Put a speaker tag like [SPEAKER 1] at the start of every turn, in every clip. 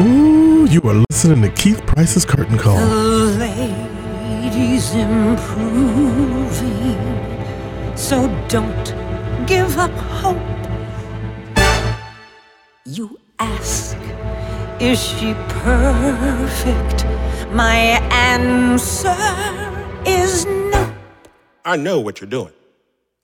[SPEAKER 1] Ooh, you are listening to Keith Price's curtain
[SPEAKER 2] The
[SPEAKER 1] call.
[SPEAKER 2] lady's improving, so don't give up hope. You ask, is she perfect? My answer is no.
[SPEAKER 3] I know what you're doing.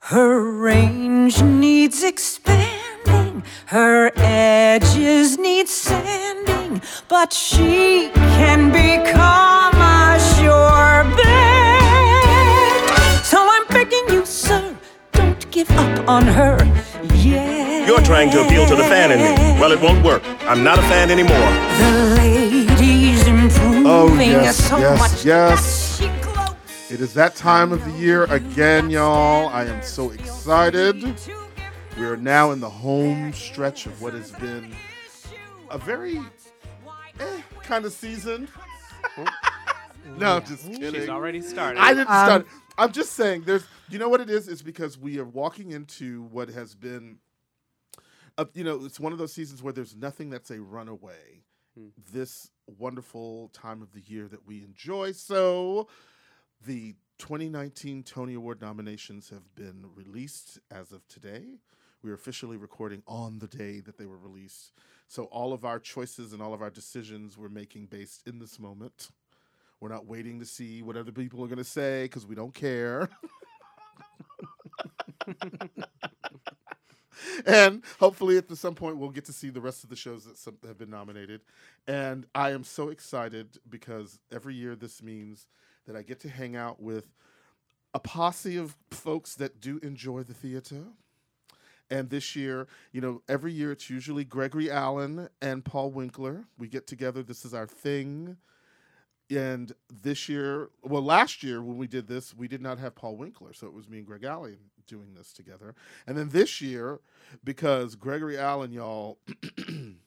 [SPEAKER 2] Her range needs expanding, her edges need sanding, but she can become a sure bet. So I'm begging you, sir, don't give up on her. Yeah.
[SPEAKER 3] You're trying to appeal to the fan in me. Well, it won't work. I'm not a fan anymore.
[SPEAKER 2] the lady's improving
[SPEAKER 4] Oh, yes,
[SPEAKER 2] so
[SPEAKER 4] yes,
[SPEAKER 2] much that
[SPEAKER 4] yes.
[SPEAKER 2] she gloats.
[SPEAKER 4] It is that time of the year again, y'all. I am so excited. We are now in the home stretch of what has been a very eh, kind of season. no, I'm just kidding.
[SPEAKER 5] She's already started.
[SPEAKER 4] I didn't start. I'm just saying, there's. You know what it is? It's because we are walking into what has been, a, you know, it's one of those seasons where there's nothing that's a runaway.
[SPEAKER 5] Hmm.
[SPEAKER 4] This wonderful time of the year that we enjoy. So, the 2019 Tony Award nominations have been released as of today. We are officially recording on the day that they were released. So, all of our choices and all of our decisions we're making based in this moment. We're not waiting to see what other people are going to say because we don't care. and hopefully, at some point, we'll get to see the rest of the shows that some, have been nominated. And I am so excited because every year this means that I get to hang out with a posse of folks that do enjoy the theater. And this year, you know, every year it's usually Gregory Allen and Paul Winkler. We get together. This is our thing. And this year, well, last year when we did this, we did not have Paul Winkler. So it was me and Greg Allen doing this together. And then this year, because Gregory Allen, y'all,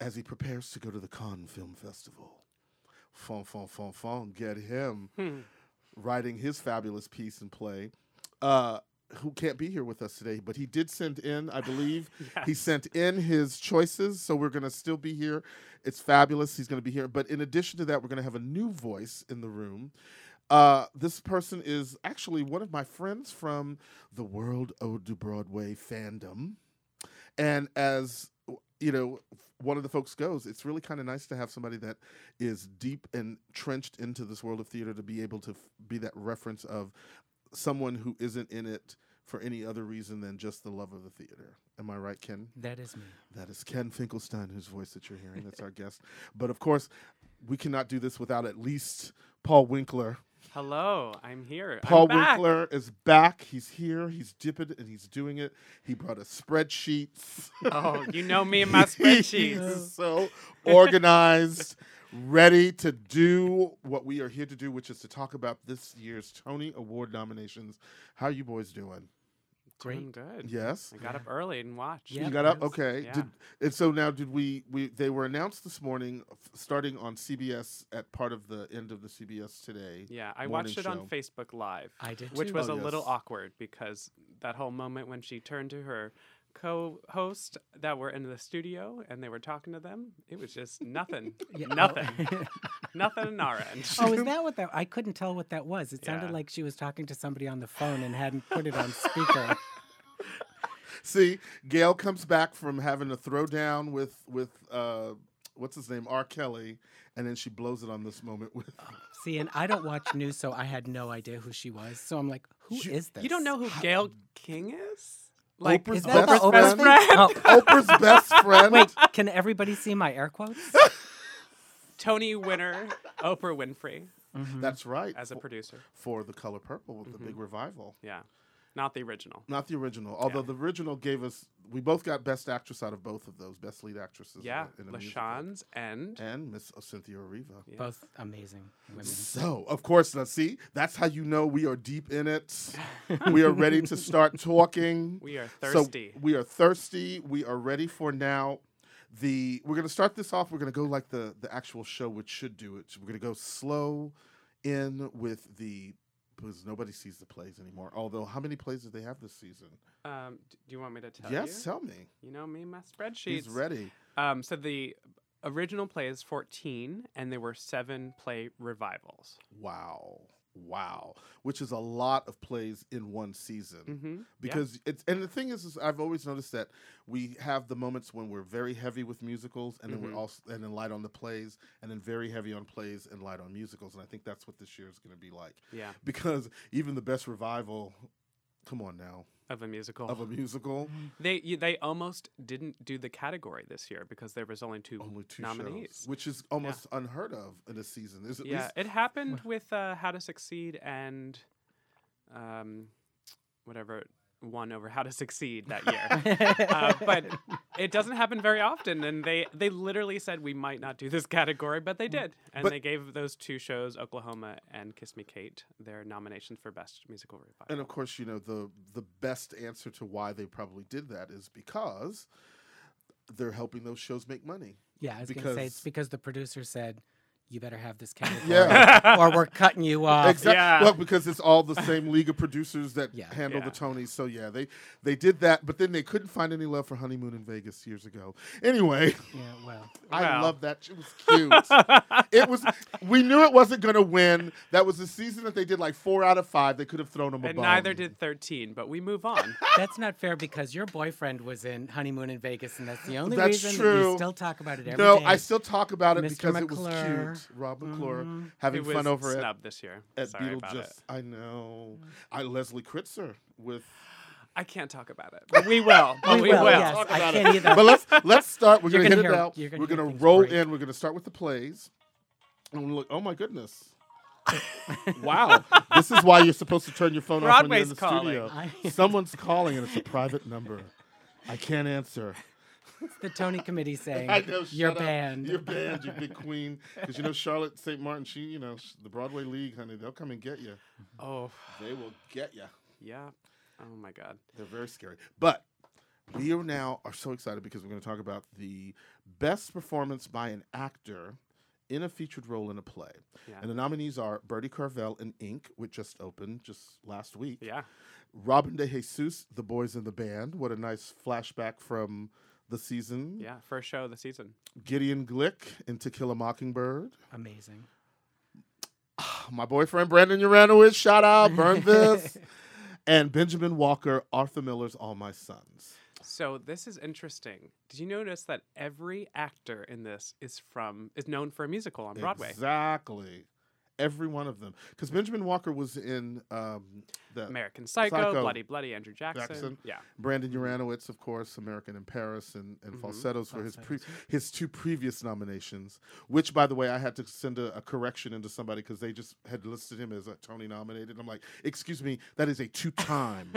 [SPEAKER 4] as he prepares to go to the Cannes Film Festival, fun, fun, fun, fun, get him writing his fabulous piece and play. Uh, who can't be here with us today, but he did send in, I believe, he sent in his choices. So we're going to still be here. It's fabulous. He's going to be here. But in addition to that, we're going to have a new voice in the room. Uh, this person is actually one of my friends from the World Ode to Broadway fandom. And as w- you know, one of the folks goes, it's really kind of nice to have somebody that is deep and trenched into this world of theater to be able to f- be that reference of someone who isn't in it for any other reason than just the love of the theater. Am I right, Ken?
[SPEAKER 5] that is me.
[SPEAKER 4] That is Ken Finkelstein, whose voice that you're hearing. That's our guest. But of course, we cannot do this without at least Paul Winkler.
[SPEAKER 5] Hello, I'm here. I'm
[SPEAKER 4] Paul
[SPEAKER 5] back.
[SPEAKER 4] Winkler is back. He's here. He's dipping and he's doing it. He brought us spreadsheets.
[SPEAKER 5] Oh, you know me and my spreadsheets.
[SPEAKER 4] He's so organized, ready to do what we are here to do, which is to talk about this year's Tony Award nominations. How you boys doing?
[SPEAKER 5] Doing good.
[SPEAKER 4] Yes.
[SPEAKER 5] I got up early and watched.
[SPEAKER 4] You got up? Okay.
[SPEAKER 5] yeah.
[SPEAKER 4] Did, and so now did we, we they were announced this morning f- starting on CBS at part of the end of the CBS today.
[SPEAKER 5] Yeah, I
[SPEAKER 4] morning
[SPEAKER 5] watched it on
[SPEAKER 4] show.
[SPEAKER 5] Facebook Live.
[SPEAKER 6] I did
[SPEAKER 5] Which
[SPEAKER 6] too.
[SPEAKER 5] was
[SPEAKER 4] Oh,
[SPEAKER 5] a little
[SPEAKER 4] yes.
[SPEAKER 5] awkward because that whole moment when she turned to her co host that were in the studio and they were talking to them, it was just nothing. nothing. nothing on our end.
[SPEAKER 6] Oh, is that what that? I couldn't tell what that was. It sounded
[SPEAKER 5] Yeah.
[SPEAKER 6] like she was talking to somebody on the phone and hadn't put it on speaker.
[SPEAKER 4] See, Gail comes back from having a throwdown with with uh, what's his name, R. Kelly, and then she blows it on this moment with.
[SPEAKER 6] See, and I don't watch news, so I had no idea who she was. So I'm like, who is this?
[SPEAKER 5] you don't know who Gail King is? Like,
[SPEAKER 4] Oprah's
[SPEAKER 6] Is that
[SPEAKER 4] best
[SPEAKER 6] the
[SPEAKER 4] friend.
[SPEAKER 6] Oprah's friend? Oh,
[SPEAKER 4] Oprah's best friend.
[SPEAKER 6] wait, can everybody see my air quotes?
[SPEAKER 5] Tony winner, Oprah Winfrey
[SPEAKER 4] That's right.
[SPEAKER 5] Mm-hmm. as a
[SPEAKER 4] for,
[SPEAKER 5] Mm-hmm. producer.
[SPEAKER 4] for the color purple, the big revival.
[SPEAKER 5] Yeah. Not the original.
[SPEAKER 4] Not the original, although the original gave us. We both got best actress out of both of those, best lead actresses. in
[SPEAKER 5] Yeah.
[SPEAKER 4] a- in a musical.
[SPEAKER 5] LaShawn's and
[SPEAKER 4] and Miss Cynthia Erivo.
[SPEAKER 6] Both amazing women.
[SPEAKER 4] So, of course, now see, that's how you know we are deep in it. we are ready to start talking.
[SPEAKER 5] We are
[SPEAKER 4] So
[SPEAKER 5] thirsty.
[SPEAKER 4] we are thirsty. We are ready for now. The we're gonna start this off. We're gonna go like the the actual show, which should do it. We're gonna go slow in with the because nobody sees the plays anymore. Although, how many plays did they have this season?
[SPEAKER 5] Um, d- do you want me to tell
[SPEAKER 4] yes,
[SPEAKER 5] you?
[SPEAKER 4] tell me.
[SPEAKER 5] You know me and my spreadsheets.
[SPEAKER 4] He's ready.
[SPEAKER 5] Um, so the original play is 14, and there were seven play revivals.
[SPEAKER 4] Wow. Wow. Which is a lot of plays in one season.
[SPEAKER 5] Mhm.
[SPEAKER 4] Mm-hmm. Because it's and the thing is, is I've always noticed that we have the moments when we're very heavy with musicals and then
[SPEAKER 5] Mm-hmm.
[SPEAKER 4] we're also and then light on the plays and then very heavy on plays and light on musicals. And I think that's what this year is gonna be like.
[SPEAKER 5] Yeah,
[SPEAKER 4] Because even the best revival come on now
[SPEAKER 5] of a musical.
[SPEAKER 4] of a musical
[SPEAKER 5] They you, they almost didn't do the category this year because there was only two
[SPEAKER 4] only two
[SPEAKER 5] nominees.
[SPEAKER 4] shows which is almost unheard of in a season there's at
[SPEAKER 5] yeah,
[SPEAKER 4] least
[SPEAKER 5] it happened with uh, How to Succeed and um, whatever won over How to Succeed that year. uh, but it doesn't happen very often, and they they literally said we might not do this category, but they did, and
[SPEAKER 4] Mm. But-
[SPEAKER 5] they gave those two shows, Oklahoma and Kiss Me Kate, their nominations for best musical revival.
[SPEAKER 4] And of course, you know the the best answer to why they probably did that is because they're helping those shows make money.
[SPEAKER 6] Yeah, I was going to say it's because the producer said, you better have this category
[SPEAKER 4] Yeah.
[SPEAKER 6] or we're cutting you off.
[SPEAKER 4] Exactly.
[SPEAKER 5] yeah.
[SPEAKER 4] Well, because it's all the same league of producers that
[SPEAKER 6] Yeah.
[SPEAKER 4] handle the
[SPEAKER 5] Yeah.
[SPEAKER 4] Tonys. So yeah, they they did that, but then they couldn't find any love for Honeymoon in Vegas years ago. Anyway,
[SPEAKER 6] Yeah, well,
[SPEAKER 4] I
[SPEAKER 5] Wow.
[SPEAKER 4] love that. It was cute. it was. We knew it wasn't going to win. That was the season that they did like four out of five. They could have thrown them a
[SPEAKER 5] and
[SPEAKER 4] bone.
[SPEAKER 5] neither did 13, but we move on.
[SPEAKER 6] that's not fair because your boyfriend was in honeymoon in Vegas, and that's the only
[SPEAKER 4] That's
[SPEAKER 6] reason
[SPEAKER 4] true.
[SPEAKER 6] you still talk about it every day.
[SPEAKER 4] No, I still talk about it
[SPEAKER 6] Mr.
[SPEAKER 4] because it
[SPEAKER 6] McClure.
[SPEAKER 4] was cute. Rob McClure
[SPEAKER 5] Mm-hmm. it
[SPEAKER 4] having
[SPEAKER 5] was
[SPEAKER 4] fun over at,
[SPEAKER 5] snubbed this year.
[SPEAKER 4] at
[SPEAKER 5] Sorry about it.
[SPEAKER 4] Beetlejuice. I know. I Leslie Kritzer with.
[SPEAKER 5] I can't talk about it. But we will. But we, will.
[SPEAKER 6] Oh, Yes, I can't either.
[SPEAKER 4] But let's let's start. We're
[SPEAKER 6] You're
[SPEAKER 4] gonna, hit
[SPEAKER 6] gonna
[SPEAKER 4] it
[SPEAKER 6] hear-
[SPEAKER 4] out.
[SPEAKER 6] you're gonna
[SPEAKER 4] We're
[SPEAKER 6] hear
[SPEAKER 4] gonna
[SPEAKER 6] things
[SPEAKER 4] roll
[SPEAKER 6] break.
[SPEAKER 4] in. We're gonna start with the plays. And we look. Oh my goodness. wow. This is why you're supposed to turn your phone off when you're in
[SPEAKER 5] Broadway's
[SPEAKER 4] the
[SPEAKER 5] calling.
[SPEAKER 4] studio.
[SPEAKER 6] I-
[SPEAKER 4] Someone's calling and it's a private number. I can't answer.
[SPEAKER 6] the Tony committee saying
[SPEAKER 4] I know.
[SPEAKER 6] you're
[SPEAKER 4] shut up.
[SPEAKER 6] banned.
[SPEAKER 4] You're banned. You big queen. Because you know Charlotte St. Martin. She, you know, sh- the Broadway League, honey. They'll come and get you.
[SPEAKER 5] Oh,
[SPEAKER 4] They will get you.
[SPEAKER 5] yeah. Oh, my God.
[SPEAKER 4] They're very scary. But we are now are so excited because we're going to talk about the best performance by an actor in a featured role in a play.
[SPEAKER 5] Yeah.
[SPEAKER 4] And the nominees are Bertie Carvel in Ink, which just opened just last week.
[SPEAKER 5] Yeah.
[SPEAKER 4] Robin de Jesus, The Boys in the Band. What a nice flashback from the season.
[SPEAKER 5] Yeah. First show of the season.
[SPEAKER 4] Gideon Glick in To Kill a Mockingbird.
[SPEAKER 6] Amazing.
[SPEAKER 4] My boyfriend Brandon Uranowitz, shout out, burn this. and Benjamin Walker, Arthur Miller's All My Sons.
[SPEAKER 5] So this is interesting. Did you notice that every actor in this is from is known for a musical on Broadway?
[SPEAKER 4] Exactly. Every one of them. Because Benjamin Walker was in um, the
[SPEAKER 5] American Psycho,
[SPEAKER 4] Psycho.
[SPEAKER 5] Bloody Bloody Andrew Jackson.
[SPEAKER 4] Jackson.
[SPEAKER 5] Yeah.
[SPEAKER 4] Brandon Uranowitz, of course, American in Paris, and, and
[SPEAKER 5] Mm-hmm.
[SPEAKER 4] falsettos for his pre- his two previous nominations. Which, by the way, I had to send a, a correction into somebody because they just had listed him as a Tony nominated. I'm like, excuse me, that is a two time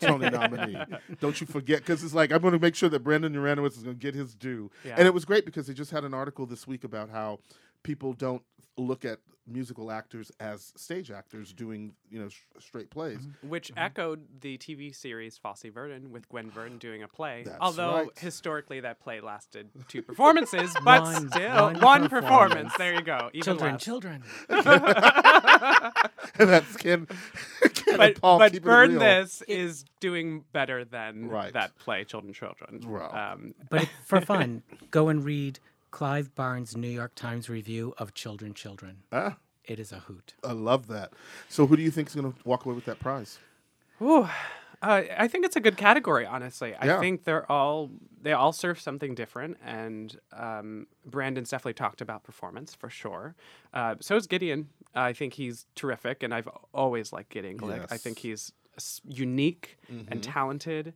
[SPEAKER 4] Tony nominee. Don't you forget? Because it's like I'm going to make sure that Brandon Uranowitz is going to get his due.
[SPEAKER 5] Yeah.
[SPEAKER 4] And it was great because they just had an article this week about how people don't look at musical actors as stage actors doing you know sh- straight plays
[SPEAKER 5] Which
[SPEAKER 4] Mm-hmm.
[SPEAKER 5] echoed the TV series Fosse Verdon with Gwen Verdon doing a play.
[SPEAKER 4] That's
[SPEAKER 5] Although
[SPEAKER 4] right.
[SPEAKER 5] historically that play lasted two performances, but
[SPEAKER 6] One-
[SPEAKER 5] still
[SPEAKER 6] one
[SPEAKER 5] one,
[SPEAKER 6] performance.
[SPEAKER 5] performance. There you go. Even
[SPEAKER 6] Children,
[SPEAKER 5] less.
[SPEAKER 6] children.
[SPEAKER 4] that's can, can
[SPEAKER 5] but,
[SPEAKER 4] Paul
[SPEAKER 5] but
[SPEAKER 4] keep it
[SPEAKER 5] Burn
[SPEAKER 4] real.
[SPEAKER 5] This is doing better than
[SPEAKER 4] Right.
[SPEAKER 5] that play, Children, Children.
[SPEAKER 4] Well.
[SPEAKER 5] Um,
[SPEAKER 6] But if, for fun, go and read Clive Barnes' New York Times review of Children, Children.
[SPEAKER 4] Ah.
[SPEAKER 6] It is a hoot.
[SPEAKER 4] I love that. So, who do you think is going to walk away with that prize?
[SPEAKER 5] Ooh, uh, I think it's a good category, honestly.
[SPEAKER 4] Yeah.
[SPEAKER 5] I think they're all they all serve something different, and um, Brandon's definitely talked about performance for sure. Uh, so is Gideon. I think he's terrific, and I've always liked Gideon Glick. I think
[SPEAKER 4] Yes.
[SPEAKER 5] he's s- unique
[SPEAKER 4] Mm-hmm.
[SPEAKER 5] and talented.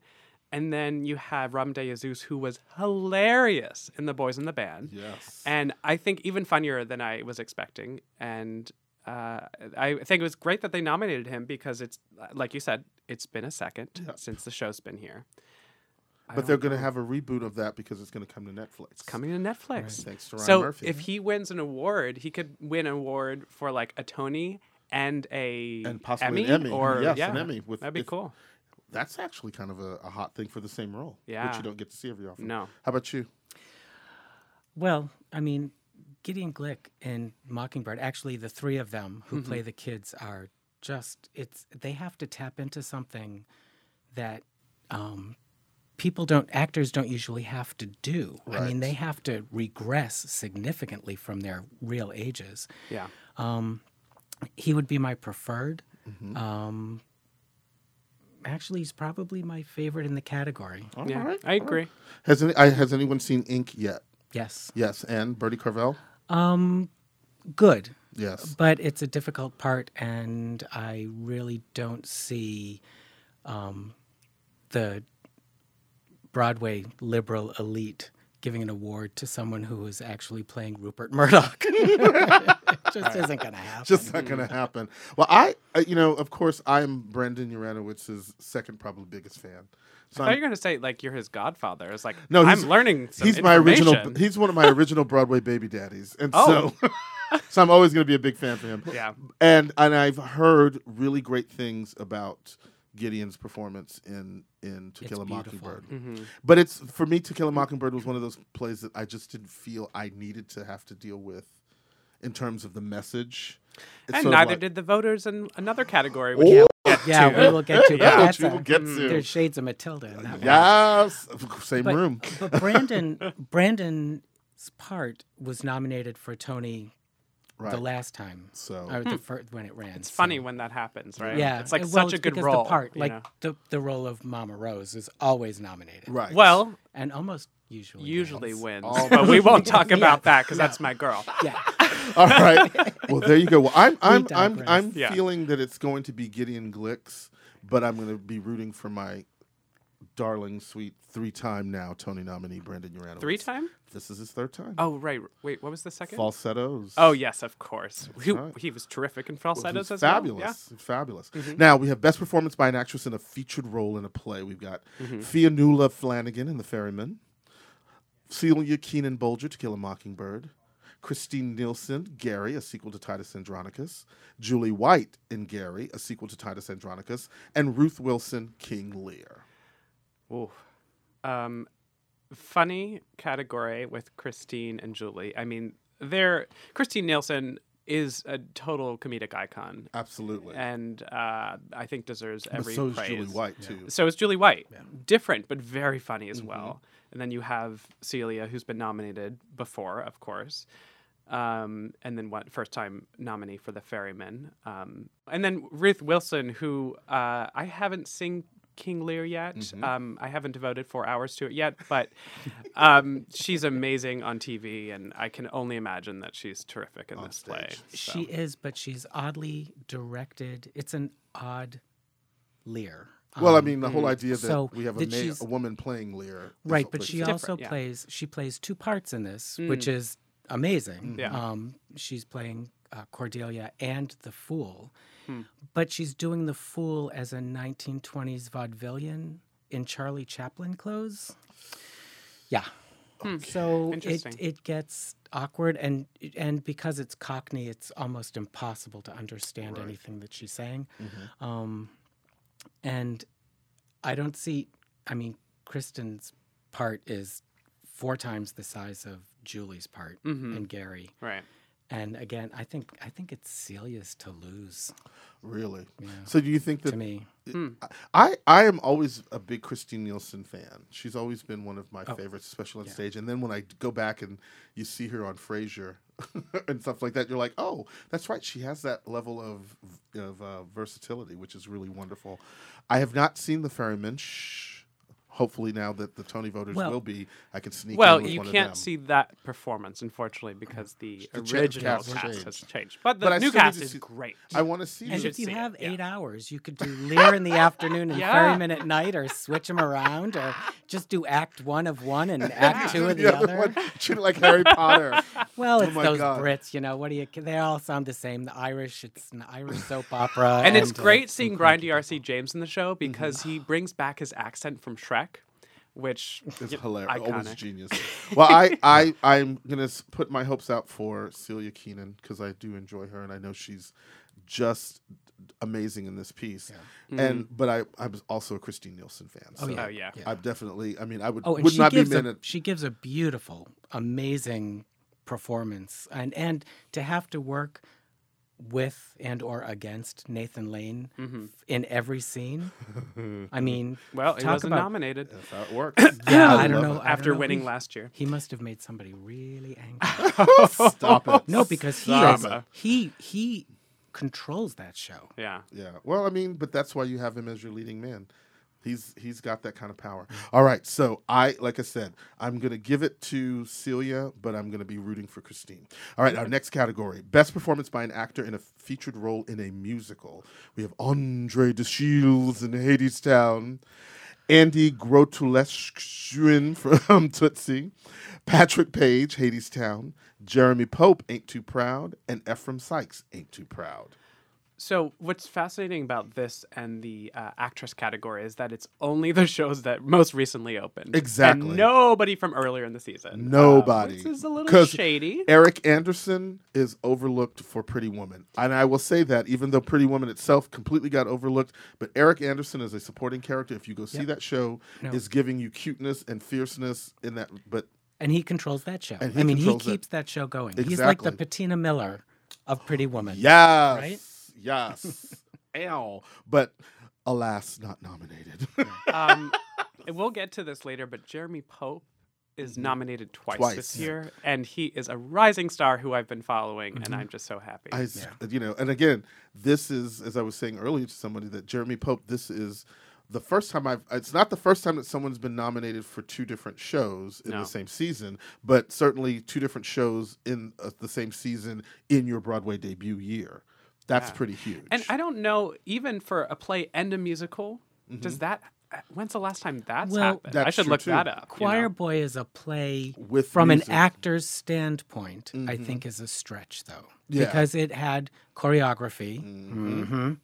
[SPEAKER 5] And then you have Robin De Jesus, who was hilarious in The Boys in the Band.
[SPEAKER 4] Yes.
[SPEAKER 5] And I think even funnier than I was expecting. And uh, I think it was great that they nominated him because it's, like you said, it's been a second since the show's been here.
[SPEAKER 4] But they're going to have a reboot of that because it's going to come to Netflix.
[SPEAKER 5] Coming to Netflix.
[SPEAKER 4] Thanks to Ryan
[SPEAKER 5] so
[SPEAKER 4] Murphy.
[SPEAKER 5] if he wins an award, he could win an award for like a Tony and a
[SPEAKER 4] And possibly
[SPEAKER 5] Emmy,
[SPEAKER 4] an Emmy.
[SPEAKER 5] or
[SPEAKER 4] Yes,
[SPEAKER 5] yeah,
[SPEAKER 4] an Emmy with-
[SPEAKER 5] that'd be
[SPEAKER 4] if-
[SPEAKER 5] cool.
[SPEAKER 4] That's actually kind of a, a hot thing for the same role, which
[SPEAKER 5] Yeah.
[SPEAKER 4] you don't get to see every often.
[SPEAKER 5] No.
[SPEAKER 4] How about you?
[SPEAKER 6] Well, I mean, Gideon Glick and Mockingbird, actually, the three of them who play the kids are just, it's, they have to tap into something that um, people don't actors don't usually have to do. I
[SPEAKER 4] Right.
[SPEAKER 6] mean, they have to regress significantly from their real ages.
[SPEAKER 5] Yeah.
[SPEAKER 6] He would be my preferred. Um, actually, he's probably my favorite in the category.
[SPEAKER 5] yeah. I agree.
[SPEAKER 4] Has any I, has anyone seen Ink yet?
[SPEAKER 6] Yes,
[SPEAKER 4] Yes, and Bertie Carvel.
[SPEAKER 6] good,
[SPEAKER 4] Yes,
[SPEAKER 6] but it's a difficult part, and I really don't see um, the Broadway liberal elite giving an award to someone who is actually playing Rupert Murdoch. it just isn't going to happen.
[SPEAKER 4] just not going to happen. Well, I uh, you know of course I'm Brendan Uranowicz's second probably biggest fan. So
[SPEAKER 5] I thought
[SPEAKER 4] I'm-
[SPEAKER 5] you were gonna say like you're his godfather. It's like
[SPEAKER 4] Um, no, he's,
[SPEAKER 5] I'm learning. Some
[SPEAKER 4] he's my original.
[SPEAKER 5] information.
[SPEAKER 4] He's one of my original Broadway baby daddies, and
[SPEAKER 5] Oh.
[SPEAKER 4] so so I'm always going to be a big fan for him.
[SPEAKER 5] Yeah.
[SPEAKER 4] and and I've heard really great things about Gideon's performance in in To Kill a
[SPEAKER 6] beautiful.
[SPEAKER 4] Mockingbird.
[SPEAKER 5] Mm-hmm.
[SPEAKER 4] But it's for me, To Kill a Mockingbird was one of those plays that I just didn't feel I needed to have to deal with in terms of the message. It's
[SPEAKER 5] and
[SPEAKER 4] sort of
[SPEAKER 5] neither
[SPEAKER 4] like-
[SPEAKER 5] did the voters in another category. Which
[SPEAKER 4] Oh,
[SPEAKER 6] Yeah, we will get to
[SPEAKER 4] Yeah,
[SPEAKER 6] that. That's
[SPEAKER 4] we will
[SPEAKER 6] a-
[SPEAKER 4] get to.
[SPEAKER 6] There's shades of Matilda in that one.
[SPEAKER 4] yes, same
[SPEAKER 6] But-
[SPEAKER 4] room.
[SPEAKER 6] But Brandon, Brandon's part was nominated for Tony
[SPEAKER 4] Right.
[SPEAKER 6] the last time,
[SPEAKER 4] So-
[SPEAKER 6] or the first when it ran.
[SPEAKER 5] It's funny when that happens, right?
[SPEAKER 6] Yeah,
[SPEAKER 5] It's like
[SPEAKER 6] and- well,
[SPEAKER 5] such a
[SPEAKER 6] it's
[SPEAKER 5] good
[SPEAKER 6] because
[SPEAKER 5] role.
[SPEAKER 6] The part,
[SPEAKER 5] you
[SPEAKER 6] like
[SPEAKER 5] know?
[SPEAKER 6] the the role of Mama Rose, is always nominated.
[SPEAKER 4] right.
[SPEAKER 5] well,
[SPEAKER 6] and almost usually
[SPEAKER 5] usually
[SPEAKER 6] wins.
[SPEAKER 5] wins,
[SPEAKER 4] All
[SPEAKER 5] but we won't talk
[SPEAKER 6] Yeah.
[SPEAKER 5] about that because that's my girl.
[SPEAKER 6] Yeah,
[SPEAKER 4] All right. Well, there you go. Well, I'm I'm I'm
[SPEAKER 6] digress.
[SPEAKER 4] I'm
[SPEAKER 5] Yeah.
[SPEAKER 4] feeling that it's going to be Gideon Glicks, but I'm going to be rooting for my darling, sweet three-time now Tony nominee Brandon Uranowitz.
[SPEAKER 5] Three time?
[SPEAKER 4] This is his third time.
[SPEAKER 5] Oh right. Wait, what was the second?
[SPEAKER 4] Falsettos.
[SPEAKER 5] Oh yes, of course. He,
[SPEAKER 4] right.
[SPEAKER 5] he was terrific in
[SPEAKER 4] Well,
[SPEAKER 5] falsettos
[SPEAKER 4] he's
[SPEAKER 5] as
[SPEAKER 4] fabulous,
[SPEAKER 5] well. Mm-hmm.
[SPEAKER 4] fabulous. Now we have best performance by an actress in a featured role in a play. We've got
[SPEAKER 5] Mm-hmm.
[SPEAKER 4] Fionnuala Flanagan in *The Ferryman*, Celia Keenan Bolger to *Kill a Mockingbird*, Christine Nielsen, *Gary*, a sequel to *Titus Andronicus*, Julie White in *Gary*, a sequel to *Titus Andronicus*, and Ruth Wilson, *King Lear*.
[SPEAKER 5] Yeah. Ooh. Um, funny category with Christine and Julie. I mean, they're Christine Nielsen is a total comedic icon,
[SPEAKER 4] Absolutely,
[SPEAKER 5] and uh, I think deserves
[SPEAKER 4] but
[SPEAKER 5] every
[SPEAKER 4] so is
[SPEAKER 5] praise.
[SPEAKER 4] Julie White too. Mm-hmm.
[SPEAKER 5] So is Julie White. Different, but very funny as well. And then you have Celia, who's been nominated before, of course. Um, and then one first time nominee for The Ferryman. Um, and then Ruth Wilson, who uh, I haven't seen King Lear yet.
[SPEAKER 4] Mm-hmm.
[SPEAKER 5] Um, I haven't devoted four hours to it yet, but um, she's amazing on TV. And I can only imagine that she's terrific in this play.
[SPEAKER 6] she is, but she's oddly directed. It's an odd Um, leer.
[SPEAKER 4] Well, I
[SPEAKER 5] um,
[SPEAKER 4] mean, the
[SPEAKER 5] mm,
[SPEAKER 4] whole idea that
[SPEAKER 6] So
[SPEAKER 4] we have a,
[SPEAKER 6] that
[SPEAKER 4] ma-
[SPEAKER 6] she's-
[SPEAKER 4] a woman playing Lear, is
[SPEAKER 6] Right,
[SPEAKER 4] what
[SPEAKER 6] but
[SPEAKER 4] makes
[SPEAKER 6] she
[SPEAKER 4] it-
[SPEAKER 6] also
[SPEAKER 5] yeah. Mm.
[SPEAKER 6] plays. She plays two parts in this, which is amazing.
[SPEAKER 5] Yeah.
[SPEAKER 6] Um, she's playing uh, Cordelia and the Fool,
[SPEAKER 5] Hmm.
[SPEAKER 6] but she's doing the Fool as a 1920s vaudevillian in Charlie Chaplin clothes. Yeah. Hmm. So it
[SPEAKER 5] Interesting.
[SPEAKER 6] it gets awkward and and because it's Cockney, it's almost impossible to understand anything that she's saying. Um, and I don't see. I mean, Kristen's part is four times the size of Julie's part and Gary.
[SPEAKER 5] Right.
[SPEAKER 6] And again, I think I think it's Celia's to lose
[SPEAKER 4] really. So do you think that
[SPEAKER 6] to me.
[SPEAKER 4] I I am always a big Christine Nielsen fan. She's always been one of my favorites, especially on stage. And then when I go back and you see her on Frasier and stuff like that, you're like, oh, that's right. She has that level of of uh, versatility, which is really wonderful. I have not seen The Ferryman. Shh. Hopefully, now that the Tony voters
[SPEAKER 6] Well-
[SPEAKER 4] will be, I can sneak.
[SPEAKER 5] Well,
[SPEAKER 4] in with
[SPEAKER 5] you
[SPEAKER 4] one of them.
[SPEAKER 5] can't see that performance, unfortunately, because the,
[SPEAKER 4] The cha-
[SPEAKER 5] original
[SPEAKER 4] cast
[SPEAKER 5] cast,
[SPEAKER 4] has changed.
[SPEAKER 5] has changed. But the
[SPEAKER 4] But I
[SPEAKER 5] new
[SPEAKER 4] still need
[SPEAKER 5] cast
[SPEAKER 4] to
[SPEAKER 5] is
[SPEAKER 4] see-
[SPEAKER 5] great.
[SPEAKER 4] I want to see.
[SPEAKER 6] And
[SPEAKER 4] the-
[SPEAKER 5] should
[SPEAKER 6] if you
[SPEAKER 5] see it,
[SPEAKER 6] have
[SPEAKER 5] yeah.
[SPEAKER 6] eight hours, you could do Lear in the afternoon and
[SPEAKER 5] Yeah.
[SPEAKER 6] Ferryman at night, or switch them around, or just do Act One of one and Act Two of the,
[SPEAKER 4] the
[SPEAKER 6] other.
[SPEAKER 4] other one, treat it like Harry Potter.
[SPEAKER 6] Well, it's
[SPEAKER 4] my
[SPEAKER 6] those
[SPEAKER 4] God.
[SPEAKER 6] Brits, you know. What do you? They all sound the same. The Irish, it's an Irish soap opera,
[SPEAKER 5] and it's
[SPEAKER 6] uh,
[SPEAKER 5] great seeing Brian D.R.C. James in the show
[SPEAKER 4] Mm-hmm.
[SPEAKER 5] because he brings back his accent from Shrek, which
[SPEAKER 4] It's
[SPEAKER 5] y-
[SPEAKER 4] hilarious. Always
[SPEAKER 5] iconic.
[SPEAKER 4] genius. Well, I, I, I'm gonna s- put my hopes out for Celia Keenan because I do enjoy her, and I know she's just amazing in this piece.
[SPEAKER 6] Mm-hmm.
[SPEAKER 4] And but I, I'm also a Christine Nielsen fan. So
[SPEAKER 5] yeah. Oh, yeah. Yeah.
[SPEAKER 4] I'm definitely. I mean, I would
[SPEAKER 6] Oh, and
[SPEAKER 4] would
[SPEAKER 6] she
[SPEAKER 4] not be
[SPEAKER 6] gives
[SPEAKER 4] mad
[SPEAKER 6] a,
[SPEAKER 4] at
[SPEAKER 6] she gives a beautiful, amazing performance, and and to have to work with and or against Nathan Lane f- in every scene. I mean,
[SPEAKER 5] Well, he
[SPEAKER 6] talk
[SPEAKER 5] wasn't
[SPEAKER 6] about-
[SPEAKER 5] nominated
[SPEAKER 4] That's how it works.
[SPEAKER 6] Yeah, I don't know. I don't
[SPEAKER 5] after
[SPEAKER 6] know.
[SPEAKER 5] winning
[SPEAKER 6] He-
[SPEAKER 5] last year.
[SPEAKER 6] he must have made somebody really angry.
[SPEAKER 4] Stop it.
[SPEAKER 6] Oh, no, because he
[SPEAKER 4] Stop
[SPEAKER 6] is,
[SPEAKER 4] it.
[SPEAKER 6] he he controls that show.
[SPEAKER 5] Yeah.
[SPEAKER 4] Yeah. Well, I mean, but that's why you have him as your leading man. He's he's got that kind of power. All right. So I like I said, I'm gonna give it to Celia, but I'm gonna be rooting for Christine. All right, our next category. Best performance by an actor in a featured role in a musical. We have Andre DeShields in Hades Town. Andy Grotulescuin from Tootsie, Patrick Page, Hades Town, Jeremy Pope, Ain't Too Proud, and Ephraim Sykes, Ain't Too Proud.
[SPEAKER 5] So what's fascinating about this and the uh, actress category is that it's only the shows that most recently opened. and
[SPEAKER 4] Exactly.
[SPEAKER 5] nobody from earlier in the season.
[SPEAKER 4] Nobody.
[SPEAKER 5] Uh, which is a little
[SPEAKER 4] 'Cause
[SPEAKER 5] shady.
[SPEAKER 4] Eric Anderson is overlooked for Pretty Woman. And I will say that even though Pretty Woman itself completely got overlooked, but Eric Anderson as a supporting character, if you go see that show,
[SPEAKER 6] No.
[SPEAKER 4] is giving you cuteness and fierceness in that but
[SPEAKER 6] And he controls that show.
[SPEAKER 4] And he
[SPEAKER 6] I mean, he
[SPEAKER 4] controls it.
[SPEAKER 6] keeps that show going. He's like the
[SPEAKER 4] Exactly.
[SPEAKER 6] Patina Miller of Pretty Woman.
[SPEAKER 4] yes.
[SPEAKER 6] Right?
[SPEAKER 4] Yes. Ow. But alas, not nominated.
[SPEAKER 5] um, we'll get to this later, but Jeremy Pope is nominated twice,
[SPEAKER 4] Mm-hmm. Twice.
[SPEAKER 5] this year, and he is a rising star who I've been following, and I'm just so happy.
[SPEAKER 4] Mm-hmm. I, s- you know, and again, this is as I was saying earlier to somebody that Jeremy Pope. This is the first time I've. It's not the first time that someone's been nominated for two different shows in
[SPEAKER 5] No.
[SPEAKER 4] the same season, but certainly two different shows in uh, the same season in your Broadway debut year. That's pretty huge.
[SPEAKER 5] and I don't know, even for a play and a musical, does that? uh, When's the last time that's
[SPEAKER 6] Well,
[SPEAKER 5] happened? I
[SPEAKER 4] Mm-hmm. That's
[SPEAKER 5] should
[SPEAKER 4] true,
[SPEAKER 5] look
[SPEAKER 4] too.
[SPEAKER 5] that up. you know?
[SPEAKER 6] Choir Boy is a play
[SPEAKER 4] With
[SPEAKER 6] from
[SPEAKER 4] music. Mm-hmm.
[SPEAKER 6] an actor's standpoint, I think is a stretch though.
[SPEAKER 4] Yeah. Mm-hmm.
[SPEAKER 6] Because it had choreography. Mhm.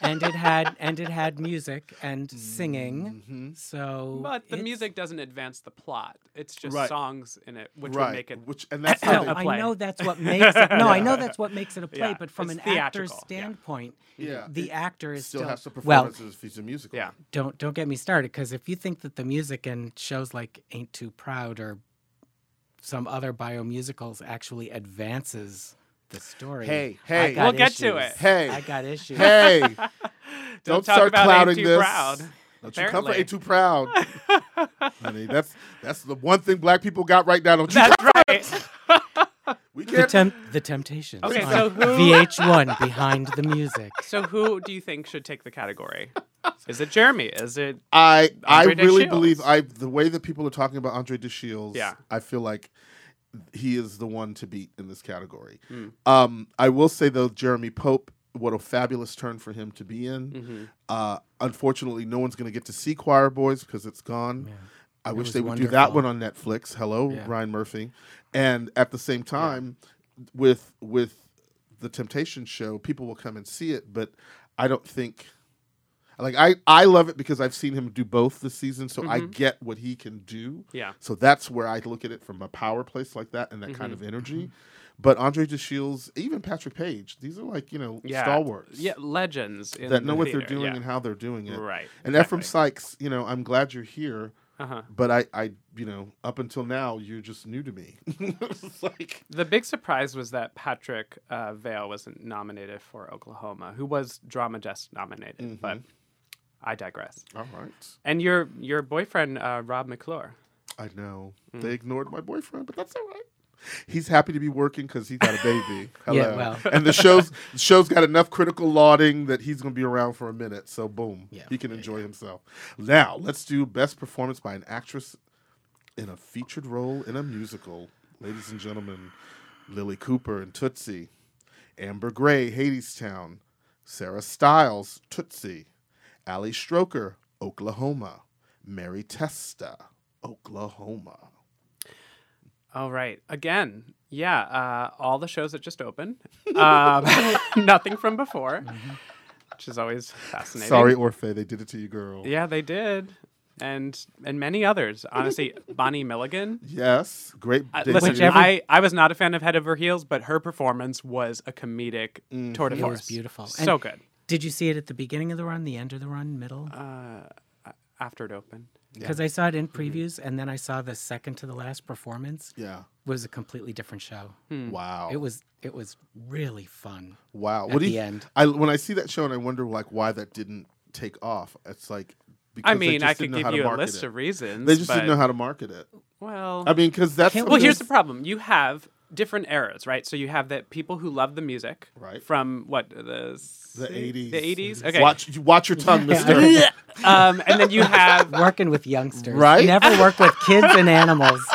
[SPEAKER 6] and it had and it had music and singing.
[SPEAKER 4] Mm-hmm.
[SPEAKER 6] So
[SPEAKER 5] But the
[SPEAKER 6] it's-
[SPEAKER 5] music doesn't advance the plot. It's just
[SPEAKER 4] Right.
[SPEAKER 5] songs in it, which
[SPEAKER 4] right,
[SPEAKER 5] would make it.
[SPEAKER 4] which and that's
[SPEAKER 6] No,
[SPEAKER 4] how they,
[SPEAKER 5] a
[SPEAKER 6] I
[SPEAKER 5] play.
[SPEAKER 6] know that's what makes it. No, I know that's what makes it a play.
[SPEAKER 5] Yeah,
[SPEAKER 6] But from
[SPEAKER 5] it's
[SPEAKER 6] an actor's
[SPEAKER 5] theatrical, yeah.
[SPEAKER 6] standpoint,
[SPEAKER 4] Yeah,
[SPEAKER 6] the
[SPEAKER 4] it
[SPEAKER 6] actor is
[SPEAKER 4] still
[SPEAKER 6] still,
[SPEAKER 4] have to perform
[SPEAKER 6] well.
[SPEAKER 4] as a feature musical.
[SPEAKER 5] yeah,
[SPEAKER 6] Don't don't get me started because if you think that the music in shows like Ain't Too Proud or some other bio musicals actually advances the story,
[SPEAKER 4] Hey,
[SPEAKER 6] I
[SPEAKER 4] hey.
[SPEAKER 6] got
[SPEAKER 5] We'll get to
[SPEAKER 6] issues.
[SPEAKER 5] it.
[SPEAKER 4] Hey.
[SPEAKER 6] I got issues.
[SPEAKER 4] Hey,
[SPEAKER 5] Don't
[SPEAKER 4] don't
[SPEAKER 5] talk
[SPEAKER 4] start
[SPEAKER 5] about Ain't
[SPEAKER 4] clouding
[SPEAKER 5] Too
[SPEAKER 4] this.
[SPEAKER 5] Proud,
[SPEAKER 4] Don't you come for
[SPEAKER 5] apparently.
[SPEAKER 4] ain't too proud. Honey, that's that's the one thing black people got right now. Don't you
[SPEAKER 5] that's right.
[SPEAKER 4] We
[SPEAKER 6] The,
[SPEAKER 4] can't.
[SPEAKER 6] temp- the Temptations.
[SPEAKER 5] Okay,
[SPEAKER 6] on
[SPEAKER 5] so who-
[SPEAKER 6] VH1 behind the music.
[SPEAKER 5] So who do you think should take the category? Is it Jeremy? Is it
[SPEAKER 4] I I
[SPEAKER 5] Andre
[SPEAKER 4] really
[SPEAKER 5] DeShields.
[SPEAKER 4] believe I the way that people are talking about Andre DeShields.
[SPEAKER 5] Yeah.
[SPEAKER 4] I feel like he is the one to beat in this category.
[SPEAKER 5] Hmm.
[SPEAKER 4] Um, I will say though, Jeremy Pope, what a fabulous turn for him to be in.
[SPEAKER 5] Mm-hmm.
[SPEAKER 4] Uh, unfortunately, no one's going to get to see Choir Boys because it's gone. I wish
[SPEAKER 6] was
[SPEAKER 4] they would do that
[SPEAKER 6] wonderful.
[SPEAKER 4] one on Netflix. Hello,
[SPEAKER 6] Yeah.
[SPEAKER 4] Ryan Murphy. And at the same time, with with the Temptation show, people will come and see it, but I don't think like I, I love it because I've seen him do both this season, so I get what he can do.
[SPEAKER 5] Mm-hmm. Yeah.
[SPEAKER 4] So that's where I look at it from a power place like that and that kind of
[SPEAKER 5] Mm-hmm.
[SPEAKER 4] energy. But Andre DeShields, even Patrick Page, these are like you know
[SPEAKER 5] yeah,
[SPEAKER 4] stalwarts
[SPEAKER 5] Yeah, legends in
[SPEAKER 4] that know
[SPEAKER 5] the
[SPEAKER 4] what
[SPEAKER 5] theater,
[SPEAKER 4] they're doing
[SPEAKER 5] yeah.
[SPEAKER 4] and how they're doing it.
[SPEAKER 5] Right,
[SPEAKER 4] And Ephraim Sykes, you know, I'm glad you're here,
[SPEAKER 5] Uh-huh.
[SPEAKER 4] but I, I, you know, up until now, you're just new to me. it's like
[SPEAKER 5] The big surprise was that Patrick uh, Vale wasn't nominated for Oklahoma, who was Drama Desk nominated.
[SPEAKER 4] Mm-hmm.
[SPEAKER 5] But I digress.
[SPEAKER 4] all right.
[SPEAKER 5] And your your boyfriend uh, Rob McClure.
[SPEAKER 4] I know.
[SPEAKER 6] Mm.
[SPEAKER 4] They ignored my boyfriend, but that's all right. He's happy to be working because he got a baby. Hello.
[SPEAKER 6] well.
[SPEAKER 4] And the show's the show's got enough critical lauding that he's going to be around for a minute. So boom,
[SPEAKER 6] Yeah.
[SPEAKER 4] he can enjoy himself. Now let's do best performance by an actress in a featured role in a musical. Ladies and gentlemen, Lily Cooper and Tootsie, Amber Gray, Hadestown, Sarah Stiles, Tootsie, Ali Stroker, Oklahoma, Mary Testa, Oklahoma.
[SPEAKER 5] All right. Again, yeah, uh, all the shows that just opened. Um, nothing from before, which is always fascinating.
[SPEAKER 4] Sorry, Orfe, they did it to you, girl.
[SPEAKER 5] Yeah, they did. And and many others. Honestly, Bonnie Milligan.
[SPEAKER 4] Yes, great.
[SPEAKER 5] Uh,
[SPEAKER 4] debut.
[SPEAKER 5] listen,
[SPEAKER 6] Whichever-
[SPEAKER 5] I, I was not a fan of Head Over Heels, but her performance was a comedic
[SPEAKER 4] Mm-hmm.
[SPEAKER 5] tour de
[SPEAKER 6] It was
[SPEAKER 5] force.
[SPEAKER 6] beautiful. And
[SPEAKER 5] So good.
[SPEAKER 4] Uh,
[SPEAKER 6] Did you see it at the beginning of the run, the end of the run, middle?
[SPEAKER 5] After it opened.
[SPEAKER 6] because I saw it
[SPEAKER 4] Mm-hmm.
[SPEAKER 6] in previews, and then I saw the second to the last performance
[SPEAKER 4] Yeah.
[SPEAKER 6] was a completely different show.
[SPEAKER 4] Hmm.
[SPEAKER 5] Hmm.
[SPEAKER 4] Wow.
[SPEAKER 6] It was it was really fun.
[SPEAKER 4] wow.
[SPEAKER 6] at
[SPEAKER 4] What do
[SPEAKER 6] the
[SPEAKER 4] you,
[SPEAKER 6] end.
[SPEAKER 4] I when I see that show and I wonder like why that didn't take off. It's like because
[SPEAKER 5] I
[SPEAKER 4] they
[SPEAKER 5] mean,
[SPEAKER 4] just
[SPEAKER 5] I could
[SPEAKER 4] didn't know how
[SPEAKER 5] give
[SPEAKER 4] to
[SPEAKER 5] you a
[SPEAKER 4] market
[SPEAKER 5] list
[SPEAKER 4] it.
[SPEAKER 5] of reasons.
[SPEAKER 4] They just
[SPEAKER 5] but,
[SPEAKER 4] didn't know how to market it.
[SPEAKER 5] Well,
[SPEAKER 4] I mean, because that's
[SPEAKER 6] Can't
[SPEAKER 5] well, here's the
[SPEAKER 4] that's-
[SPEAKER 5] problem. You have different eras, right? So you have the people who love the music
[SPEAKER 4] Right.
[SPEAKER 5] from what the si-
[SPEAKER 4] the eighties. Mm-hmm.
[SPEAKER 5] the 80s. Okay.
[SPEAKER 4] Watch you watch your tongue, Mister.
[SPEAKER 5] Um, and then you have
[SPEAKER 6] Working with youngsters,
[SPEAKER 4] Right?
[SPEAKER 6] Never work with kids and animals.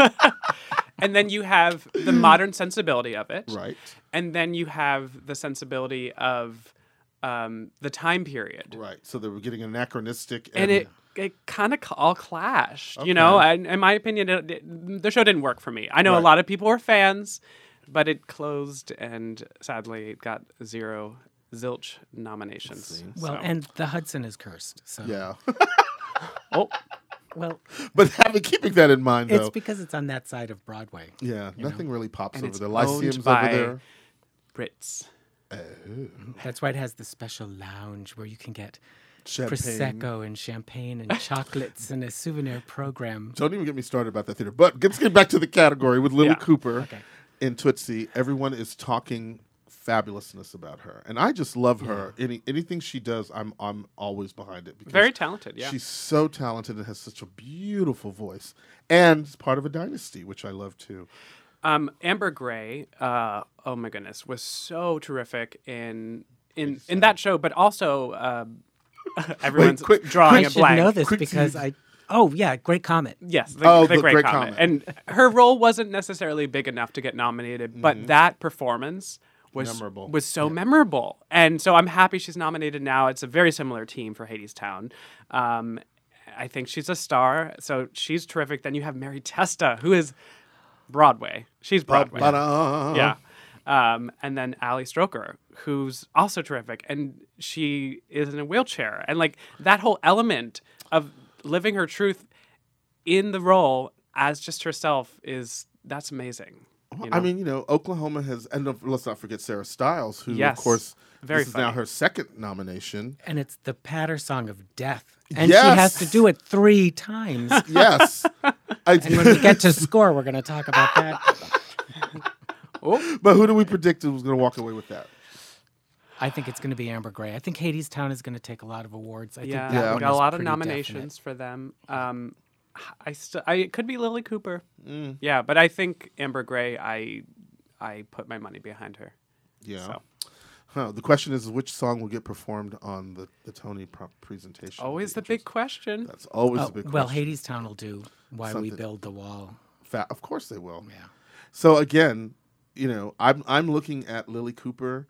[SPEAKER 5] and then you have the modern sensibility of it.
[SPEAKER 4] right.
[SPEAKER 5] And then you have the sensibility of um, the time period.
[SPEAKER 4] Right. So they were getting anachronistic, and,
[SPEAKER 5] and it it kind of all clashed, you know. And in my opinion, it, it- the show didn't work for me. I know a
[SPEAKER 4] Right.
[SPEAKER 5] lot of people were fans, but it closed and sadly it got zero zilch nominations.
[SPEAKER 6] Well,
[SPEAKER 5] So-
[SPEAKER 6] and the Hudson is cursed. So
[SPEAKER 4] yeah.
[SPEAKER 5] oh,
[SPEAKER 6] well,
[SPEAKER 4] but having keeping that in mind,
[SPEAKER 6] it's
[SPEAKER 4] though,
[SPEAKER 6] because it's on that side of Broadway.
[SPEAKER 4] yeah, nothing really pops
[SPEAKER 5] And
[SPEAKER 4] over
[SPEAKER 5] it's
[SPEAKER 4] there.
[SPEAKER 5] owned
[SPEAKER 4] Lyceum's over
[SPEAKER 5] by-
[SPEAKER 4] there.
[SPEAKER 5] Brits.
[SPEAKER 6] That's why it has the special lounge where you can get
[SPEAKER 4] Champagne.
[SPEAKER 6] prosecco and champagne and chocolates and a souvenir program.
[SPEAKER 4] Don't even get me started about that theater. But let's get back to the category with Lily
[SPEAKER 5] Yeah.
[SPEAKER 4] Cooper in Tootsie. Everyone is talking fabulousness about her, and I just love her. Any anything she does, I'm I'm always behind it. Because
[SPEAKER 5] Very talented, yeah.
[SPEAKER 4] she's so talented and has such a beautiful voice, and is part of a dynasty, which I love too.
[SPEAKER 5] Um, Amber Gray, uh, oh my goodness, was so terrific in in in that show, but also um, everyone's
[SPEAKER 4] quick-
[SPEAKER 5] drawing
[SPEAKER 6] I
[SPEAKER 5] a
[SPEAKER 6] should
[SPEAKER 5] blank.
[SPEAKER 6] know this
[SPEAKER 4] Quick to
[SPEAKER 6] because
[SPEAKER 4] you.
[SPEAKER 6] I. Oh yeah, great comment.
[SPEAKER 5] Yes, the,
[SPEAKER 4] Oh,
[SPEAKER 5] the
[SPEAKER 4] the
[SPEAKER 5] great,
[SPEAKER 4] great
[SPEAKER 5] comment.
[SPEAKER 4] comment.
[SPEAKER 5] And her role wasn't necessarily big enough to get nominated, but that performance was
[SPEAKER 4] Memorable.
[SPEAKER 5] was so memorable. And so I'm happy she's nominated now. It's a very similar team for Hades Town. Um, I think she's a star, so she's terrific. Then you have Mary Testa, who is Broadway. She's Broadway.
[SPEAKER 4] Ba-da.
[SPEAKER 6] Uh-huh.
[SPEAKER 5] Yeah. Um, and then Ali Stroker, who's also terrific, and she is in a wheelchair, and like that whole element of living her truth in the role as just herself is that's amazing. you
[SPEAKER 4] I
[SPEAKER 5] know?
[SPEAKER 4] mean, you know, Oklahoma has, and of- let's not forget Sarah Stiles, who,
[SPEAKER 5] Yes.
[SPEAKER 4] of course,
[SPEAKER 5] Very
[SPEAKER 4] this is now
[SPEAKER 5] funny.
[SPEAKER 4] her second nomination.
[SPEAKER 6] and it's the patter song of death. And she has to
[SPEAKER 4] Yes.
[SPEAKER 6] do it three times.
[SPEAKER 4] Yes. I,
[SPEAKER 6] and when we get to score, we're going to talk about that.
[SPEAKER 4] but who do we predict was going to walk away with that?
[SPEAKER 6] I think it's going to be Amber Gray. I think Hades Town is going to take a lot of awards. I
[SPEAKER 5] yeah,
[SPEAKER 6] think that
[SPEAKER 4] Yeah.
[SPEAKER 6] one
[SPEAKER 5] got a
[SPEAKER 6] is
[SPEAKER 5] lot of
[SPEAKER 6] pretty definite.
[SPEAKER 5] nominations for them. Um, I still, I it could be Lily Cooper.
[SPEAKER 6] Mm.
[SPEAKER 5] Yeah, but I think Amber Gray. I, I put my money behind her.
[SPEAKER 4] Yeah.
[SPEAKER 5] So.
[SPEAKER 4] Huh. The question is which song will get performed on the, the Tony pro- presentation?
[SPEAKER 5] Always the
[SPEAKER 4] Interesting.
[SPEAKER 5] big question.
[SPEAKER 4] That's always
[SPEAKER 6] Oh,
[SPEAKER 4] the big
[SPEAKER 6] well,
[SPEAKER 4] question.
[SPEAKER 6] Hades Town will do why we
[SPEAKER 4] Something.
[SPEAKER 6] build the wall.
[SPEAKER 4] Fa- of course they will.
[SPEAKER 6] Yeah.
[SPEAKER 4] So again, you know, I'm I'm looking at Lily Cooper,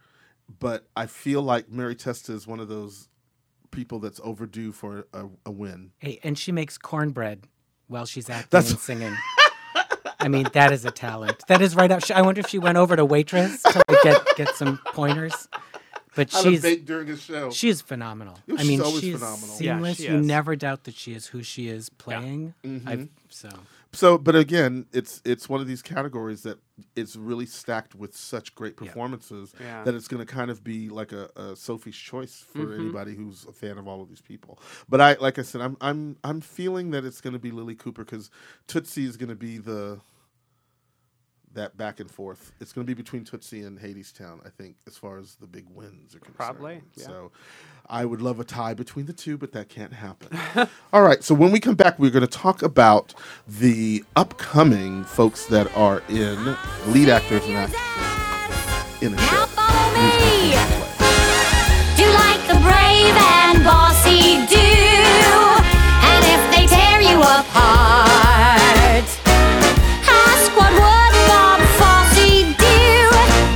[SPEAKER 4] but I feel like Mary Testa is one of those people that's overdue for a, a win.
[SPEAKER 6] Hey, and she makes cornbread while she's acting
[SPEAKER 4] That's-
[SPEAKER 6] and singing. I mean, that is a talent. That is right up. I wonder if she went over to waitress to like, get get some pointers. But
[SPEAKER 4] How to
[SPEAKER 6] she's
[SPEAKER 4] bake during a show.
[SPEAKER 6] She is phenomenal.
[SPEAKER 4] Yeah,
[SPEAKER 6] I
[SPEAKER 4] she's
[SPEAKER 6] mean,
[SPEAKER 4] always
[SPEAKER 6] she's
[SPEAKER 4] phenomenal.
[SPEAKER 5] Yeah,
[SPEAKER 6] seamless.
[SPEAKER 5] she
[SPEAKER 6] you
[SPEAKER 5] is.
[SPEAKER 6] never doubt that she is who she is playing.
[SPEAKER 4] Mm-hmm.
[SPEAKER 6] I've, so
[SPEAKER 4] So, but again, it's it's one of these categories that it's really stacked with such great performances
[SPEAKER 5] Yeah. Mm-hmm.
[SPEAKER 4] that it's going to kind of be like a, a Sophie's choice for anybody who's a fan of all of these people. But I, like I said, I'm I'm I'm feeling that it's going to be Lily Cooper because Tootsie is going to be the that back and forth. It's going to be between Tootsie and Hades Town, I think, as far as the big wins are concerned.
[SPEAKER 5] Probably, yeah.
[SPEAKER 4] So I would love a tie between the two, but that can't happen. All right. So when we come back, we're going to talk about the upcoming folks that are in lead actors and actors in a
[SPEAKER 7] Now
[SPEAKER 4] show.
[SPEAKER 7] follow me. Do like the brave and bossy do. And if they tear you apart, ask what would Bob Fosse do?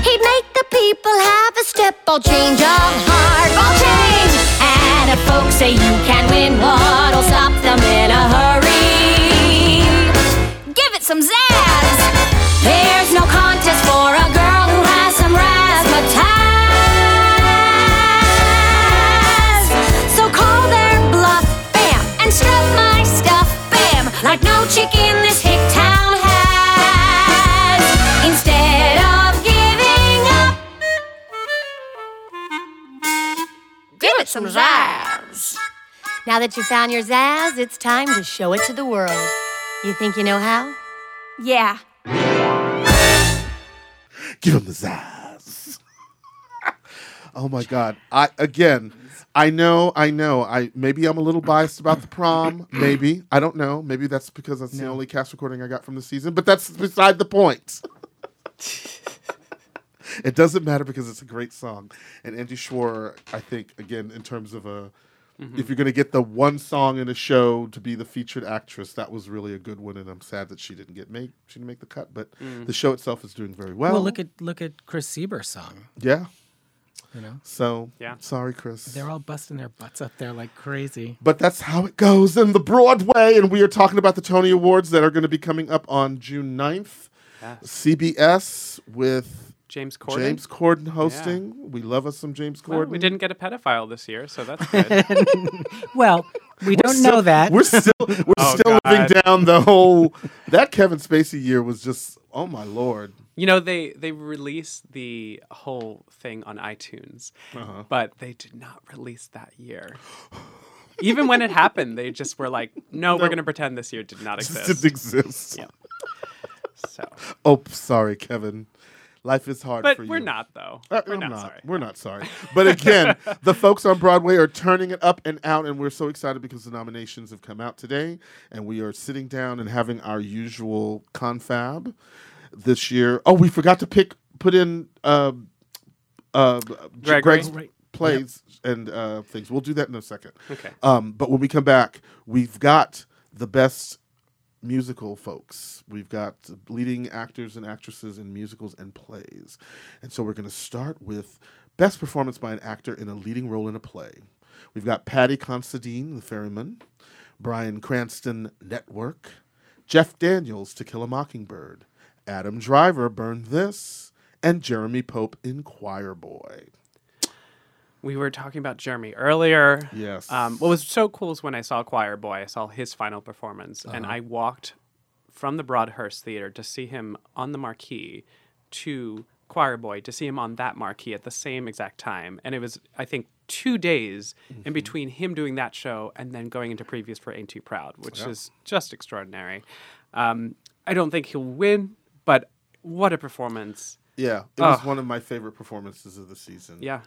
[SPEAKER 7] He'd make the people have a step or change of heart. Ball change. And if folks say you can win, what'll stop them in a hurry? Give it some zazz. There's no contest for a girl who has some razzmatazz. So call their bluff, bam, and strip my stuff, bam, like no chick in this hick town has. Instead of giving up, give it some zazz. Now that you found your Zazz, it's time to show it to the world. You think you know how?
[SPEAKER 8] Yeah.
[SPEAKER 4] Give him the zazz. oh my god! I again. I know. I know. I maybe I'm a little biased about the prom. Maybe I don't know. Maybe that's because that's the only cast recording I got from the season. But that's beside the point. it doesn't matter because it's a great song, and Andy Schwarr, I think, again in terms of a. If you're going to get the one song in a show to be the featured actress, that was really a good one, and I'm sad that she didn't get make she didn't make the cut. But the show itself is doing very well.
[SPEAKER 6] Well, look at look at Chris Sieber's song.
[SPEAKER 4] Yeah.
[SPEAKER 6] You know,
[SPEAKER 4] So
[SPEAKER 5] Yeah.
[SPEAKER 4] sorry, Chris.
[SPEAKER 6] they're all busting their butts up there like crazy.
[SPEAKER 4] but that's how it goes in the Broadway, and we are talking about the Tony Awards that are going to be coming up on June 9th. CBS with
[SPEAKER 5] James Corden.
[SPEAKER 4] James Corden hosting. We love us some James Corden.
[SPEAKER 5] Well, we didn't get a pedophile this year, so that's good.
[SPEAKER 6] Well, we don't know that.
[SPEAKER 4] We're still we're
[SPEAKER 5] Oh,
[SPEAKER 4] still living
[SPEAKER 5] God.
[SPEAKER 4] down the whole that Kevin Spacey year was just oh my lord.
[SPEAKER 5] you know, they they released the whole thing on iTunes,
[SPEAKER 4] Uh-huh.
[SPEAKER 5] but they did not release that year. Even when it happened, they just were like, "No, we're going to pretend this year did not
[SPEAKER 4] It
[SPEAKER 5] exist."
[SPEAKER 4] just didn't exist.
[SPEAKER 5] Yeah. So,
[SPEAKER 4] Oh, sorry, Kevin. Life is hard
[SPEAKER 5] but
[SPEAKER 4] for you.
[SPEAKER 5] we're not though.
[SPEAKER 4] Uh,
[SPEAKER 5] we're
[SPEAKER 4] I'm
[SPEAKER 5] not, sorry.
[SPEAKER 4] We're not sorry. But again, the folks on Broadway are turning it up and out, and we're so excited because the nominations have come out today, and we are sitting down and having our usual confab this year. Oh, we forgot to pick put in uh, uh,
[SPEAKER 5] Gregory.
[SPEAKER 4] Greg's
[SPEAKER 5] Right.
[SPEAKER 4] plays and uh, things. We'll do that in a second.
[SPEAKER 5] Okay.
[SPEAKER 4] Um, but when we come back, we've got the best musical folks. We've got leading actors and actresses in musicals and plays. And so we're going to start with best performance by an actor in a leading role in a play. We've got Patty Considine, The Ferryman, Brian Cranston, Network, Jeff Daniels, To Kill a Mockingbird, Adam Driver, Burn This, and Jeremy Pope in Choir Boy.
[SPEAKER 5] We were talking about Jeremy earlier.
[SPEAKER 4] Yes.
[SPEAKER 5] Um, what was so cool is when I saw Choir Boy, I saw his final performance, and
[SPEAKER 4] Uh-huh.
[SPEAKER 5] I walked from the Broadhurst Theater to see him on the marquee to Choir Boy to see him on that marquee at the same exact time. And it was, I think, two days
[SPEAKER 4] Mm-hmm.
[SPEAKER 5] in between him doing that show and then going into previews for Ain't Too Proud, which is just extraordinary. Um, I don't think he'll win, but what a performance.
[SPEAKER 4] Yeah, it was
[SPEAKER 6] Ah.
[SPEAKER 4] one of my favorite performances of the season.
[SPEAKER 5] Yeah.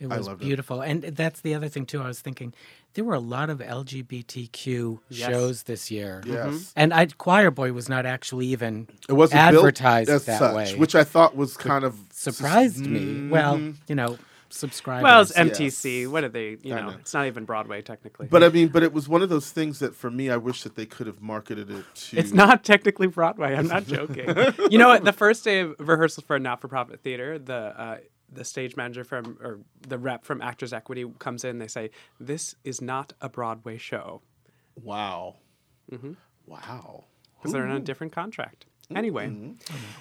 [SPEAKER 6] It was
[SPEAKER 4] loved it.
[SPEAKER 6] beautiful. And that's the other thing, too. I was thinking there were a lot of LGBTQ
[SPEAKER 5] Yes.
[SPEAKER 6] shows this year.
[SPEAKER 4] Yes.
[SPEAKER 6] And I, Choir Boy was not actually even
[SPEAKER 4] It wasn't built
[SPEAKER 6] advertised
[SPEAKER 4] as
[SPEAKER 6] that
[SPEAKER 4] such,
[SPEAKER 6] way.
[SPEAKER 4] which Mm-hmm. I thought was kind of
[SPEAKER 6] surprised me. Well, you know, subscribers.
[SPEAKER 5] Well, it's MTC. What are they? You
[SPEAKER 4] I
[SPEAKER 5] know,
[SPEAKER 4] know.
[SPEAKER 5] it's not even Broadway technically.
[SPEAKER 4] But I mean, but it was one of those things that for me, I wish that they could have marketed it to.
[SPEAKER 5] It's not technically Broadway. I'm not joking. you know what? The first day of rehearsals for a not-for-profit theater, the uh, the stage manager from or the rep from Actors Equity comes in. They say, "This is not a Broadway show
[SPEAKER 4] Wow.
[SPEAKER 5] Mm-hmm.
[SPEAKER 4] Wow.
[SPEAKER 5] because they're on a different contract."
[SPEAKER 6] Mm-hmm.
[SPEAKER 5] Anyway,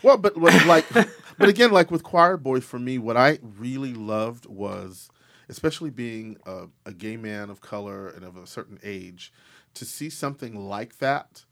[SPEAKER 4] Well, but what- like, but again, like with Choir Boy, for me, what I really loved was, especially being a, a gay man of color and of a certain age, to see something like that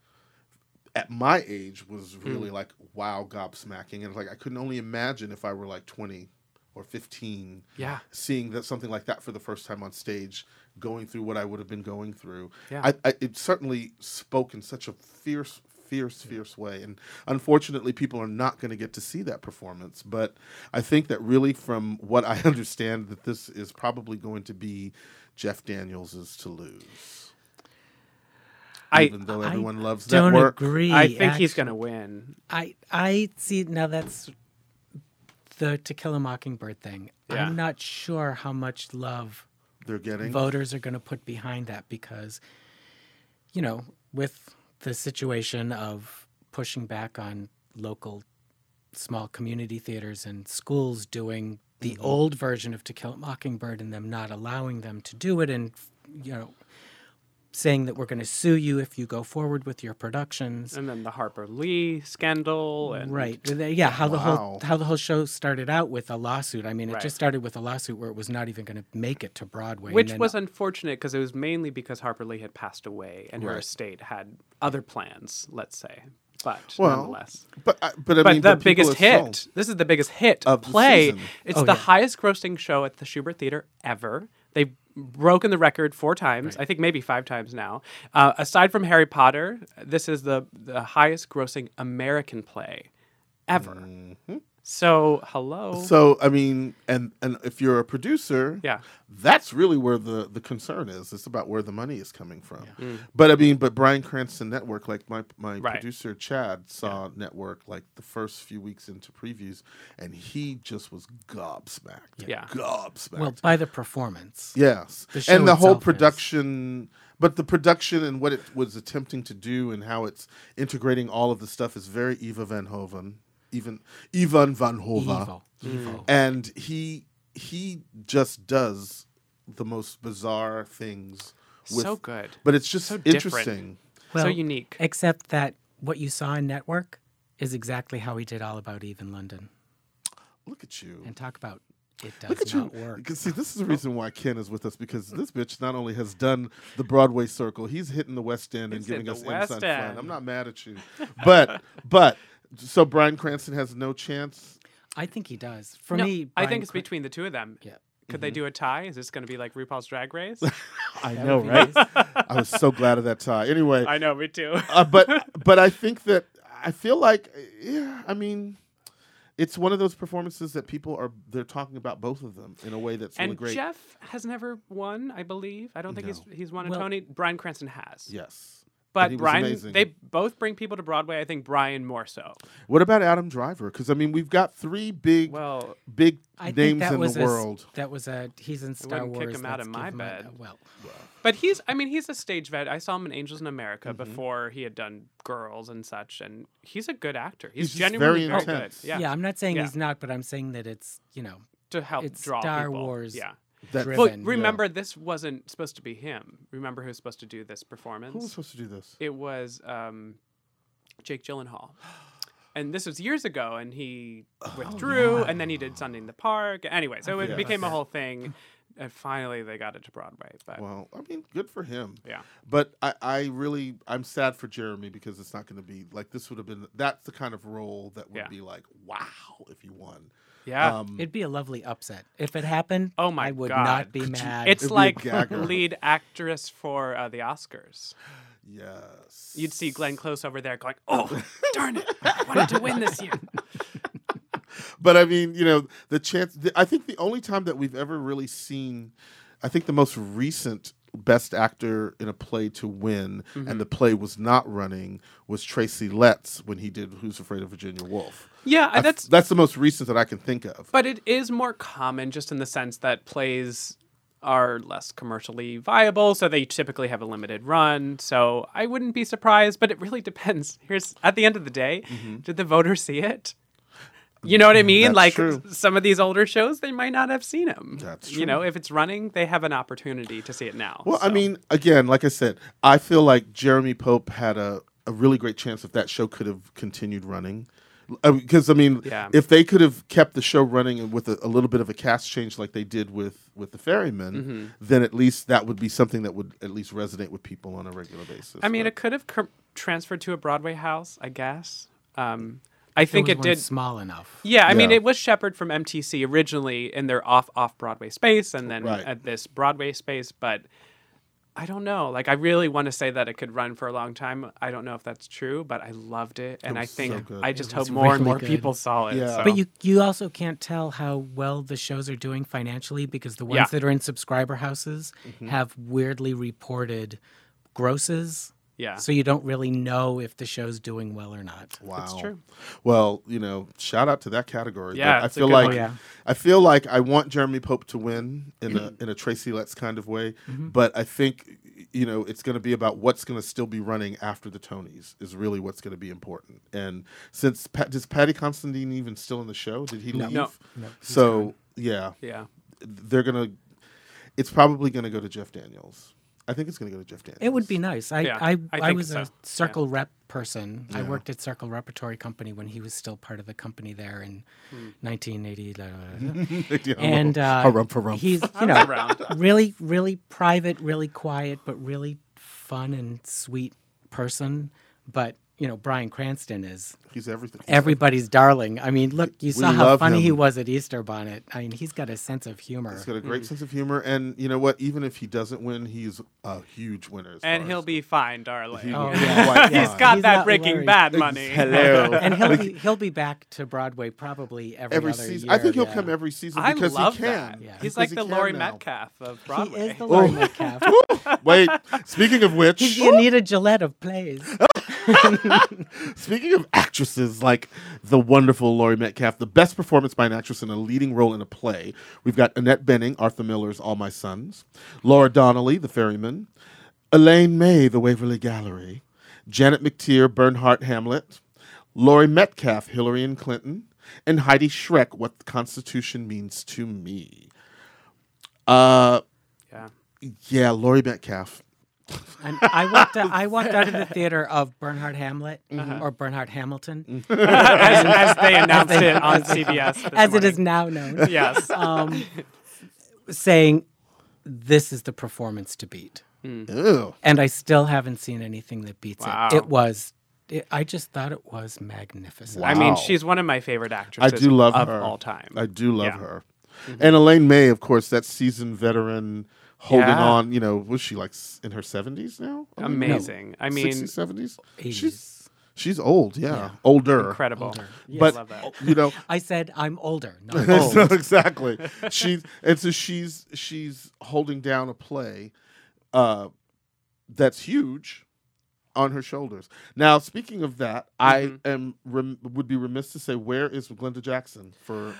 [SPEAKER 4] at my age was really like wow, gobsmacking, and like I couldn't only imagine if I were like twenty or fifteen,
[SPEAKER 5] Yeah.
[SPEAKER 4] seeing that something like that for the first time on stage, going through what I would have been going through.
[SPEAKER 5] Yeah.
[SPEAKER 4] I, I, it certainly spoke in such a fierce, fierce, fierce way. And unfortunately, people are not going to get to see that performance. But I think that really, from what I understand, that this is probably going to be Jeff Daniels' to lose.
[SPEAKER 5] I
[SPEAKER 4] Even though
[SPEAKER 6] I
[SPEAKER 4] everyone loves that
[SPEAKER 6] Don't
[SPEAKER 4] work.
[SPEAKER 6] agree.
[SPEAKER 5] I think he's
[SPEAKER 6] actually.
[SPEAKER 5] gonna win.
[SPEAKER 6] I I see now that's the To Kill a Mockingbird thing.
[SPEAKER 5] Yeah.
[SPEAKER 6] I'm not sure how much love
[SPEAKER 4] They're getting.
[SPEAKER 6] voters are going to put behind that because, you know, with the situation of pushing back on local small community theaters and schools doing the
[SPEAKER 5] Mm-hmm.
[SPEAKER 6] old version of To Kill a Mockingbird and them not allowing them to do it and, you know, saying that we're going to sue you if you go forward with your productions.
[SPEAKER 5] And then the Harper Lee scandal and
[SPEAKER 6] Right. Th- th- Yeah. How the
[SPEAKER 4] Wow.
[SPEAKER 6] whole how the whole show started out with a lawsuit. I mean, it
[SPEAKER 5] Right.
[SPEAKER 6] just started with a lawsuit where it was not even going to make it to Broadway. and
[SPEAKER 5] Which
[SPEAKER 6] then-
[SPEAKER 5] was unfortunate because it was mainly because Harper Lee had passed away and her estate had other plans, let's say. But
[SPEAKER 4] Well,
[SPEAKER 5] nonetheless.
[SPEAKER 4] But, I, but I
[SPEAKER 5] but
[SPEAKER 4] mean,
[SPEAKER 5] the
[SPEAKER 4] people
[SPEAKER 5] biggest
[SPEAKER 4] are sold.
[SPEAKER 5] hit. This is the biggest hit
[SPEAKER 4] Of the
[SPEAKER 5] play.
[SPEAKER 4] season.
[SPEAKER 6] Oh,
[SPEAKER 5] it's the highest grossing show at the Schubert Theater ever. They broken the record four times. I think maybe five times now. Uh, aside from Harry Potter, this is the the highest grossing American play ever. So hello.
[SPEAKER 4] Mm-hmm. So I mean, and and if you're a producer,
[SPEAKER 5] Yeah.
[SPEAKER 4] that's really where the the concern is. It's about where the money is coming from. But I mean, but Brian Cranston Network, like my my
[SPEAKER 5] Right.
[SPEAKER 4] producer Chad saw Network like the first few weeks into previews, and he just was gobsmacked.
[SPEAKER 5] Yeah.
[SPEAKER 4] gobsmacked.
[SPEAKER 6] Well, by the performance.
[SPEAKER 4] Yes,
[SPEAKER 6] The show
[SPEAKER 4] and the whole
[SPEAKER 6] itself is.
[SPEAKER 4] production, but the production and what it was attempting to do and how it's integrating all of the stuff is very Eva Van Hoven, even Ivan Van Hova,
[SPEAKER 6] Evil. Evil.
[SPEAKER 4] and he he just does the most bizarre things. With,
[SPEAKER 5] So good.
[SPEAKER 4] but it's just
[SPEAKER 5] So different.
[SPEAKER 4] interesting.
[SPEAKER 5] so unique.
[SPEAKER 6] Except that what you saw in Network is exactly how he did All About Eve in London.
[SPEAKER 4] Look at you.
[SPEAKER 6] And talk about it does
[SPEAKER 4] Look at you.
[SPEAKER 6] not work.
[SPEAKER 4] Because, See, this is the
[SPEAKER 5] Oh.
[SPEAKER 4] reason why Ken is with us because this bitch not only has done the Broadway circle, he's hitting the West End and
[SPEAKER 5] It's
[SPEAKER 4] giving
[SPEAKER 5] in the
[SPEAKER 4] us
[SPEAKER 5] West
[SPEAKER 4] inside fun.
[SPEAKER 5] End.
[SPEAKER 4] I'm not mad at you, but but so Brian Cranston has no chance.
[SPEAKER 6] I think he does. For
[SPEAKER 5] No,
[SPEAKER 6] me,
[SPEAKER 5] I
[SPEAKER 6] Bryan
[SPEAKER 5] think it's
[SPEAKER 6] Cra-
[SPEAKER 5] between the two of them.
[SPEAKER 6] Yeah. Mm-hmm.
[SPEAKER 5] Could they do a tie? Is this going to be like RuPaul's Drag Race?
[SPEAKER 4] I
[SPEAKER 6] That
[SPEAKER 4] know,
[SPEAKER 6] would be
[SPEAKER 4] right?
[SPEAKER 6] nice.
[SPEAKER 4] I was so glad of that tie. Anyway,
[SPEAKER 5] I know, me too.
[SPEAKER 4] uh, but but I think that I feel like yeah, I mean. It's one of those performances that people are they're talking about both of them in a way that's really
[SPEAKER 5] and
[SPEAKER 4] great.
[SPEAKER 5] Jeff has never won, I believe. I don't think he's he's won a
[SPEAKER 6] Well-
[SPEAKER 5] Tony. Brian Cranston has.
[SPEAKER 4] yes.
[SPEAKER 5] But
[SPEAKER 4] he was
[SPEAKER 5] Brian,
[SPEAKER 4] amazing.
[SPEAKER 5] they both bring people to Broadway. I think Brian more so.
[SPEAKER 4] What about Adam Driver? Cuz I mean, we've got three big
[SPEAKER 5] Well,
[SPEAKER 4] big
[SPEAKER 6] I think
[SPEAKER 4] names
[SPEAKER 6] that
[SPEAKER 4] in
[SPEAKER 6] was
[SPEAKER 4] the
[SPEAKER 6] a s-
[SPEAKER 4] world.
[SPEAKER 6] that was a he's in Star
[SPEAKER 5] wouldn't
[SPEAKER 6] Wars.
[SPEAKER 5] kick him out
[SPEAKER 6] let's
[SPEAKER 5] of
[SPEAKER 6] give
[SPEAKER 5] my
[SPEAKER 6] him a-
[SPEAKER 5] bed.
[SPEAKER 6] well,
[SPEAKER 5] but he's, I mean, he's a stage vet. I saw him in Angels in America
[SPEAKER 4] Mm-hmm.
[SPEAKER 5] before he had done Girls and such, and he's a good actor. He's,
[SPEAKER 4] He's just
[SPEAKER 5] genuinely
[SPEAKER 4] very
[SPEAKER 5] very,
[SPEAKER 4] intense.
[SPEAKER 5] good.
[SPEAKER 6] yeah.
[SPEAKER 5] Yeah.
[SPEAKER 6] I'm not saying
[SPEAKER 5] Yeah.
[SPEAKER 6] he's not, but I'm saying that it's you know
[SPEAKER 5] To help
[SPEAKER 6] It's
[SPEAKER 5] draw
[SPEAKER 6] Star
[SPEAKER 5] people.
[SPEAKER 6] Wars
[SPEAKER 5] Yeah.
[SPEAKER 4] That
[SPEAKER 6] driven.
[SPEAKER 5] Well,
[SPEAKER 6] yeah.
[SPEAKER 5] remember, this wasn't supposed to be him. Remember who was supposed to do this performance?
[SPEAKER 4] Who was supposed to do this?
[SPEAKER 5] It was um, Jake Gyllenhaal. And this was years ago, and he withdrew, and then he did Sunday in the Park. Anyway, so it
[SPEAKER 4] Oh, Yeah.
[SPEAKER 5] became a whole thing. And finally, they got it to Broadway. But
[SPEAKER 4] Well, I mean, good for him.
[SPEAKER 5] yeah,
[SPEAKER 4] But I, I really, I'm sad for Jeremy because it's not going to be like this would have been. That's the kind of role that would
[SPEAKER 5] Yeah. Um,
[SPEAKER 4] be like, wow, if you won.
[SPEAKER 5] yeah.
[SPEAKER 4] um,
[SPEAKER 6] it'd be a lovely upset if it happened.
[SPEAKER 5] Oh my
[SPEAKER 6] I would
[SPEAKER 5] God.
[SPEAKER 6] not be
[SPEAKER 5] Could
[SPEAKER 6] mad.
[SPEAKER 5] it's
[SPEAKER 4] it'd be a
[SPEAKER 5] like
[SPEAKER 4] gagger.
[SPEAKER 5] lead actress for uh, the Oscars.
[SPEAKER 4] Yes.
[SPEAKER 5] You'd see Glenn Close over there going, "Oh, darn it! I wanted to win this year."
[SPEAKER 4] But I mean, you know, the chance. The, I think the only time that we've ever really seen, I think the most recent best actor in a play to win,
[SPEAKER 5] Mm-hmm.
[SPEAKER 4] and the play was not running, was Tracy Letts when he did Who's Afraid of Virginia Woolf.
[SPEAKER 5] Yeah,
[SPEAKER 4] I f-
[SPEAKER 5] that's
[SPEAKER 4] that's the most recent that I can think of.
[SPEAKER 5] But it is more common just in the sense that plays are less commercially viable, so they typically have a limited run. So I wouldn't be surprised, but it really depends. Here's at the end of the day, did the voters see it? You know what I mean?
[SPEAKER 4] Mm-hmm. That's
[SPEAKER 5] like
[SPEAKER 4] true.
[SPEAKER 5] some of these older shows, they might not have seen them.
[SPEAKER 4] That's
[SPEAKER 5] You know, if it's running, they have an opportunity to see it now.
[SPEAKER 4] Well, I
[SPEAKER 5] so.
[SPEAKER 4] mean, again, like I said, I feel like Jeremy Pope had a, a really great chance if that show could have continued running. Because, I mean,
[SPEAKER 5] Yeah.
[SPEAKER 4] if they could have kept the show running and with a, a little bit of a cast change like they did with, with The Ferryman,
[SPEAKER 5] Mm-hmm.
[SPEAKER 4] then at least that would be something that would at least resonate with people on a regular basis.
[SPEAKER 5] I mean,
[SPEAKER 4] But-
[SPEAKER 5] it could have cr- transferred to a Broadway house, I guess. Um, I think
[SPEAKER 6] There
[SPEAKER 5] it
[SPEAKER 6] was one
[SPEAKER 5] did.
[SPEAKER 6] small enough.
[SPEAKER 5] Yeah, I mean,
[SPEAKER 4] Yeah.
[SPEAKER 5] it was Shepard from MTC originally in their off off Broadway space, and then
[SPEAKER 4] Right.
[SPEAKER 5] at this Broadway space. But I don't know. Like, I really want to say that it could run for a long time. I don't know if that's true, but I loved it, and I
[SPEAKER 4] was so
[SPEAKER 5] think
[SPEAKER 4] good.
[SPEAKER 5] I
[SPEAKER 4] It
[SPEAKER 5] just
[SPEAKER 6] was
[SPEAKER 5] hope more and
[SPEAKER 6] really
[SPEAKER 5] more
[SPEAKER 6] good.
[SPEAKER 5] people saw it.
[SPEAKER 4] Yeah.
[SPEAKER 5] so.
[SPEAKER 6] But you you also can't tell how well the shows are doing financially because the ones
[SPEAKER 5] Yeah. Mm-hmm.
[SPEAKER 6] that are in subscriber houses have weirdly reported grosses.
[SPEAKER 5] yeah,
[SPEAKER 6] So you don't really know if the show's doing well or not.
[SPEAKER 4] Wow.
[SPEAKER 5] That's true.
[SPEAKER 4] Well, you know, shout out to that category. but
[SPEAKER 5] Yeah,
[SPEAKER 4] I
[SPEAKER 5] it's a
[SPEAKER 4] feel
[SPEAKER 5] good
[SPEAKER 4] like
[SPEAKER 5] one.
[SPEAKER 6] Yeah.
[SPEAKER 4] I feel like I want Jeremy Pope to win in a in a Tracy Letts kind of way,
[SPEAKER 5] Mm-hmm.
[SPEAKER 4] but I think you know it's going to be about what's going to still be running after the Tonys is really what's going to be important. And since Pat, does Patty Constantine even still in the show? Did he leave?
[SPEAKER 5] No.
[SPEAKER 4] so yeah,
[SPEAKER 5] yeah.
[SPEAKER 4] they're gonna. It's probably going to go to Jeff Daniels. I think it's going to go to Jeff Daniels.
[SPEAKER 6] It would be nice. I
[SPEAKER 5] Yeah,
[SPEAKER 6] I,
[SPEAKER 5] I
[SPEAKER 6] I,
[SPEAKER 5] think
[SPEAKER 6] was
[SPEAKER 5] so.
[SPEAKER 6] a
[SPEAKER 5] Yeah.
[SPEAKER 6] circle rep person. I worked at Circle Repertory Company when he was still part of the company there in
[SPEAKER 5] Hmm.
[SPEAKER 6] 1980. blah, blah, blah.
[SPEAKER 4] Yeah,
[SPEAKER 6] and uh,
[SPEAKER 4] Harumph, harumph.
[SPEAKER 6] he's you know really really private, really quiet, but really fun and sweet person. But you know, Brian Cranston is
[SPEAKER 4] He's everything. He's
[SPEAKER 6] everybody's darling. I mean, look, you saw how
[SPEAKER 4] love
[SPEAKER 6] funny he
[SPEAKER 4] him.
[SPEAKER 6] was at Easter Bonnet. I mean, he's got a sense of humor.
[SPEAKER 4] He's got a great sense of humor, and you know what? Even if he doesn't win, he's a huge winner. as
[SPEAKER 5] and
[SPEAKER 4] far
[SPEAKER 5] he'll
[SPEAKER 4] as-
[SPEAKER 5] be fine, darling.
[SPEAKER 4] He
[SPEAKER 6] Oh,
[SPEAKER 4] will be
[SPEAKER 6] yeah.
[SPEAKER 4] quite
[SPEAKER 5] He's
[SPEAKER 4] fine.
[SPEAKER 5] got
[SPEAKER 6] He's
[SPEAKER 5] that
[SPEAKER 6] not
[SPEAKER 5] Breaking
[SPEAKER 6] worried.
[SPEAKER 5] Bad money.
[SPEAKER 6] and he'll be, he'll be back to Broadway probably every,
[SPEAKER 4] every
[SPEAKER 6] other
[SPEAKER 4] season. I
[SPEAKER 6] Year,
[SPEAKER 4] think he'll
[SPEAKER 6] yeah.
[SPEAKER 4] come every season
[SPEAKER 5] I
[SPEAKER 4] because
[SPEAKER 5] love
[SPEAKER 4] he can.
[SPEAKER 5] that.
[SPEAKER 6] Yeah.
[SPEAKER 4] Because
[SPEAKER 5] He's like
[SPEAKER 4] he
[SPEAKER 5] the
[SPEAKER 4] can
[SPEAKER 5] Laurie
[SPEAKER 4] now.
[SPEAKER 5] Metcalf of
[SPEAKER 6] He
[SPEAKER 5] Broadway.
[SPEAKER 4] Oh.
[SPEAKER 6] is the Laurie Metcalf.
[SPEAKER 4] Wait, speaking of which,
[SPEAKER 6] He's the Anita Gillette of plays.
[SPEAKER 4] Speaking of actresses like the wonderful Laurie Metcalf, the best performance by an actress in a leading role in a play, we've got Annette Benning, Arthur Miller's All My Sons, Laura Donnelly, The Ferryman, Elaine May, The Waverly Gallery, Janet McTeer, Bernhardt Hamlet, Laurie Metcalf, Hillary and Clinton, and Heidi Schreck, What the Constitution Means to Me. Uh,
[SPEAKER 5] yeah.
[SPEAKER 4] yeah, Laurie Metcalf.
[SPEAKER 6] And I walked out, I walked out of the theater of Bernhard Hamlet
[SPEAKER 4] Uh-huh.
[SPEAKER 6] or Bernhard Hamilton,
[SPEAKER 4] Mm-hmm.
[SPEAKER 5] as, as they announced
[SPEAKER 6] they-
[SPEAKER 5] it on
[SPEAKER 6] as they-
[SPEAKER 5] CBS. This
[SPEAKER 6] as it is
[SPEAKER 5] morning.
[SPEAKER 6] now known,
[SPEAKER 5] Yes.
[SPEAKER 6] um, saying this is the performance to beat.
[SPEAKER 4] Ew.
[SPEAKER 6] And I still haven't seen anything that beats
[SPEAKER 5] Wow.
[SPEAKER 6] it. It was. It, I just thought it was magnificent.
[SPEAKER 5] I
[SPEAKER 4] Wow.
[SPEAKER 5] mean, she's one of my favorite
[SPEAKER 4] I
[SPEAKER 5] actresses
[SPEAKER 4] do love
[SPEAKER 5] of
[SPEAKER 4] her
[SPEAKER 5] all time.
[SPEAKER 4] I do love
[SPEAKER 5] Yeah.
[SPEAKER 4] her, and Elaine May, of course, that seasoned veteran holding
[SPEAKER 5] Yeah.
[SPEAKER 4] on. You know, was she like s- in her seventies now?
[SPEAKER 6] Oh,
[SPEAKER 5] Amazing. I mean,
[SPEAKER 4] sixties, seventies. She's
[SPEAKER 6] 80s.
[SPEAKER 4] she's old. Yeah, older.
[SPEAKER 5] incredible.
[SPEAKER 4] But
[SPEAKER 5] love that.
[SPEAKER 4] you know,
[SPEAKER 6] I said I'm older, not
[SPEAKER 4] so
[SPEAKER 6] old.
[SPEAKER 4] exactly. She's and so she's she's holding down a play uh, that's huge on her shoulders. Now, speaking of that, I
[SPEAKER 5] Mm-hmm.
[SPEAKER 4] am rem- would be remiss to say where is Glenda Jackson for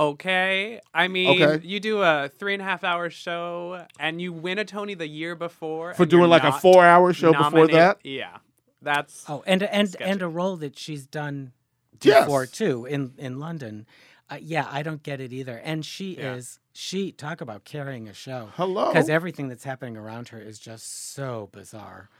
[SPEAKER 5] Okay. I mean,
[SPEAKER 4] Okay.
[SPEAKER 5] you do a three and a half hour show and you win a Tony the year before
[SPEAKER 4] for
[SPEAKER 5] and you're
[SPEAKER 4] doing like a
[SPEAKER 5] not
[SPEAKER 4] four hour show before
[SPEAKER 5] nominate-
[SPEAKER 4] that?
[SPEAKER 5] Yeah. That's
[SPEAKER 6] Oh, and and and a role that she's done before
[SPEAKER 4] Yes.
[SPEAKER 6] too in in London. Uh, yeah, I don't get it either. And she
[SPEAKER 5] Yeah.
[SPEAKER 6] is she talk about carrying a show.
[SPEAKER 4] Hello.
[SPEAKER 6] because everything that's happening around her is just so bizarre.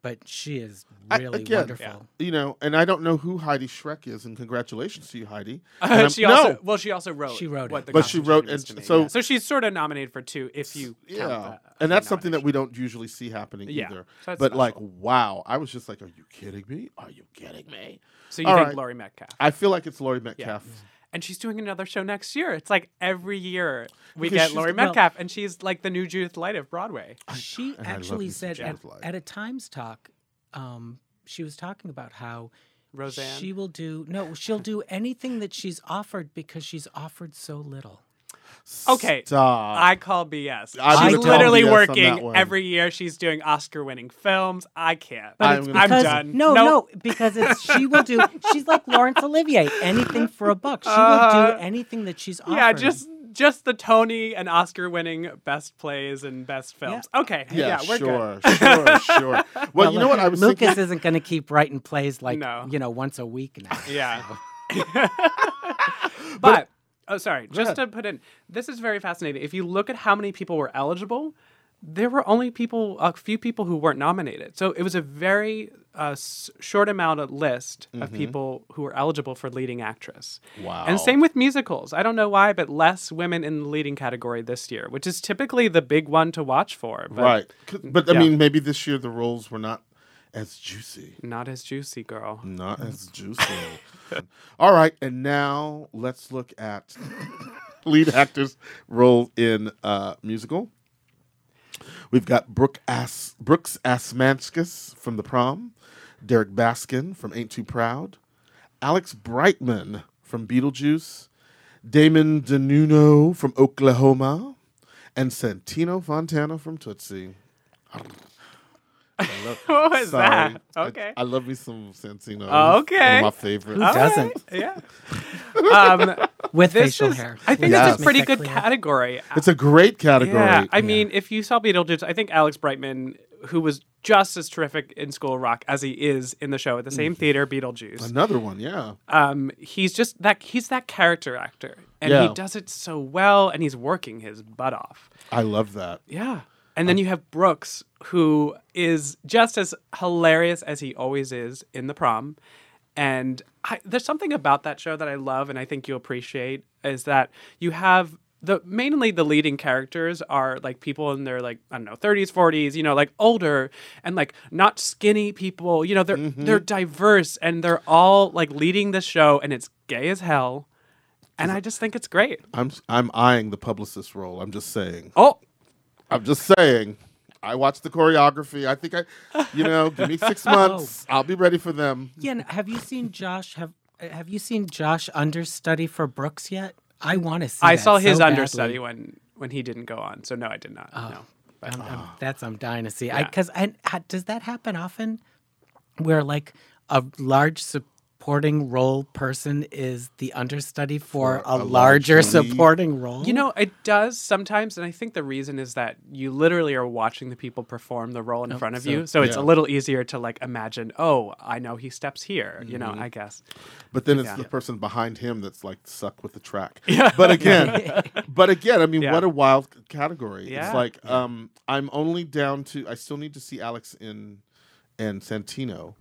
[SPEAKER 6] But she is
[SPEAKER 4] I-
[SPEAKER 6] really
[SPEAKER 4] again,
[SPEAKER 6] wonderful.
[SPEAKER 4] You know, and I don't know who Heidi Schreck is, and congratulations to you, Heidi. And I'm-
[SPEAKER 5] she also
[SPEAKER 4] no,
[SPEAKER 5] well, she also wrote.
[SPEAKER 6] She wrote
[SPEAKER 5] what
[SPEAKER 6] it.
[SPEAKER 5] the
[SPEAKER 4] But she
[SPEAKER 5] Constitution
[SPEAKER 4] wrote-
[SPEAKER 5] means
[SPEAKER 4] and
[SPEAKER 5] to me.
[SPEAKER 4] so-
[SPEAKER 5] Yeah. so she's sort of nominated for two, if you
[SPEAKER 4] yeah,
[SPEAKER 5] count that.
[SPEAKER 4] and that's something that we don't usually see happening
[SPEAKER 5] Yeah,
[SPEAKER 4] either.
[SPEAKER 5] so that's
[SPEAKER 4] but like,
[SPEAKER 5] special.
[SPEAKER 4] wow, I was just like, are you kidding me? Are you kidding me?
[SPEAKER 5] So you
[SPEAKER 4] All
[SPEAKER 5] think
[SPEAKER 4] right.
[SPEAKER 5] Laurie Metcalf,
[SPEAKER 4] I feel like it's Laurie Metcalf.
[SPEAKER 5] and she's doing another show next year. It's like every year we
[SPEAKER 4] Because
[SPEAKER 5] get
[SPEAKER 4] she's-
[SPEAKER 5] Laurie
[SPEAKER 6] well-
[SPEAKER 5] Metcalf, and she's like the new Judith Light of Broadway.
[SPEAKER 6] she
[SPEAKER 4] love
[SPEAKER 6] actually
[SPEAKER 4] me some
[SPEAKER 6] said at,
[SPEAKER 4] Janet Leigh.
[SPEAKER 6] at a Times talk, um, she was talking about how
[SPEAKER 5] Roseanne?
[SPEAKER 6] She will do no, she'll do anything that she's offered because she's offered so little.
[SPEAKER 5] Okay,
[SPEAKER 4] Stop.
[SPEAKER 5] I call BS.
[SPEAKER 4] I
[SPEAKER 5] she's
[SPEAKER 6] would call
[SPEAKER 5] literally
[SPEAKER 4] BS on that
[SPEAKER 5] working
[SPEAKER 4] one.
[SPEAKER 5] every year. She's doing Oscar-winning films. I can't.
[SPEAKER 4] But it's
[SPEAKER 5] I'm
[SPEAKER 6] Because-
[SPEAKER 5] done.
[SPEAKER 6] No, no, because it's she will do. She's like Laurence Olivier, anything for a buck. She will
[SPEAKER 5] Uh,
[SPEAKER 6] do anything that she's offered.
[SPEAKER 5] Yeah, just just the Tony and Oscar-winning best plays and best films. Okay, yeah,
[SPEAKER 4] yeah,
[SPEAKER 5] we're good.
[SPEAKER 4] sure, sure, sure. Well, you know what? I was
[SPEAKER 6] Lucas
[SPEAKER 4] thinking.
[SPEAKER 6] isn't going to keep writing plays like
[SPEAKER 5] No.
[SPEAKER 6] you know once a week now.
[SPEAKER 5] Yeah. but oh, sorry. Just to put in, this is very fascinating. If you look at how many people were eligible, there were only people, a few people who weren't nominated. So it was a very uh, s- short amount of list of people who were eligible for leading actress. Mm-hmm. Wow. And same with musicals. I don't know why, but less women in the leading category this year, which is typically the big one to watch for. But
[SPEAKER 4] right, C- but I
[SPEAKER 5] yeah.
[SPEAKER 4] mean, maybe this year the roles were not as juicy.
[SPEAKER 5] Not as juicy, girl.
[SPEAKER 4] Not as juicy. All right, and now let's look at lead actor's role in uh, musical. We've got Brooke As- Brooks Asmanskis from The Prom, Derek Baskin from Ain't Too Proud, Alex Brightman from Beetlejuice, Damon DeNuno from Oklahoma, and Santino Fontana from Tootsie. I love-
[SPEAKER 5] What was
[SPEAKER 4] Sorry.
[SPEAKER 5] that?
[SPEAKER 4] I-
[SPEAKER 5] Okay.
[SPEAKER 4] I, love me some Santino.
[SPEAKER 5] Oh, Okay.
[SPEAKER 4] One of my favorites.
[SPEAKER 5] All right,
[SPEAKER 6] doesn't?
[SPEAKER 5] Yeah. Um,
[SPEAKER 6] With
[SPEAKER 5] this
[SPEAKER 6] facial
[SPEAKER 5] is,
[SPEAKER 6] hair.
[SPEAKER 5] I think
[SPEAKER 4] Yes.
[SPEAKER 5] this is pretty
[SPEAKER 6] Make that
[SPEAKER 5] good
[SPEAKER 6] clear.
[SPEAKER 5] category.
[SPEAKER 4] It's a great category.
[SPEAKER 5] Yeah, I mean, if you saw Beetlejuice, I think Alex Brightman, who was just as terrific in School Rock as he is in the show at the same theater, Beetlejuice,
[SPEAKER 4] another one. Yeah.
[SPEAKER 5] um, he's just that he's that character actor, and
[SPEAKER 4] Yeah.
[SPEAKER 5] he does it so well, and he's working his butt off.
[SPEAKER 4] I love that.
[SPEAKER 5] Yeah. And then you have Brooks, who is just as hilarious as he always is in the prom. And I, there's something about that show that I love and I think you appreciate is that you have the mainly the leading characters are like people in their like I don't know 30s 40s you know like older and like not skinny people you know they're they're diverse and they're all like leading the show and it's gay as hell and I just think it's great
[SPEAKER 4] I'm s- I'm eyeing the publicist role. I'm just saying.
[SPEAKER 5] oh
[SPEAKER 4] I'm just saying. I watched the choreography. I think I, you know, give me
[SPEAKER 5] Oh.
[SPEAKER 4] six months. I'll be ready for them.
[SPEAKER 6] Yeah, and have you seen Josh? Have Have you seen Josh understudy for Brooks yet? I want to see.
[SPEAKER 5] I
[SPEAKER 6] that
[SPEAKER 5] saw his
[SPEAKER 6] so badly. Oh.
[SPEAKER 5] understudy when when he didn't go on so no I did not no
[SPEAKER 6] I'm, I'm, that's I'm dying to see. Because and ha- does that happen often, where like a large supporting role person is the understudy for, a,
[SPEAKER 4] large
[SPEAKER 6] larger
[SPEAKER 4] lead.
[SPEAKER 6] supporting role?
[SPEAKER 5] You know, it does sometimes, and I think the reason is that you literally are watching the people perform the
[SPEAKER 6] Oh,
[SPEAKER 5] role in front of you, so it's a
[SPEAKER 4] yeah.
[SPEAKER 5] little easier to like imagine. Oh, I know he steps here. You know,
[SPEAKER 6] Mm-hmm.
[SPEAKER 5] I guess.
[SPEAKER 4] But then it's the person behind him that's like stuck with the track. But again, but again, I mean,
[SPEAKER 5] Yeah.
[SPEAKER 4] what a wild c- category.
[SPEAKER 5] Yeah.
[SPEAKER 4] It's like um, I'm only down to. I still need to see Alex in and Santino,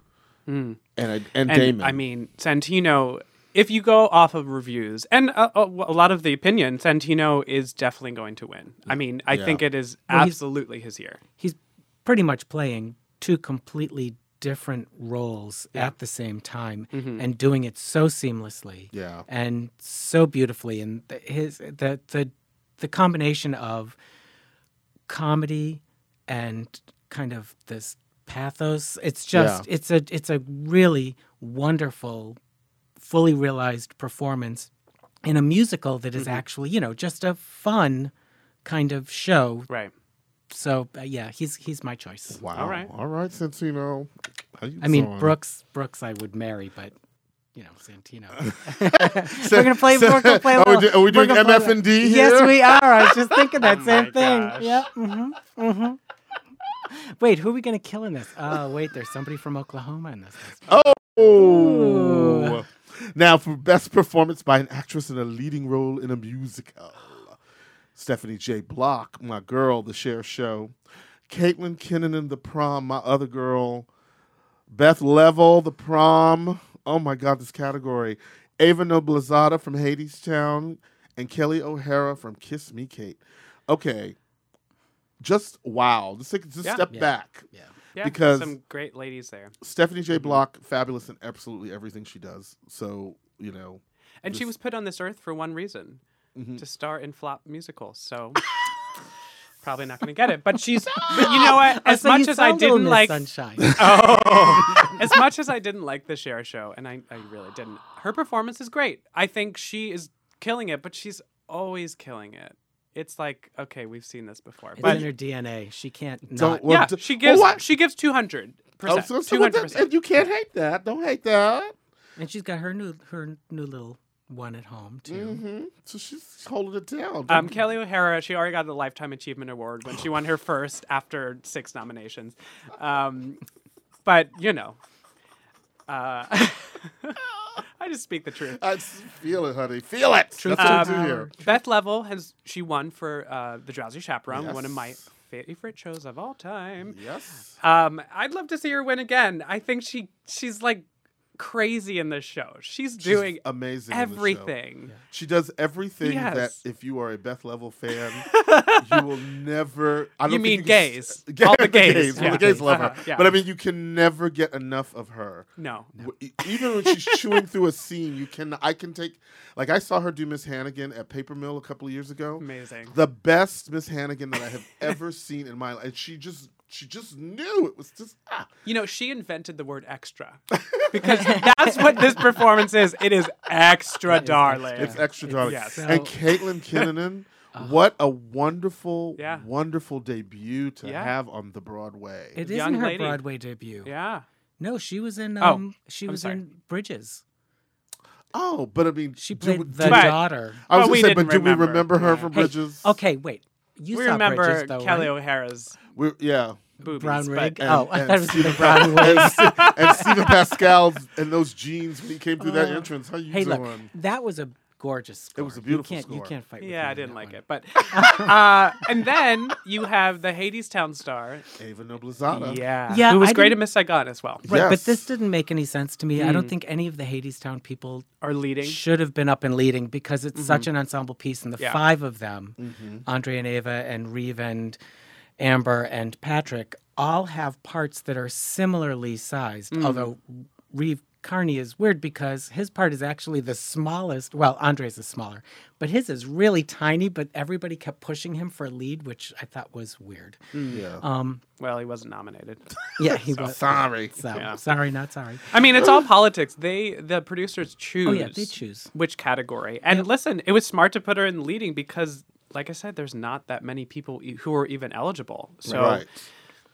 [SPEAKER 4] and I, and,
[SPEAKER 5] Hmm. And
[SPEAKER 4] Damon.
[SPEAKER 5] I mean, Santino. If you go off of reviews and a, a, a lot of the opinion, Santino is definitely going to win. I mean, I think it is absolutely his year.
[SPEAKER 6] he's pretty much playing two completely different roles at the same time and doing it so seamlessly
[SPEAKER 4] Yeah.
[SPEAKER 6] and so beautifully and the, his the the the combination of comedy and kind of this pathos it's just it's a it's a really wonderful fully realized performance in a musical that is actually you know just a fun kind of show
[SPEAKER 5] Right.
[SPEAKER 6] so uh, yeah, he's he's my choice.
[SPEAKER 4] wow. uh,
[SPEAKER 5] all right.
[SPEAKER 4] all right, Santino. How you
[SPEAKER 6] I mean,
[SPEAKER 4] doing?
[SPEAKER 6] Brooks Brooks I would marry, but you know Santino. we're gonna play. we're gonna play. a
[SPEAKER 4] Are we
[SPEAKER 6] little-
[SPEAKER 4] do- are we
[SPEAKER 6] we're
[SPEAKER 4] doing
[SPEAKER 6] gonna play a
[SPEAKER 4] MF&D
[SPEAKER 6] little-
[SPEAKER 4] here? Oh
[SPEAKER 6] Yes, we are. I was just thinking that same
[SPEAKER 5] my
[SPEAKER 6] thing.
[SPEAKER 5] gosh.
[SPEAKER 6] Yeah. Mm-hmm. Mm-hmm. Wait, who are we gonna kill in this? Oh, wait, there's somebody from Oklahoma in this.
[SPEAKER 4] Uh, Oh. Now, for best performance by an actress in a leading role in a musical, Stephanie J. Block, my girl, The Share Show, Caitlin Kinnan in The Prom, my other girl, Beth Level, The Prom. Oh my God, this category. Ava Noblezada from Hadestown and Kelly O'Hara from Kiss Me Kate. Okay. Just wow. Just take just
[SPEAKER 5] Yeah.
[SPEAKER 4] step back. Yeah.
[SPEAKER 5] Yeah.
[SPEAKER 4] Because
[SPEAKER 5] some great ladies there,
[SPEAKER 4] Stephanie
[SPEAKER 5] Mhm.
[SPEAKER 4] J. Block, fabulous in absolutely everything she does. So you know,
[SPEAKER 5] and she was put on this earth for one reason: to star in flop musicals. So. Probably not going to get it, but she's. But you know what? As
[SPEAKER 6] So you
[SPEAKER 5] much as I
[SPEAKER 6] sound Little
[SPEAKER 5] didn't
[SPEAKER 6] Miss
[SPEAKER 5] like,
[SPEAKER 6] Sunshine.
[SPEAKER 4] Uh,
[SPEAKER 5] as much as I didn't like the Cher show, and I, I really didn't, her performance is great. I think she is killing it, but she's always killing it. It's like, okay, we've seen this before.
[SPEAKER 6] it's
[SPEAKER 5] But
[SPEAKER 6] in her DNA. She can't
[SPEAKER 4] don't
[SPEAKER 6] not.
[SPEAKER 4] well,
[SPEAKER 5] yeah,
[SPEAKER 4] d-
[SPEAKER 5] she
[SPEAKER 4] well,
[SPEAKER 5] gives
[SPEAKER 4] what? Oh,
[SPEAKER 5] she gives two hundred
[SPEAKER 4] I
[SPEAKER 5] percent.
[SPEAKER 4] was gonna say,
[SPEAKER 5] Two
[SPEAKER 4] well,
[SPEAKER 5] hundred
[SPEAKER 4] that-
[SPEAKER 5] percent.
[SPEAKER 4] You can't hate that. Don't hate that.
[SPEAKER 6] And she's got her new her new little one at home too.
[SPEAKER 5] Mm-hmm.
[SPEAKER 4] hmm So she's holding it down.
[SPEAKER 5] Um, Kelly O'Hara, she already got the Lifetime Achievement Award when she won her first after six nominations. Um, but you know, uh, I just speak the truth.
[SPEAKER 4] I s- feel it, honey. Feel it. That's
[SPEAKER 5] Um,
[SPEAKER 4] what we do here.
[SPEAKER 5] Beth Level has she won for uh, the Drowsy Chaperone, one of my
[SPEAKER 4] Yes.
[SPEAKER 5] favorite shows of all time.
[SPEAKER 4] Yes.
[SPEAKER 5] Um, I'd love to see her win again. I think she she's like crazy in this show. She's
[SPEAKER 4] She's
[SPEAKER 5] doing
[SPEAKER 4] amazing. in the show.
[SPEAKER 5] everything.
[SPEAKER 4] She does everything that
[SPEAKER 5] Yes.
[SPEAKER 4] if you are a Beth Level fan, you will never. I don't
[SPEAKER 5] You
[SPEAKER 4] think
[SPEAKER 5] mean
[SPEAKER 4] can
[SPEAKER 5] gays.
[SPEAKER 4] s-
[SPEAKER 5] All the gays,
[SPEAKER 4] Well,
[SPEAKER 5] yeah.
[SPEAKER 4] the gays love
[SPEAKER 5] Uh-huh,
[SPEAKER 4] her.
[SPEAKER 5] yeah.
[SPEAKER 4] But I mean, you can never get enough of her.
[SPEAKER 5] No.
[SPEAKER 4] W- e- Even when she's chewing through a scene, you can. I can take. Like I saw her do Miss Hannigan at Paper Mill a couple of years ago.
[SPEAKER 5] Amazing.
[SPEAKER 4] The best Miss Hannigan that I have ever seen in my life. And she just, she just knew it was just. Ah.
[SPEAKER 5] You know, she invented the word extra because that's what this performance is. It is extra, darling.
[SPEAKER 4] It's extra darling.
[SPEAKER 5] yes.
[SPEAKER 4] And
[SPEAKER 6] So-
[SPEAKER 4] Caitlin Kinnanen,
[SPEAKER 6] Uh-huh.
[SPEAKER 4] what a wonderful,
[SPEAKER 5] Yeah.
[SPEAKER 4] wonderful debut to
[SPEAKER 5] Yeah.
[SPEAKER 4] have on the Broadway.
[SPEAKER 6] It
[SPEAKER 5] Young
[SPEAKER 6] isn't her
[SPEAKER 5] lady.
[SPEAKER 6] Broadway debut.
[SPEAKER 5] yeah.
[SPEAKER 6] No, she was in.
[SPEAKER 5] Oh,
[SPEAKER 6] Um, she
[SPEAKER 5] I'm
[SPEAKER 6] was
[SPEAKER 5] sorry.
[SPEAKER 6] in Bridges.
[SPEAKER 4] oh, but I mean,
[SPEAKER 6] She
[SPEAKER 4] do-
[SPEAKER 6] played
[SPEAKER 4] do-
[SPEAKER 6] the
[SPEAKER 5] But-
[SPEAKER 6] daughter.
[SPEAKER 4] I was
[SPEAKER 5] But
[SPEAKER 4] going
[SPEAKER 5] we
[SPEAKER 4] to say, but
[SPEAKER 5] didn't
[SPEAKER 4] do
[SPEAKER 5] remember.
[SPEAKER 4] we remember her
[SPEAKER 5] Yeah.
[SPEAKER 4] from
[SPEAKER 6] Hey,
[SPEAKER 4] Bridges?
[SPEAKER 6] okay, wait. You
[SPEAKER 5] we
[SPEAKER 6] saw
[SPEAKER 5] remember
[SPEAKER 6] Bridges, though,
[SPEAKER 5] Kelly
[SPEAKER 6] right?
[SPEAKER 5] O'Hara's
[SPEAKER 4] We're, yeah.
[SPEAKER 5] boobies.
[SPEAKER 6] Brown
[SPEAKER 5] but-
[SPEAKER 6] wig.
[SPEAKER 4] And-
[SPEAKER 6] oh, I
[SPEAKER 4] and
[SPEAKER 6] thought it was the
[SPEAKER 4] Stephen-
[SPEAKER 6] brown wig.
[SPEAKER 4] And, Ste- and Stephen Pascal's and those jeans when he came through that entrance. How you
[SPEAKER 6] Oh. Hey,
[SPEAKER 4] doing?
[SPEAKER 6] look, that was a gorgeous score.
[SPEAKER 4] It was a
[SPEAKER 6] You
[SPEAKER 4] beautiful
[SPEAKER 6] can't- You
[SPEAKER 4] score.
[SPEAKER 6] can't fight. with me
[SPEAKER 5] Yeah, I
[SPEAKER 6] on
[SPEAKER 5] didn't
[SPEAKER 6] that
[SPEAKER 5] like
[SPEAKER 6] one.
[SPEAKER 5] it. But uh, and then you have the Hades Town star.
[SPEAKER 4] Ava Noblezada.
[SPEAKER 5] Yeah.
[SPEAKER 6] Yeah,
[SPEAKER 5] Who was
[SPEAKER 6] I
[SPEAKER 5] great at
[SPEAKER 6] didn't-
[SPEAKER 5] Miss Saigon as well.
[SPEAKER 6] Right, but
[SPEAKER 4] Yes.
[SPEAKER 6] this didn't make any sense to me. I
[SPEAKER 5] Hmm.
[SPEAKER 6] don't think any of the Hadestown people
[SPEAKER 5] Or leading.
[SPEAKER 6] should have been up and leading because it's such an ensemble piece, and the
[SPEAKER 5] Yeah.
[SPEAKER 6] five of them, Andre and Ava and Reeve and Amber and Patrick, all have parts that are similarly sized. Although Reeve Carney is weird because his part is actually the smallest. Well, Andre's is smaller, but his is really tiny. But everybody kept pushing him for a lead, which I thought was weird. Uh,
[SPEAKER 5] Well, he wasn't nominated.
[SPEAKER 6] Yeah, he was
[SPEAKER 4] Mm. Sorry.
[SPEAKER 6] So sorry, not sorry.
[SPEAKER 5] I mean, it's all politics. They the producers choose.
[SPEAKER 6] Oh, yeah, they choose.
[SPEAKER 5] which category. And listen, it was smart to put her in leading because, like I said, there's not that many people e- who are even eligible. So
[SPEAKER 4] Right.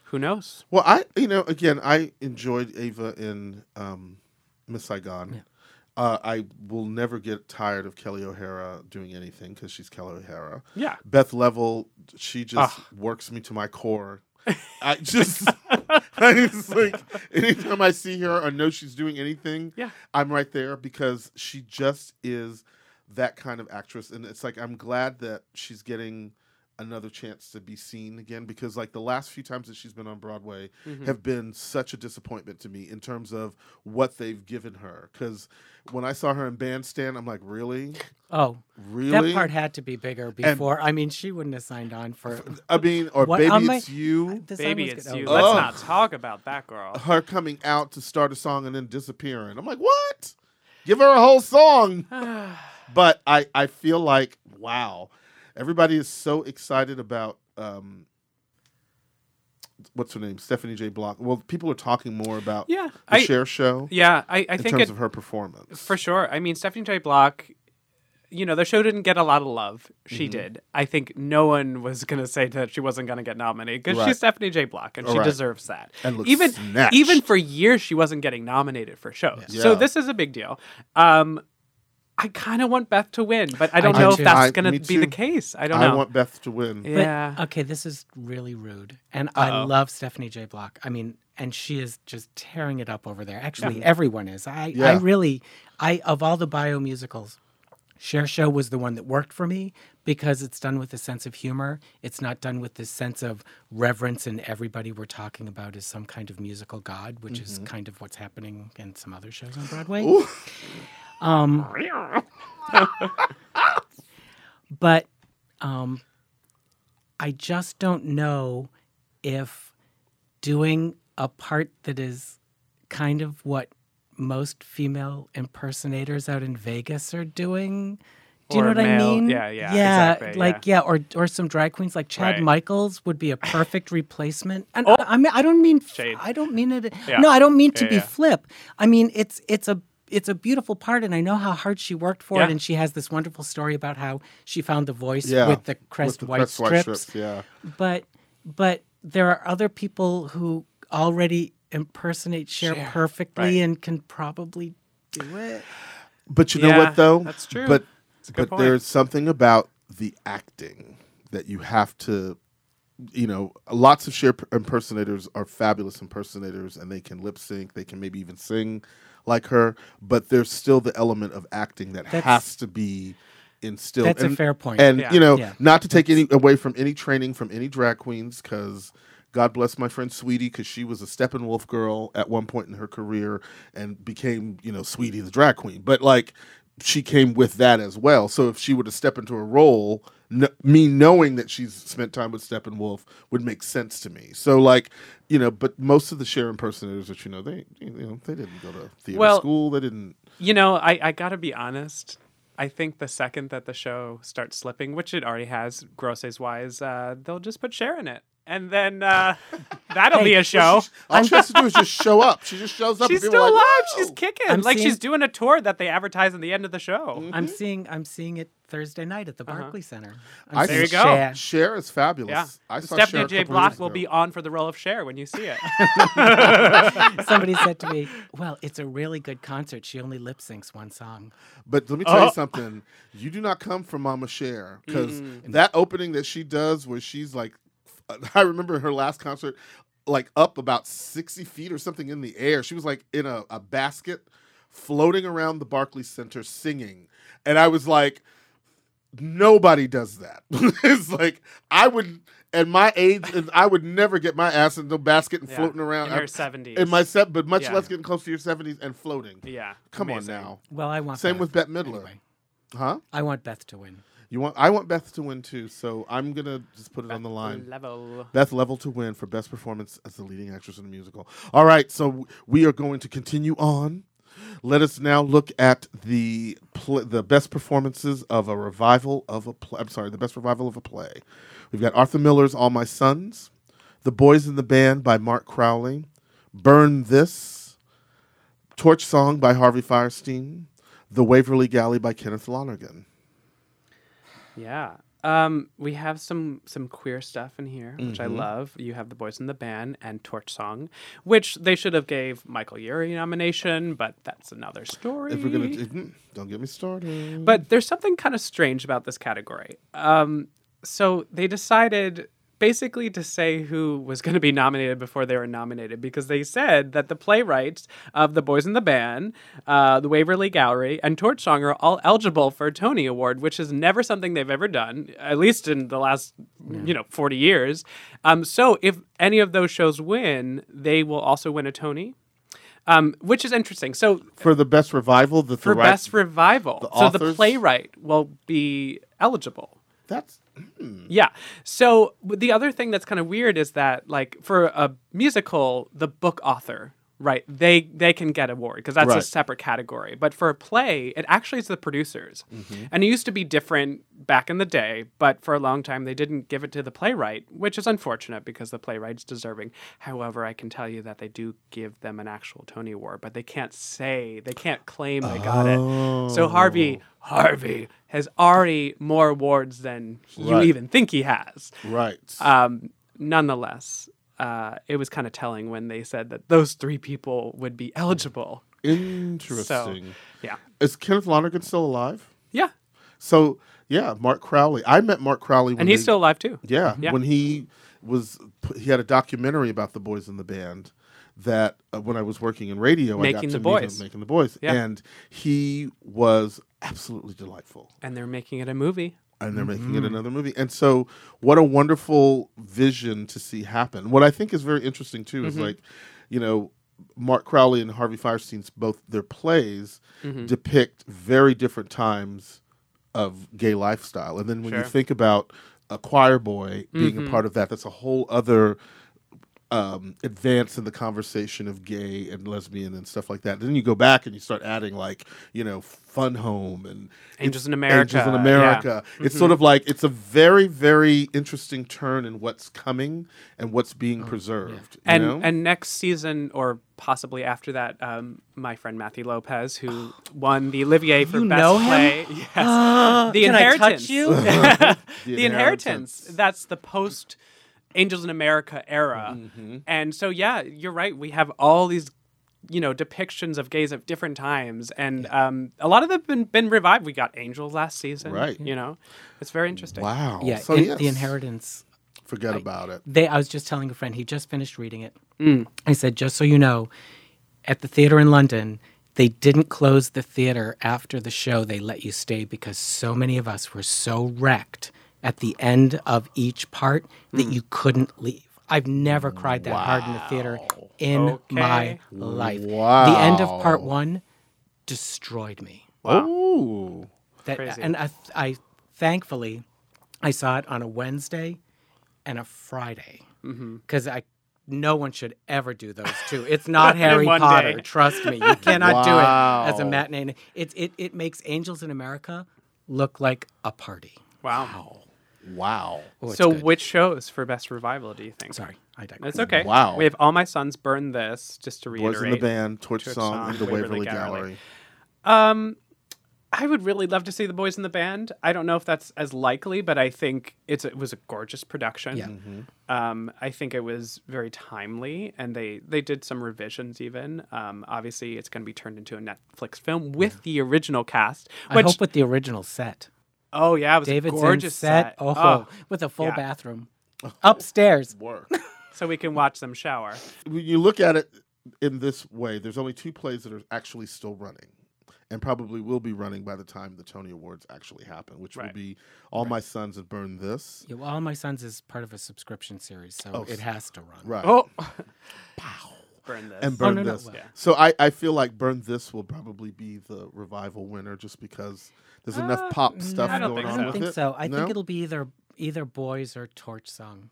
[SPEAKER 5] who knows?
[SPEAKER 4] Well, I you know again I enjoyed Ava in um, Miss Saigon. Uh, I will never get tired of Kelly O'Hara doing anything because she's Kelly O'Hara.
[SPEAKER 5] Yeah.
[SPEAKER 4] Beth Level, she just
[SPEAKER 6] Ah.
[SPEAKER 4] works me to my core. I just, I just like anytime I see her or know she's doing anything,
[SPEAKER 5] Yeah.
[SPEAKER 4] I'm right there because she just is that kind of actress, and it's like I'm glad that she's getting another chance to be seen again because like the last few times that she's been on Broadway
[SPEAKER 6] Mm-hmm.
[SPEAKER 4] have been such a disappointment to me in terms of what they've given her because when I saw her in Bandstand I'm like really
[SPEAKER 6] Oh,
[SPEAKER 4] Really?
[SPEAKER 6] That part had to be bigger before. I mean, she wouldn't have signed on for.
[SPEAKER 4] I mean or
[SPEAKER 6] What
[SPEAKER 4] Baby
[SPEAKER 6] am I-
[SPEAKER 4] It's You
[SPEAKER 6] The song
[SPEAKER 5] Baby,
[SPEAKER 6] was
[SPEAKER 5] it's
[SPEAKER 6] good.
[SPEAKER 5] you.
[SPEAKER 6] Oh,
[SPEAKER 5] Let's
[SPEAKER 4] Oh.
[SPEAKER 5] not talk about that girl.
[SPEAKER 4] her coming out to start a song and then disappearing. I'm like, what? Give her a whole song. but I, I feel like, wow, everybody is so excited about um, what's her name, Stephanie J. Block. Well, people are talking more about
[SPEAKER 5] Yeah,
[SPEAKER 4] the
[SPEAKER 5] I-
[SPEAKER 4] Cher show
[SPEAKER 5] Yeah, I, I
[SPEAKER 4] in
[SPEAKER 5] think
[SPEAKER 4] terms
[SPEAKER 5] it,
[SPEAKER 4] of her performance.
[SPEAKER 5] for sure. I mean, Stephanie J. Block. You know, the show didn't get a lot of love. She
[SPEAKER 4] Mm-hmm.
[SPEAKER 5] did. I think no one was going to say that she wasn't going to get nominated because
[SPEAKER 4] Right.
[SPEAKER 5] she's Stephanie J. Block and she
[SPEAKER 4] Right.
[SPEAKER 5] deserves that.
[SPEAKER 4] And looks
[SPEAKER 5] even
[SPEAKER 4] snatched.
[SPEAKER 5] even for years, she wasn't getting nominated for shows.
[SPEAKER 4] Yeah.
[SPEAKER 5] So this is a big deal. Um, I kind of want Beth to win, but I don't
[SPEAKER 6] do
[SPEAKER 5] know if
[SPEAKER 6] too.
[SPEAKER 5] that's
[SPEAKER 4] I-
[SPEAKER 5] going to
[SPEAKER 4] me
[SPEAKER 5] be the
[SPEAKER 4] too.
[SPEAKER 5] case. I don't
[SPEAKER 4] I
[SPEAKER 5] know.
[SPEAKER 4] want Beth to win.
[SPEAKER 6] But,
[SPEAKER 5] yeah.
[SPEAKER 6] Okay, this is really rude. And I love Stephanie J. Block. I mean, and she is just tearing it up over there. Actually, everyone is. I, I
[SPEAKER 4] Yeah.
[SPEAKER 6] really, I of all the bio musicals, Cher Show was the one that worked for me because it's done with a sense of humor. It's not done with this sense of reverence and everybody we're talking about is some kind of musical god, which is kind of what's happening in some other shows on Broadway. Um, but um, I just don't know if doing a part that is kind of what most female impersonators out in Vegas are doing. Do you
[SPEAKER 5] Or
[SPEAKER 6] know what
[SPEAKER 5] male-
[SPEAKER 6] I mean?
[SPEAKER 5] yeah, yeah,
[SPEAKER 6] yeah.
[SPEAKER 5] exactly,
[SPEAKER 6] like yeah. or or some drag queens like Chad
[SPEAKER 5] Right. Oh.
[SPEAKER 6] Michaels would be a perfect replacement. And I, I mean, I don't mean
[SPEAKER 5] Shade.
[SPEAKER 6] I don't mean it.
[SPEAKER 5] Yeah.
[SPEAKER 6] No, I don't mean to
[SPEAKER 5] Yeah,
[SPEAKER 6] be
[SPEAKER 5] yeah.
[SPEAKER 6] flip. I mean, it's it's a it's a beautiful part, and I know how hard she worked for
[SPEAKER 5] Yeah.
[SPEAKER 6] it. And she has this wonderful story about how she found the voice
[SPEAKER 4] Yeah,
[SPEAKER 6] with the crest
[SPEAKER 4] the
[SPEAKER 6] white
[SPEAKER 4] crest
[SPEAKER 6] strips.
[SPEAKER 4] Yeah.
[SPEAKER 6] But but there are other people who already impersonate Cher perfectly
[SPEAKER 5] right.
[SPEAKER 6] and can probably do it.
[SPEAKER 4] But you know
[SPEAKER 5] Yeah,
[SPEAKER 4] what though?
[SPEAKER 5] that's true.
[SPEAKER 4] But
[SPEAKER 5] a
[SPEAKER 4] but
[SPEAKER 5] good point.
[SPEAKER 4] there's something about the acting that you have to you know, lots of Cher impersonators are fabulous impersonators and they can lip sync, they can maybe even sing like her, but there's still the element of acting that
[SPEAKER 6] That's-
[SPEAKER 4] has to be instilled.
[SPEAKER 6] That's a
[SPEAKER 4] And-
[SPEAKER 6] fair point.
[SPEAKER 4] And
[SPEAKER 5] Yeah.
[SPEAKER 4] you know,
[SPEAKER 6] Yeah.
[SPEAKER 4] not to take any away from any training from any drag queens because God bless my friend Sweetie because she was a Steppenwolf girl at one point in her career and became you know Sweetie the drag queen. But like she came with that as well. So if she were to step into a role, kn- me knowing that she's spent time with Steppenwolf would make sense to me. So like you know, but most of the Cher impersonators that you know they you know they didn't go to theater
[SPEAKER 5] Well-
[SPEAKER 4] school. They didn't.
[SPEAKER 5] You know, I, I gotta be honest. I think the second that the show starts slipping, which it already has, grosses wise, uh, they'll just put Cher in it, and then uh, that'll be a show.
[SPEAKER 4] All she has to do is just show up. She just shows up.
[SPEAKER 5] She's
[SPEAKER 4] and people
[SPEAKER 5] still
[SPEAKER 4] are
[SPEAKER 5] alive.
[SPEAKER 4] like,
[SPEAKER 5] She's
[SPEAKER 4] "Whoa."
[SPEAKER 5] kicking.
[SPEAKER 6] I'm
[SPEAKER 5] like she's
[SPEAKER 6] seeing-
[SPEAKER 5] doing a tour that they advertise at the end of the show.
[SPEAKER 4] Mm-hmm.
[SPEAKER 6] I'm seeing I'm seeing it Thursday night at the Barclay Center. I'm
[SPEAKER 4] I
[SPEAKER 6] seeing
[SPEAKER 5] think- Uh-huh. There you go.
[SPEAKER 6] Cher.
[SPEAKER 4] Cher is fabulous.
[SPEAKER 5] Yeah,
[SPEAKER 4] I saw Cher
[SPEAKER 5] Stephanie
[SPEAKER 4] a
[SPEAKER 5] J.
[SPEAKER 4] couple
[SPEAKER 5] Block
[SPEAKER 4] years
[SPEAKER 5] will
[SPEAKER 4] ago.
[SPEAKER 5] be on for the role of Cher when you see it.
[SPEAKER 6] Somebody said to me, "Well, it's a really good concert. She only lip syncs one song."
[SPEAKER 4] But let me
[SPEAKER 5] Uh-huh.
[SPEAKER 4] tell you something. You do not come from Mama Cher because that opening that she does, where she's like, I remember her last concert, like up about sixty feet or something in the air. She was like in a, a basket, floating around the Barclays Center singing. and I was like, nobody does that. it's like I would, at my age, and I would never get my ass in the basket and
[SPEAKER 5] Yeah,
[SPEAKER 4] floating around
[SPEAKER 5] in her
[SPEAKER 4] I-
[SPEAKER 5] 70s.
[SPEAKER 4] In my set, but much
[SPEAKER 5] Yeah.
[SPEAKER 4] less getting close to your seventies and floating.
[SPEAKER 5] Yeah.
[SPEAKER 4] Come
[SPEAKER 5] amazing.
[SPEAKER 4] on now,
[SPEAKER 6] Well, I want
[SPEAKER 4] Same
[SPEAKER 6] Beth.
[SPEAKER 4] with Bette Midler.
[SPEAKER 6] Anyway,
[SPEAKER 4] huh?
[SPEAKER 6] I want Beth to win.
[SPEAKER 4] You want? I want Beth to win too, so I'm gonna just put it on the line.
[SPEAKER 5] Level.
[SPEAKER 4] Beth Level to win for best performance as the leading actress in a musical. All right, so we are going to continue on. Let us now look at the pl- the best performances of a revival of a play. I'm sorry, the best revival of a play. We've got Arthur Miller's All My Sons, The Boys in the Band by Mark Crowley, Burn This, Torch Song by Harvey Firestein, The Waverly Galley by Kenneth Lonergan.
[SPEAKER 5] Yeah. Um, we have some some queer stuff in here, which I
[SPEAKER 4] Mm-hmm.
[SPEAKER 5] love. You have the boys in the band and Torch Song, which they should have gave Michael Yuri a nomination, but that's another story.
[SPEAKER 4] If we're gonna,
[SPEAKER 5] Mm-hmm.
[SPEAKER 4] mm, don't get me started.
[SPEAKER 5] But there's something kind of strange about this category. Um, so they decided basically to say who was going to be nominated before they were nominated because they said that the playwrights of The Boys in the Band, uh, The Waverly Gallery, and Torch Song are all eligible for a Tony Award, which is never something they've ever done, at least in the last, you know, 40 years. Um, so if any of those shows win, they will also win a Tony. Um, which is interesting. So
[SPEAKER 4] for the best revival, the
[SPEAKER 5] for
[SPEAKER 4] the right-
[SPEAKER 5] best revival.
[SPEAKER 4] the
[SPEAKER 5] so the
[SPEAKER 4] authors?
[SPEAKER 5] playwright will be eligible.
[SPEAKER 4] That's
[SPEAKER 5] Yeah. So w- the other thing that's kind of weird is that like for a musical, the book author, right? They they can get award because that's a
[SPEAKER 4] Right.
[SPEAKER 5] separate category. But for a play, it actually is the producers. And it used to be different back in the day, but for a long time they didn't give it to the playwright, which is unfortunate because the playwright's deserving. However, I can tell you that they do give them an actual Tony Award, but they can't say, they can't claim they got it. So Harvey, Harvey has already more awards than you
[SPEAKER 4] Right.
[SPEAKER 5] even think he has.
[SPEAKER 4] right.
[SPEAKER 5] Um, nonetheless, uh, it was kind of telling when they said that those three people would be eligible.
[SPEAKER 4] Interesting.
[SPEAKER 5] Yeah.
[SPEAKER 4] Is Kenneth Lonergan still alive?
[SPEAKER 5] Yeah.
[SPEAKER 4] So yeah, Mark Crowley. I met Mark Crowley when
[SPEAKER 5] And he's
[SPEAKER 4] they-
[SPEAKER 5] still alive too.
[SPEAKER 4] yeah,
[SPEAKER 5] Yeah.
[SPEAKER 4] when he was he had a documentary about the boys in the band that uh, when I was working in radio I got
[SPEAKER 5] Making
[SPEAKER 4] to
[SPEAKER 5] the
[SPEAKER 4] meet
[SPEAKER 5] Boys.
[SPEAKER 4] him making the boys
[SPEAKER 5] Yeah.
[SPEAKER 4] and he was absolutely delightful.
[SPEAKER 5] And they're making it a movie.
[SPEAKER 4] and they're making it another movie. And so, what a wonderful vision to see happen. What I think is very interesting too is like, you know, Mark Crowley and Harvey Firestein's both their plays depict very different times of gay lifestyle. And then when you
[SPEAKER 5] Sure.
[SPEAKER 4] think about a choir boy being a part of that, that's a whole other um, advance in the conversation of gay and lesbian and stuff like that. Then you go back and you start adding like you know Fun Home and
[SPEAKER 5] Angels
[SPEAKER 4] Angels in
[SPEAKER 5] in America, yeah. Mm-hmm.
[SPEAKER 4] America. It's sort of like it's a very very interesting turn in what's coming and what's
[SPEAKER 6] Oh,
[SPEAKER 4] being preserved. you
[SPEAKER 5] And
[SPEAKER 4] know?
[SPEAKER 5] and next season or possibly after that, um, my friend Matthew Lopez, who won the Olivier for
[SPEAKER 6] You
[SPEAKER 5] best
[SPEAKER 6] know him?
[SPEAKER 5] play, yes, the
[SPEAKER 6] Can I touch
[SPEAKER 5] inheritance.
[SPEAKER 6] you?
[SPEAKER 5] the,
[SPEAKER 4] The
[SPEAKER 5] inheritance.
[SPEAKER 4] Inheritance.
[SPEAKER 5] That's the post Angels in America era.
[SPEAKER 6] Mm-hmm.
[SPEAKER 5] And so yeah, you're right. We have all these you know depictions of gays of different times and um, a lot of them have been, been revived we got angels last season
[SPEAKER 4] Right.
[SPEAKER 5] you know it's very interesting
[SPEAKER 4] wow.
[SPEAKER 6] yeah,
[SPEAKER 4] Oh, So
[SPEAKER 6] in-
[SPEAKER 4] yes,
[SPEAKER 6] the inheritance.
[SPEAKER 4] Forget about it.
[SPEAKER 6] They. I was just telling a friend. He just finished reading it. I said, just so you know, at the theater in London, they didn't close the theater after the show. They let you stay because so many of us were so wrecked at the end of each part that you couldn't leave. I've never cried that hard in the theater in my life. The end of part one destroyed me.
[SPEAKER 4] Ooh.
[SPEAKER 6] That,
[SPEAKER 5] Crazy.
[SPEAKER 6] And I, I thankfully, I saw it on a Wednesday and a Friday
[SPEAKER 5] Mm-hmm.
[SPEAKER 6] because I no one should ever do those two. It's not Harry
[SPEAKER 5] one
[SPEAKER 6] Potter.
[SPEAKER 5] day.
[SPEAKER 6] Trust me, you cannot do it as a
[SPEAKER 4] Wow.
[SPEAKER 6] matinee. It, it it makes Angels in America look like a party.
[SPEAKER 5] wow
[SPEAKER 4] Wow.
[SPEAKER 6] Oh, it's
[SPEAKER 5] so
[SPEAKER 6] good.
[SPEAKER 5] which shows for best revival do you think
[SPEAKER 6] sorry, I digress.
[SPEAKER 5] It's okay.
[SPEAKER 4] Wow.
[SPEAKER 5] We have all my sons burn this. Just to reiterate,
[SPEAKER 4] Boys in the band, Torch,
[SPEAKER 5] Torch
[SPEAKER 4] Song,
[SPEAKER 5] Song,
[SPEAKER 4] and the
[SPEAKER 5] Waverly
[SPEAKER 4] Waverly, Gallery.
[SPEAKER 5] Gallery. I would really love to see the boys in the band. I don't know if that's as likely, but I think it's it was a gorgeous production.
[SPEAKER 6] Yeah.
[SPEAKER 4] Mm-hmm.
[SPEAKER 5] Um, I think it was very timely, and they they did some revisions even. Um, obviously, it's going to be turned into a Netflix film with the original cast.
[SPEAKER 6] I
[SPEAKER 5] Which
[SPEAKER 6] hope with the original set.
[SPEAKER 5] oh yeah, it was
[SPEAKER 6] David's
[SPEAKER 5] a gorgeous
[SPEAKER 6] set.
[SPEAKER 5] set.
[SPEAKER 6] Oh,
[SPEAKER 5] Oh,
[SPEAKER 6] with a full
[SPEAKER 5] yeah.
[SPEAKER 6] bathroom upstairs.
[SPEAKER 4] Work.
[SPEAKER 5] so we can watch them shower.
[SPEAKER 4] when you look at it in this way, there's only two plays that are actually still running, and probably will be running by the time the Tony Awards actually happen, which will
[SPEAKER 5] Right.
[SPEAKER 4] be All My Sons and Burn This.
[SPEAKER 6] Yeah, well, All My Sons is part of a subscription series, so it has to run.
[SPEAKER 4] Right.
[SPEAKER 5] Oh, burn this.
[SPEAKER 4] and burn
[SPEAKER 6] no, no,
[SPEAKER 4] this.
[SPEAKER 6] well- Yeah.
[SPEAKER 4] So I, I feel like burn this will probably be the revival winner just because there's enough pop stuff
[SPEAKER 5] Uh, mm, I don't
[SPEAKER 4] going
[SPEAKER 5] think
[SPEAKER 4] on
[SPEAKER 5] so.
[SPEAKER 6] I
[SPEAKER 4] with
[SPEAKER 6] think
[SPEAKER 4] it.
[SPEAKER 6] so. I
[SPEAKER 4] No?
[SPEAKER 6] think it'll be either either Boys or Torch Song.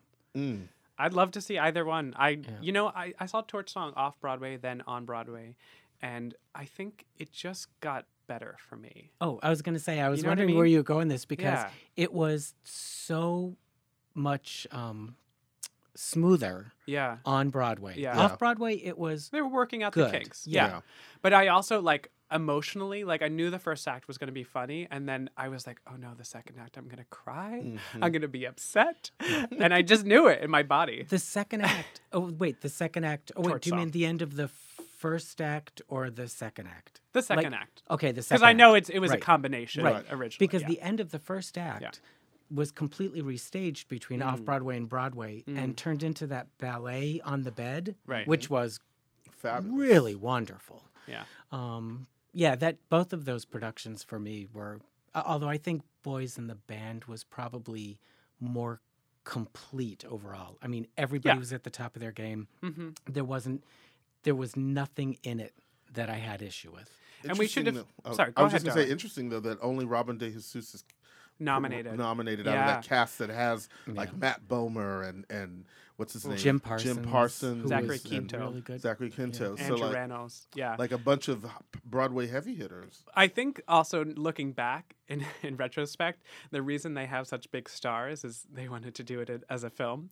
[SPEAKER 5] I'd love to see either one. I, you know, I, I saw Torch Song off Broadway, then on Broadway, and I think it just got better for me.
[SPEAKER 6] Oh, I was going to say, I was
[SPEAKER 5] know what I
[SPEAKER 6] wondering where
[SPEAKER 5] mean?
[SPEAKER 6] you were going this because
[SPEAKER 5] Yeah.
[SPEAKER 6] it was so much um, smoother
[SPEAKER 5] Yeah.
[SPEAKER 6] on Broadway.
[SPEAKER 5] Yeah.
[SPEAKER 6] Off Broadway, it was
[SPEAKER 5] They were working out
[SPEAKER 6] Good.
[SPEAKER 5] the kinks.
[SPEAKER 6] Yeah.
[SPEAKER 5] Yeah. But I also like emotionally, like I knew the first act was going to be funny. And then I was like, oh no, the second act, I'm going to cry.
[SPEAKER 6] Mm-hmm.
[SPEAKER 5] I'm going to be upset. and I just knew it in my body.
[SPEAKER 6] the second act. Oh, wait, the second act. Oh, wait,
[SPEAKER 5] Torch
[SPEAKER 6] do you mean
[SPEAKER 5] Song.
[SPEAKER 6] the end of the first act or the second act?
[SPEAKER 5] The second act.
[SPEAKER 6] Okay, the second
[SPEAKER 5] Because I know
[SPEAKER 6] act.
[SPEAKER 5] it's, it was
[SPEAKER 6] Right.
[SPEAKER 5] a combination
[SPEAKER 6] Right.
[SPEAKER 5] originally.
[SPEAKER 6] because
[SPEAKER 5] yeah. Mm.
[SPEAKER 6] the end of the first act was completely restaged between off Broadway and Broadway and turned into that ballet on the bed,
[SPEAKER 5] Right.
[SPEAKER 6] which was
[SPEAKER 4] Fabulous.
[SPEAKER 6] really wonderful.
[SPEAKER 5] Yeah.
[SPEAKER 6] Um, yeah, that both of those productions for me were, a- although I think Boys in the Band was probably more complete overall. I mean, everybody
[SPEAKER 5] Yeah. Mm-hmm.
[SPEAKER 6] was at the top of their game. There wasn't, there was nothing in it that I had issue with.
[SPEAKER 5] And we should
[SPEAKER 4] Interesting
[SPEAKER 5] have-
[SPEAKER 4] though- oh,
[SPEAKER 5] sorry,
[SPEAKER 4] I
[SPEAKER 5] go
[SPEAKER 4] was just
[SPEAKER 5] ahead,
[SPEAKER 4] gonna say
[SPEAKER 5] darling.
[SPEAKER 4] interesting though that only Robin De Jesus is
[SPEAKER 5] Nominated.
[SPEAKER 4] nominated out of that
[SPEAKER 5] Yeah.
[SPEAKER 4] cast that has like Matt Bomer and and what's his name?
[SPEAKER 6] Jim Parsons,
[SPEAKER 4] Jim Parsons,
[SPEAKER 6] who
[SPEAKER 5] Zachary
[SPEAKER 4] was- and
[SPEAKER 5] Quinto.
[SPEAKER 6] Really good.
[SPEAKER 4] Zachary Quinto. So
[SPEAKER 5] Andrew
[SPEAKER 4] like
[SPEAKER 5] Reynolds. Yeah.
[SPEAKER 4] like a bunch of Broadway heavy hitters.
[SPEAKER 5] I think also looking back in, in retrospect, the reason they have such big stars is they wanted to do it in- as a film,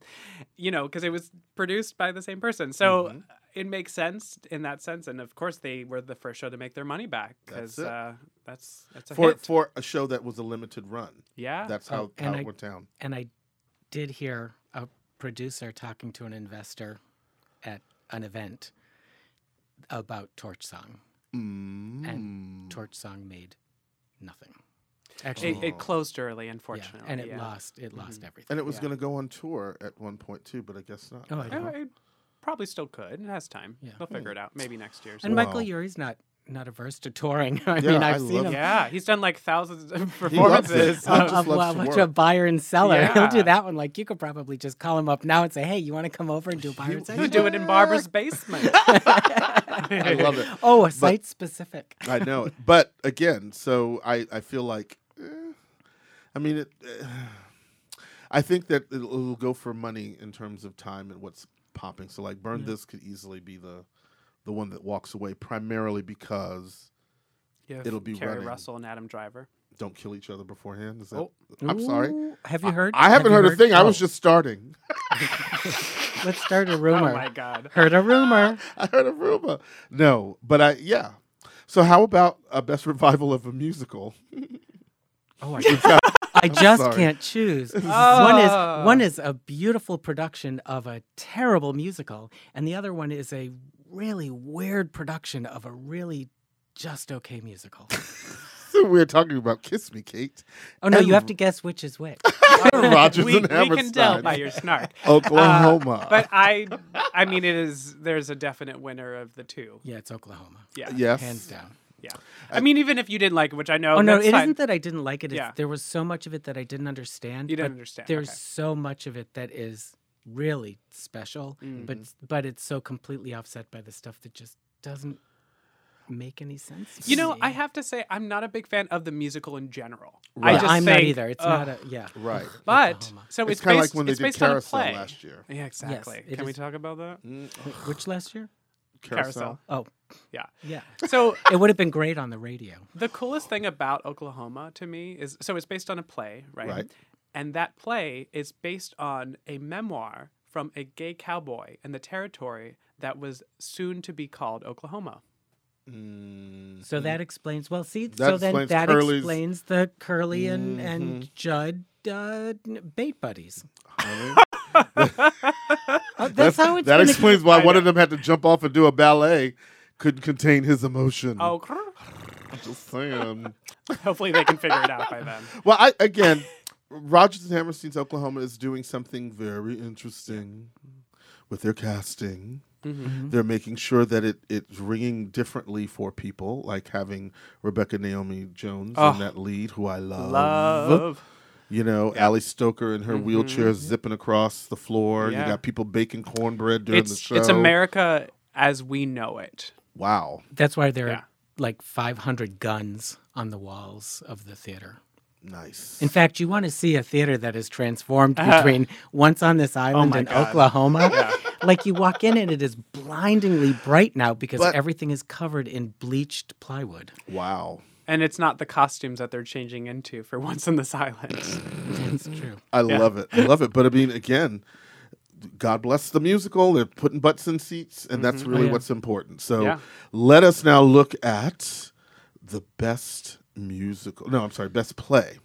[SPEAKER 5] you know, because it was produced by the same person. So
[SPEAKER 4] Mm-hmm.
[SPEAKER 5] it makes sense in that sense. And of course, they were the first show to make their money back because
[SPEAKER 4] That's it.
[SPEAKER 5] uh, that's that's a
[SPEAKER 4] For
[SPEAKER 5] hit.
[SPEAKER 4] for a show that was a limited run.
[SPEAKER 5] yeah,
[SPEAKER 4] That's how,
[SPEAKER 6] Oh, and
[SPEAKER 4] how
[SPEAKER 6] I-
[SPEAKER 4] it went down.
[SPEAKER 6] and I did hear a producer talking to an investor at an event about Torch Song,
[SPEAKER 4] Mm.
[SPEAKER 6] and Torch Song made nothing. Actually,
[SPEAKER 5] it, it closed early,
[SPEAKER 6] yeah,
[SPEAKER 5] unfortunately,
[SPEAKER 6] and it
[SPEAKER 5] yeah. Mm-hmm.
[SPEAKER 6] lost. It lost everything.
[SPEAKER 4] And it was going to go on tour at one point too, but I guess not.
[SPEAKER 6] Oh, I
[SPEAKER 5] Yeah,
[SPEAKER 6] know.
[SPEAKER 5] it probably still could. It has time.
[SPEAKER 6] Yeah.
[SPEAKER 5] they'll
[SPEAKER 4] Mm.
[SPEAKER 5] figure it out. Maybe next year. or
[SPEAKER 6] And
[SPEAKER 5] something.
[SPEAKER 6] Michael Yuri's not not averse to touring. I
[SPEAKER 4] Yeah,
[SPEAKER 6] mean,
[SPEAKER 4] I
[SPEAKER 6] I've seen
[SPEAKER 4] love
[SPEAKER 6] him.
[SPEAKER 5] yeah, he's done like thousands of
[SPEAKER 4] He loves it.
[SPEAKER 5] performances.
[SPEAKER 4] He
[SPEAKER 6] Of,
[SPEAKER 4] just loves
[SPEAKER 6] of, well,
[SPEAKER 4] to
[SPEAKER 6] to
[SPEAKER 4] work.
[SPEAKER 6] buyer and seller. He'll
[SPEAKER 5] Yeah.
[SPEAKER 6] do that one. Like you could probably just call him up now and say, "Hey, you want to come over and do buyer and seller?"
[SPEAKER 5] He'll do it in Barbara's basement.
[SPEAKER 4] I love it.
[SPEAKER 6] Oh, a site specific.
[SPEAKER 4] I know it. But again, so I, I feel like, eh, I mean, it, eh, I think that it'll, it'll go for money in terms of time and what's popping. So like, burn this could easily be the the one that walks away primarily because
[SPEAKER 5] You have
[SPEAKER 4] It'll be
[SPEAKER 5] Carrie
[SPEAKER 4] running.
[SPEAKER 5] Russell and Adam Driver.
[SPEAKER 4] don't kill each other beforehand. Is that, I'm sorry.
[SPEAKER 6] Oh. Ooh, Have you heard?
[SPEAKER 4] I haven't
[SPEAKER 6] Have you
[SPEAKER 4] heard, a thing. I was
[SPEAKER 6] Oh.
[SPEAKER 4] just starting.
[SPEAKER 6] Let's start a rumor.
[SPEAKER 5] Oh my god.
[SPEAKER 6] Heard a rumor.
[SPEAKER 4] I heard a rumor. No, but I yeah. So how about a best revival of a musical?
[SPEAKER 6] Oh, I just, I just
[SPEAKER 4] sorry. Oh.
[SPEAKER 6] can't choose. One is one is a beautiful production of a terrible musical, and the other one is a really weird production of a really just okay musical.
[SPEAKER 4] So we're talking about Kiss Me, Kate.
[SPEAKER 6] Oh no,
[SPEAKER 4] And
[SPEAKER 6] you have to guess which is which.
[SPEAKER 4] Rodgers
[SPEAKER 5] we,
[SPEAKER 4] and Oh.
[SPEAKER 5] we
[SPEAKER 4] Hammerstein.
[SPEAKER 5] can tell by your snark.
[SPEAKER 4] Oklahoma.
[SPEAKER 5] But I, I mean, it is. There's a definite winner of the two.
[SPEAKER 6] Yeah, it's Oklahoma.
[SPEAKER 5] Yeah.
[SPEAKER 4] yes.
[SPEAKER 6] Hands down.
[SPEAKER 5] Yeah. I mean, even if you didn't like it, which I know.
[SPEAKER 6] Oh no,
[SPEAKER 5] that's
[SPEAKER 6] it
[SPEAKER 5] fine.
[SPEAKER 6] not that I didn't like it. It's,
[SPEAKER 5] Yeah.
[SPEAKER 6] There was so much of it that I didn't understand.
[SPEAKER 5] You
[SPEAKER 6] but
[SPEAKER 5] didn't understand,
[SPEAKER 6] There's
[SPEAKER 5] okay.
[SPEAKER 6] so much of it that is really special,
[SPEAKER 5] Mm-hmm.
[SPEAKER 6] but but it's so completely offset by the stuff that just doesn't make any sense. to
[SPEAKER 5] You know,
[SPEAKER 6] me.
[SPEAKER 5] I have to say, I'm not a big fan of the musical in general.
[SPEAKER 4] Right.
[SPEAKER 5] I
[SPEAKER 6] yeah,
[SPEAKER 5] just
[SPEAKER 6] I'm
[SPEAKER 5] think,
[SPEAKER 6] not either. It's
[SPEAKER 5] ugh.
[SPEAKER 6] not a yeah.
[SPEAKER 4] Right.
[SPEAKER 5] But
[SPEAKER 6] Oklahoma.
[SPEAKER 5] so
[SPEAKER 4] It's
[SPEAKER 5] it's,
[SPEAKER 4] kind of like
[SPEAKER 5] based-
[SPEAKER 4] when they
[SPEAKER 5] it's
[SPEAKER 4] did
[SPEAKER 5] based on a
[SPEAKER 4] Carousel
[SPEAKER 5] play.
[SPEAKER 4] last year. Mm-hmm.
[SPEAKER 5] Yeah, exactly.
[SPEAKER 6] it
[SPEAKER 5] Can we
[SPEAKER 6] is-
[SPEAKER 5] talk about that?
[SPEAKER 6] Wait, Which last year?
[SPEAKER 5] Carousel.
[SPEAKER 6] Oh,
[SPEAKER 5] Yeah.
[SPEAKER 6] yeah.
[SPEAKER 5] So
[SPEAKER 6] It would have been great on the radio.
[SPEAKER 5] The coolest thing about Oklahoma to me is so it's based on a play, right?
[SPEAKER 4] Right.
[SPEAKER 5] And that play is based on a memoir from a gay cowboy in the territory that was soon to be called Oklahoma.
[SPEAKER 6] So
[SPEAKER 5] Mm-hmm.
[SPEAKER 6] that explains. Well, see,
[SPEAKER 4] That
[SPEAKER 6] so then
[SPEAKER 4] explains
[SPEAKER 6] that
[SPEAKER 4] Curly's-
[SPEAKER 6] explains the Curly and
[SPEAKER 5] Mm-hmm.
[SPEAKER 6] and Judd uh, n- bait buddies. Oh, that's how it's
[SPEAKER 4] that
[SPEAKER 6] gonna-
[SPEAKER 4] explains why one of them had to jump off and do a ballet. Couldn't contain his emotion.
[SPEAKER 5] Oh,
[SPEAKER 4] just saying.
[SPEAKER 5] hopefully they can figure it out by then.
[SPEAKER 4] well, I again, Rogers and Hammerstein's Oklahoma is doing something very interesting with their casting.
[SPEAKER 5] Mm-hmm.
[SPEAKER 4] They're making sure that it it's ringing differently for people, like having Rebecca Naomi Jones in that lead, who I love.
[SPEAKER 5] Ah. Love.
[SPEAKER 4] You know, Ali Stoker in her wheelchair zipping across the floor.
[SPEAKER 5] Mm-hmm. Yeah.
[SPEAKER 4] You got people baking cornbread during the
[SPEAKER 5] It's
[SPEAKER 4] show.
[SPEAKER 5] it's America as we know it.
[SPEAKER 4] Wow.
[SPEAKER 6] That's why there
[SPEAKER 5] Yeah.
[SPEAKER 6] are like 500 guns on the walls of the theater.
[SPEAKER 4] Nice.
[SPEAKER 6] In fact, you want to see a theater that is transformed between once on this island
[SPEAKER 5] Oh my
[SPEAKER 6] and
[SPEAKER 5] God.
[SPEAKER 6] Oklahoma. Like you walk in and it is blindingly bright now because
[SPEAKER 4] But-
[SPEAKER 6] everything is covered in bleached plywood.
[SPEAKER 4] Wow.
[SPEAKER 5] And it's not the costumes that they're changing into for once on this island.
[SPEAKER 6] That's true.
[SPEAKER 4] I love it. I love it. But I mean, again, God bless the musical. They're putting butts in seats, and that's really
[SPEAKER 6] yeah.
[SPEAKER 4] what's important. So
[SPEAKER 5] Mm-hmm. Yeah.
[SPEAKER 4] let us now look at the best musical. No, I'm sorry, best play.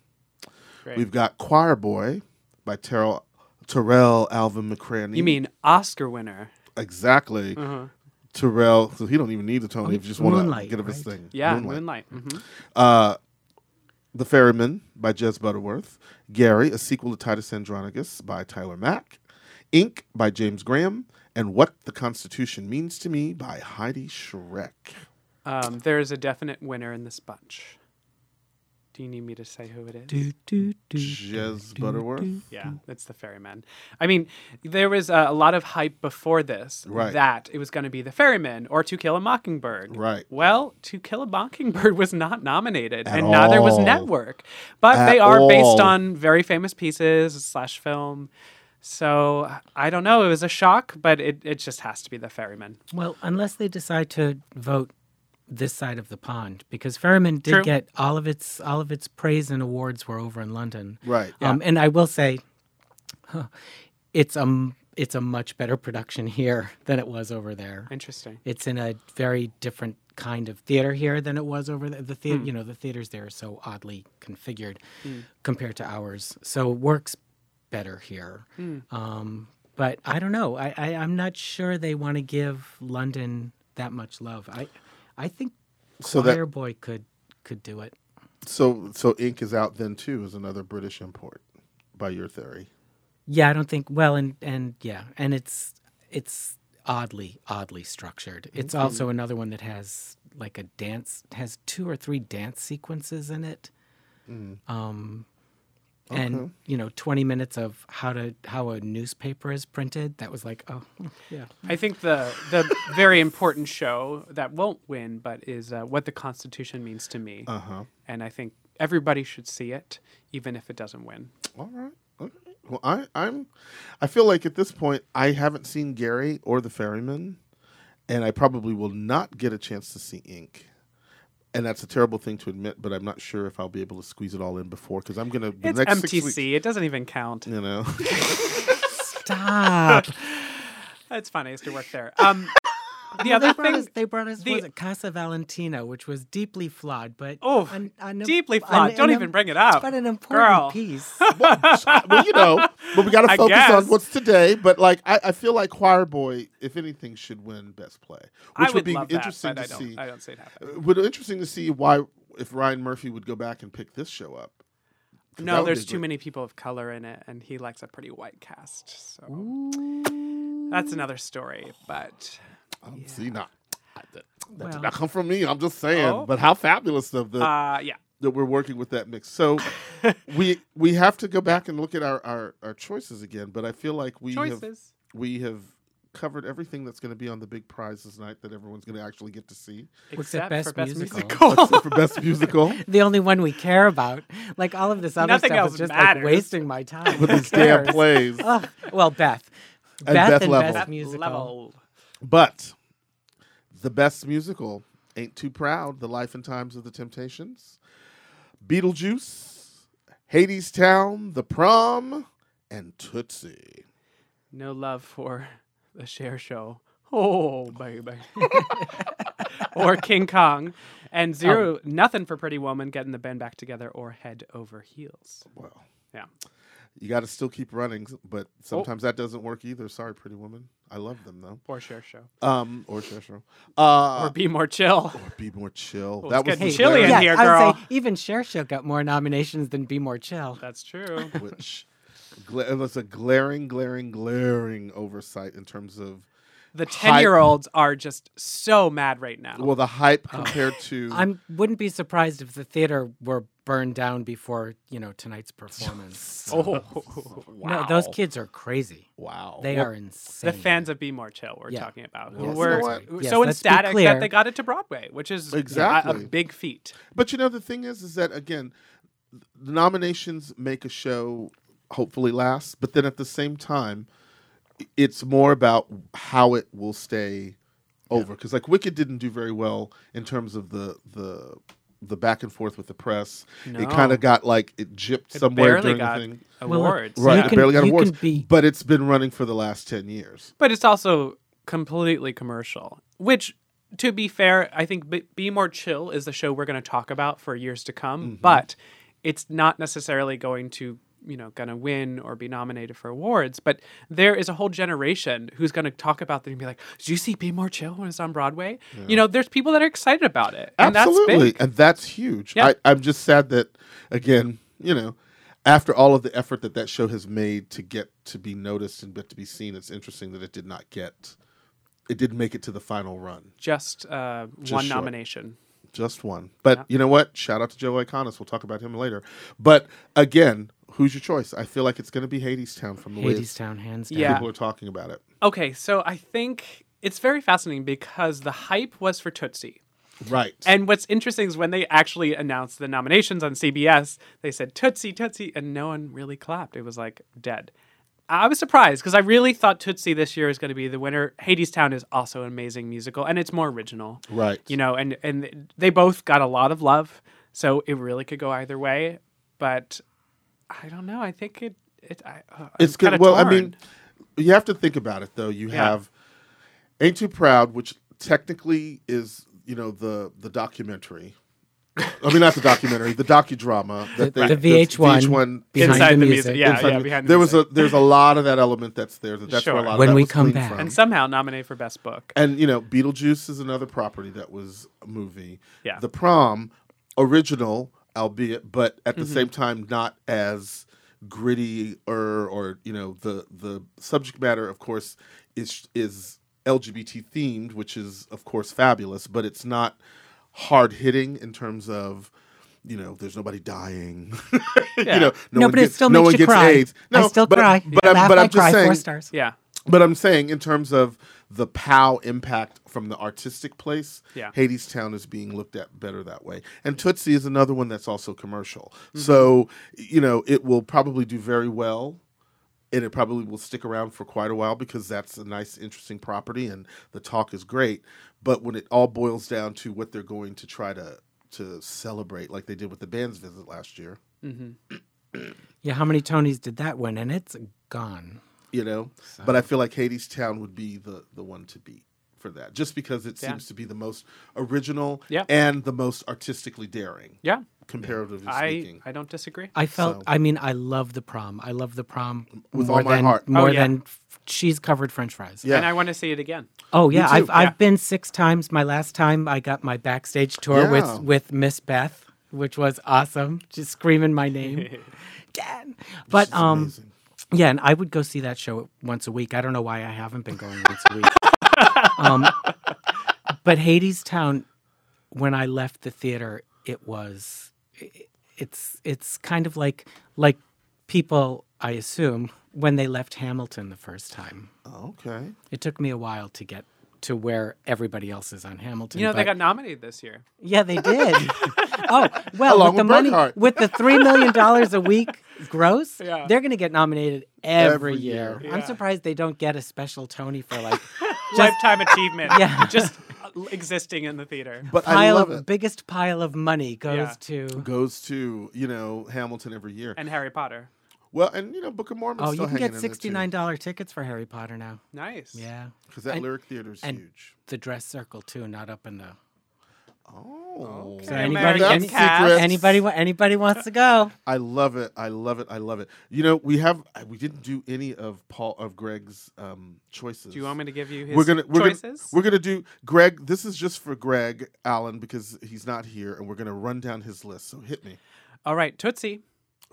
[SPEAKER 5] Great.
[SPEAKER 4] We've got Choir Boy by Terrell, Terrell Alvin McCraney.
[SPEAKER 5] You mean Oscar winner?
[SPEAKER 4] exactly Terrell? So he don't even need the Tony. if you just want to
[SPEAKER 6] Oh, Moonlight,
[SPEAKER 4] get him his
[SPEAKER 6] right?
[SPEAKER 4] thing.
[SPEAKER 5] Yeah,
[SPEAKER 4] Moonlight.
[SPEAKER 5] Moonlight. Mhm.
[SPEAKER 4] The Ferryman by Jez Butterworth, Gary, a sequel to Titus Andronicus by Tyler Mack, Ink by James Graham, and What the Constitution Means to Me by Heidi Schreck.
[SPEAKER 5] Um, there is a definite winner in this bunch. Do you need me to say who it is?
[SPEAKER 4] Jez Butterworth.
[SPEAKER 5] Yeah, it's the ferryman. I mean, there was uh, a lot of hype before this
[SPEAKER 4] Right.
[SPEAKER 5] that it was going to be the ferryman or To Kill a Mockingbird.
[SPEAKER 4] Right.
[SPEAKER 5] Well, To Kill a Mockingbird was not nominated,
[SPEAKER 4] At
[SPEAKER 5] and neither was
[SPEAKER 4] all.
[SPEAKER 5] Network. But
[SPEAKER 4] At
[SPEAKER 5] they are
[SPEAKER 4] all.
[SPEAKER 5] based on very famous pieces slash film. So I don't know. It was a shock, but it, it just has to be the ferryman.
[SPEAKER 6] Well, unless they decide to vote this side of the pond, because Ferryman did
[SPEAKER 5] True.
[SPEAKER 6] get all of its all of its praise and awards were over in London.
[SPEAKER 4] Right.
[SPEAKER 6] Um, and I will say, huh, it's a m- it's a much better production here than it was over there.
[SPEAKER 5] Interesting.
[SPEAKER 6] It's in a very different kind of theater here than it was over there. The theater, you know, the theaters there are so oddly configured compared to ours, so it works better here. Um, but I don't know. I, I I'm not sure they want to give London that much love. I I think
[SPEAKER 4] So that-
[SPEAKER 6] Choir Boy could could do it.
[SPEAKER 4] So so Ink is out then too is another British import by your theory.
[SPEAKER 6] Yeah, I don't think well and and yeah, and it's it's oddly oddly structured. It's
[SPEAKER 5] Mm-hmm.
[SPEAKER 6] also another one that has like a dance has two or three dance sequences in it.
[SPEAKER 5] Mm.
[SPEAKER 6] Um and you know 20 minutes of how to how a newspaper is printed that was like oh yeah
[SPEAKER 5] I think the the very important show that won't win, but is uh, what the Constitution means to me.
[SPEAKER 4] Uh-huh.
[SPEAKER 5] and I think everybody should see it, even if it doesn't win.
[SPEAKER 4] All right. Okay. Well, I, I'm. I feel like at this point I haven't seen Gary or the Ferryman, and I probably will not get a chance to see Ink. And that's a terrible thing to admit, but I'm not sure if I'll be able to squeeze it all in before because I'm gonna the
[SPEAKER 5] It's
[SPEAKER 4] next
[SPEAKER 5] MTC.
[SPEAKER 4] six weeks.
[SPEAKER 5] It doesn't even count.
[SPEAKER 4] You know,
[SPEAKER 6] stop
[SPEAKER 5] It's funny. I used to work there. Um, the other
[SPEAKER 6] they brought
[SPEAKER 5] thing,
[SPEAKER 6] us they brought us
[SPEAKER 5] the-
[SPEAKER 6] was it Casa Valentina which was deeply flawed but
[SPEAKER 5] Oh,
[SPEAKER 6] an- an-
[SPEAKER 5] deeply
[SPEAKER 6] an-
[SPEAKER 5] flawed. Don't
[SPEAKER 6] an-
[SPEAKER 5] even bring it up,
[SPEAKER 6] but an important
[SPEAKER 5] girl.
[SPEAKER 6] piece
[SPEAKER 4] well, you know, but we got to
[SPEAKER 5] I
[SPEAKER 4] focus on
[SPEAKER 5] guess.
[SPEAKER 4] what's today. But like, I, I feel like Choir Boy, if anything, should win Best Play,
[SPEAKER 5] I
[SPEAKER 4] which
[SPEAKER 5] would,
[SPEAKER 4] would be
[SPEAKER 5] love
[SPEAKER 4] interesting to
[SPEAKER 5] that, but I don't,
[SPEAKER 4] see.
[SPEAKER 5] I don't see it happening.
[SPEAKER 4] It would be interesting to see why if Ryan Murphy would go back and pick this show up. 'Cause that
[SPEAKER 5] No,
[SPEAKER 4] would be
[SPEAKER 5] there's too
[SPEAKER 4] great.
[SPEAKER 5] many people of color in it, and he likes a pretty white cast. So that's another story. But
[SPEAKER 4] Um, See, not that, that
[SPEAKER 6] Well.
[SPEAKER 4] did not come from me. I'm just saying.
[SPEAKER 5] Oh.
[SPEAKER 4] But how fabulous of the
[SPEAKER 5] uh, yeah,
[SPEAKER 4] that we're working with that mix. So we we have to go back and look at our our, our choices again. But I feel like we have
[SPEAKER 5] choices.
[SPEAKER 4] we have covered everything that's going to be on the big prizes night that everyone's going to actually get to see
[SPEAKER 5] Except
[SPEAKER 6] Best
[SPEAKER 5] for best
[SPEAKER 6] Musical.
[SPEAKER 5] musical.
[SPEAKER 4] except for best musical
[SPEAKER 6] the only one we care about. Like all of this other
[SPEAKER 5] Nothing
[SPEAKER 6] stuff
[SPEAKER 5] else
[SPEAKER 6] is just
[SPEAKER 5] matters.
[SPEAKER 6] like wasting my time.
[SPEAKER 4] with
[SPEAKER 6] Who
[SPEAKER 4] these damn
[SPEAKER 6] cares?
[SPEAKER 4] plays.
[SPEAKER 5] Oh,
[SPEAKER 6] Ugh. well, Beth.
[SPEAKER 4] And
[SPEAKER 6] Beth,
[SPEAKER 4] Beth
[SPEAKER 6] and
[SPEAKER 4] Level.
[SPEAKER 6] Best
[SPEAKER 4] Beth
[SPEAKER 6] Musical.
[SPEAKER 5] Level.
[SPEAKER 4] But the best musical ain't too proud. The Life and Times of the Temptations, Beetlejuice, Hades Town, The Prom, and Tootsie.
[SPEAKER 5] No love for the share show. Oh, baby. or King Kong. And zero,
[SPEAKER 6] Oh.
[SPEAKER 5] nothing for Pretty Woman getting the band back together or head over heels.
[SPEAKER 4] Well,
[SPEAKER 5] Yeah.
[SPEAKER 4] you got to still keep running, but
[SPEAKER 5] Oh.
[SPEAKER 4] sometimes that doesn't work either. Sorry, Pretty Woman. I love them though.
[SPEAKER 5] Or share show.
[SPEAKER 4] Um, or Sure, Sure. Uh,
[SPEAKER 5] Or be more chill.
[SPEAKER 4] or be more chill.
[SPEAKER 5] it's
[SPEAKER 4] that was
[SPEAKER 5] getting
[SPEAKER 4] the
[SPEAKER 5] chilly
[SPEAKER 4] Larry
[SPEAKER 5] in
[SPEAKER 6] yeah,
[SPEAKER 5] here,
[SPEAKER 6] I would say
[SPEAKER 5] girl.
[SPEAKER 6] even Cher Show got more nominations than Be More Chill.
[SPEAKER 5] That's true.
[SPEAKER 4] which gla- it was a glaring, glaring, glaring oversight in terms of
[SPEAKER 5] the 10 year olds are just so mad right now.
[SPEAKER 4] Well, the hype
[SPEAKER 5] Oh.
[SPEAKER 4] compared to
[SPEAKER 6] I wouldn't be surprised if the theater were burned down before you know tonight's performance.
[SPEAKER 5] oh,
[SPEAKER 6] No, those kids are crazy.
[SPEAKER 4] wow.
[SPEAKER 6] They are
[SPEAKER 5] the
[SPEAKER 6] insane.
[SPEAKER 5] fans of Be More Chill we're
[SPEAKER 6] Yeah.
[SPEAKER 5] talking about.
[SPEAKER 6] Yes,
[SPEAKER 5] Who were
[SPEAKER 4] exactly.
[SPEAKER 5] who-
[SPEAKER 6] Yes,
[SPEAKER 5] so
[SPEAKER 6] let's be
[SPEAKER 5] ecstatic that
[SPEAKER 6] clear.
[SPEAKER 5] they got it to Broadway, which is a- a,
[SPEAKER 4] Exactly.
[SPEAKER 5] big feat.
[SPEAKER 4] But you know the thing is, is that again, the nominations make a show hopefully last, but then at the same time, it's more about how it will stay over. Because like Wicked didn't do very well in terms of the the the back and forth with the press. It kind
[SPEAKER 5] No.
[SPEAKER 4] of got like it gypped
[SPEAKER 5] It
[SPEAKER 4] somewhere
[SPEAKER 5] barely
[SPEAKER 4] during
[SPEAKER 5] got
[SPEAKER 4] the thing.
[SPEAKER 6] look,
[SPEAKER 5] awards.
[SPEAKER 4] Right,
[SPEAKER 6] You
[SPEAKER 5] yeah.
[SPEAKER 4] it
[SPEAKER 6] can-
[SPEAKER 4] barely got
[SPEAKER 6] you
[SPEAKER 4] awards,
[SPEAKER 6] can be-
[SPEAKER 4] but it's been running for the last ten years.
[SPEAKER 5] But it's also completely commercial, which, to be fair, I think Be, Be More Chill is the show we're going to talk about for years to come, but it's not necessarily going to you know going to win or be nominated for awards but there is a whole generation who's going to talk about them and be like do you see be more chill when it's on broadway you know there's people that are excited about it and
[SPEAKER 4] Absolutely,
[SPEAKER 5] that's big
[SPEAKER 4] and that's huge.
[SPEAKER 5] Yeah.
[SPEAKER 4] I, I'm just sad that, again, you know, after all of the effort that that show has made to get to be noticed and but to be seen, it's interesting that it did not get, it didn't make it to the final run,
[SPEAKER 5] just, uh, one
[SPEAKER 4] short.
[SPEAKER 5] nomination
[SPEAKER 4] just one. But you know what? Shout out to Joe Iconis. We'll talk about him later. But again, who's your choice? I feel like it's going to be Hades Town from the way
[SPEAKER 6] Hades
[SPEAKER 4] it's-
[SPEAKER 6] Town hands down.
[SPEAKER 5] Yeah.
[SPEAKER 4] people are talking about it.
[SPEAKER 5] Okay, so I think it's very fascinating because the hype was for Tootsie.
[SPEAKER 4] Right.
[SPEAKER 5] And what's interesting is when they actually announced the nominations on CBS, they said Tootsie, Tootsie, and no one really clapped. It was like dead. I was surprised because I really thought Tootsie this year was going to be the winner. Hades Town is also an amazing musical and it's more original.
[SPEAKER 4] Right.
[SPEAKER 5] You know, and and they both got a lot of love, so it really could go either way, but I don't know. I think it it I, uh,
[SPEAKER 4] it's
[SPEAKER 5] kind
[SPEAKER 4] good.
[SPEAKER 5] of
[SPEAKER 4] Well, I mean, you have to think about it though. You
[SPEAKER 5] Yeah.
[SPEAKER 4] have "Ain't Too Proud," which technically is you know the the documentary. I mean, not the documentary, the docudrama that
[SPEAKER 6] The-
[SPEAKER 4] they
[SPEAKER 6] the VH1
[SPEAKER 4] VH1
[SPEAKER 6] behind
[SPEAKER 5] inside the
[SPEAKER 6] the
[SPEAKER 5] music.
[SPEAKER 6] music.
[SPEAKER 5] Yeah,
[SPEAKER 4] inside
[SPEAKER 5] yeah,
[SPEAKER 4] of-
[SPEAKER 5] behind the
[SPEAKER 4] there
[SPEAKER 5] music.
[SPEAKER 4] was a there's a lot of that element that's there. That that's where
[SPEAKER 5] Sure.
[SPEAKER 4] a lot of
[SPEAKER 6] When
[SPEAKER 4] that
[SPEAKER 6] we
[SPEAKER 4] was
[SPEAKER 6] come
[SPEAKER 4] gleaned
[SPEAKER 6] back.
[SPEAKER 4] from.
[SPEAKER 5] and somehow nominated for best book.
[SPEAKER 4] And you know, Beetlejuice is another property that was a movie.
[SPEAKER 5] Yeah.
[SPEAKER 4] The Prom, original, albeit, but at the
[SPEAKER 5] Mm-hmm.
[SPEAKER 4] same time not as gritty or or you know the the subject matter, of course, is is LGBT themed, which is of course fabulous, but it's not hard hitting in terms of. You know, there's nobody dying.
[SPEAKER 5] Yeah.
[SPEAKER 4] You know, no,
[SPEAKER 6] No,
[SPEAKER 4] one
[SPEAKER 6] but it
[SPEAKER 4] gets,
[SPEAKER 6] still
[SPEAKER 4] no
[SPEAKER 6] makes
[SPEAKER 4] one
[SPEAKER 6] you
[SPEAKER 4] gets
[SPEAKER 6] cry.
[SPEAKER 4] AIDS.
[SPEAKER 6] I
[SPEAKER 4] No,
[SPEAKER 6] still
[SPEAKER 4] but,
[SPEAKER 6] cry.
[SPEAKER 4] But, I'm-
[SPEAKER 6] Laugh,
[SPEAKER 4] but
[SPEAKER 6] I
[SPEAKER 4] I'm just
[SPEAKER 6] cry,
[SPEAKER 4] saying,
[SPEAKER 6] four stars.
[SPEAKER 5] Yeah.
[SPEAKER 4] but I'm saying in terms of the POW impact from the artistic place,
[SPEAKER 5] Yeah.
[SPEAKER 4] Hades Town is being looked at better that way. And Tootsie is another one that's also commercial. So, you know, it will probably do very well and it probably will stick around for quite a while because that's a nice, interesting property and the talk is great. But when it all boils down to what they're going to try to to celebrate, like they did with the band's visit last year,
[SPEAKER 6] Yeah, how many Tonys did that win? And it's gone.
[SPEAKER 4] you know. But I feel like Hades Town would be the the one to beat for that, just because it
[SPEAKER 5] Yeah.
[SPEAKER 4] seems to be the most original
[SPEAKER 5] Yeah.
[SPEAKER 4] and the most artistically daring,
[SPEAKER 5] Yeah.
[SPEAKER 4] comparatively
[SPEAKER 5] I,
[SPEAKER 4] speaking.
[SPEAKER 5] I don't disagree.
[SPEAKER 6] I felt.
[SPEAKER 4] So-
[SPEAKER 6] I mean, I love the prom. I love the prom
[SPEAKER 4] With
[SPEAKER 6] more
[SPEAKER 4] all my
[SPEAKER 6] than,
[SPEAKER 4] heart. Oh,
[SPEAKER 6] More
[SPEAKER 5] yeah.
[SPEAKER 6] than f- she's covered French fries.
[SPEAKER 4] yeah,
[SPEAKER 5] And I want to see it again.
[SPEAKER 6] Oh yeah,
[SPEAKER 4] too.
[SPEAKER 6] I've
[SPEAKER 5] Yeah.
[SPEAKER 6] I've been six times. My last time, I got my backstage tour
[SPEAKER 4] Yeah.
[SPEAKER 6] with with Miss Beth, which was awesome. Just screaming my name, Dan. But um, yeah, and I would go see that show once a week. I don't know why I haven't been going once a week. um, but Hades Town, when I left the theater, it was i- it's it's kind of like like people I assume when they left Hamilton the first time.
[SPEAKER 4] okay.
[SPEAKER 6] It took me a while to get to where everybody else is on Hamilton.
[SPEAKER 5] You know, they
[SPEAKER 6] but-
[SPEAKER 5] got nominated this year.
[SPEAKER 6] yeah, they did. oh well,
[SPEAKER 4] Along
[SPEAKER 6] with the
[SPEAKER 4] with
[SPEAKER 6] money,
[SPEAKER 4] Burkhart.
[SPEAKER 6] with the three million dollars a week gross,
[SPEAKER 5] Yeah.
[SPEAKER 6] they're going to get nominated every,
[SPEAKER 4] Every
[SPEAKER 6] year.
[SPEAKER 5] year. Yeah.
[SPEAKER 6] I'm surprised they don't get a special Tony for like
[SPEAKER 5] Lifetime achievement.
[SPEAKER 6] Yeah.
[SPEAKER 5] Just uh, existing in the theater.
[SPEAKER 4] But I
[SPEAKER 6] pile
[SPEAKER 4] love
[SPEAKER 6] of
[SPEAKER 4] it.
[SPEAKER 6] biggest pile of money goes
[SPEAKER 5] Yeah.
[SPEAKER 6] to.
[SPEAKER 4] Goes to you know Hamilton every year.
[SPEAKER 5] and Harry Potter.
[SPEAKER 4] well, and you know Book of Mormon.
[SPEAKER 6] Oh, you can get sixty nine dollar tickets for Harry Potter now.
[SPEAKER 5] Nice.
[SPEAKER 6] Yeah,
[SPEAKER 4] because that
[SPEAKER 6] and-
[SPEAKER 4] lyric theater is
[SPEAKER 6] and-
[SPEAKER 4] huge.
[SPEAKER 6] the dress circle too, not up in the.
[SPEAKER 4] Oh,
[SPEAKER 5] So
[SPEAKER 6] anybody-
[SPEAKER 5] American
[SPEAKER 6] any-
[SPEAKER 5] cast.
[SPEAKER 4] Secret.
[SPEAKER 6] Anybody, wa- anybody wants to go?
[SPEAKER 4] I love it. I love it. I love it. You know we have we didn't do any of Paul of Greg's um, choices.
[SPEAKER 5] Do you want me to give you his
[SPEAKER 4] we're gonna we're gonna,
[SPEAKER 5] choices?
[SPEAKER 4] we're gonna do Greg. This is just for Greg Allen because he's not here, and we're gonna run down his list. So hit me
[SPEAKER 5] All right, Tootsie.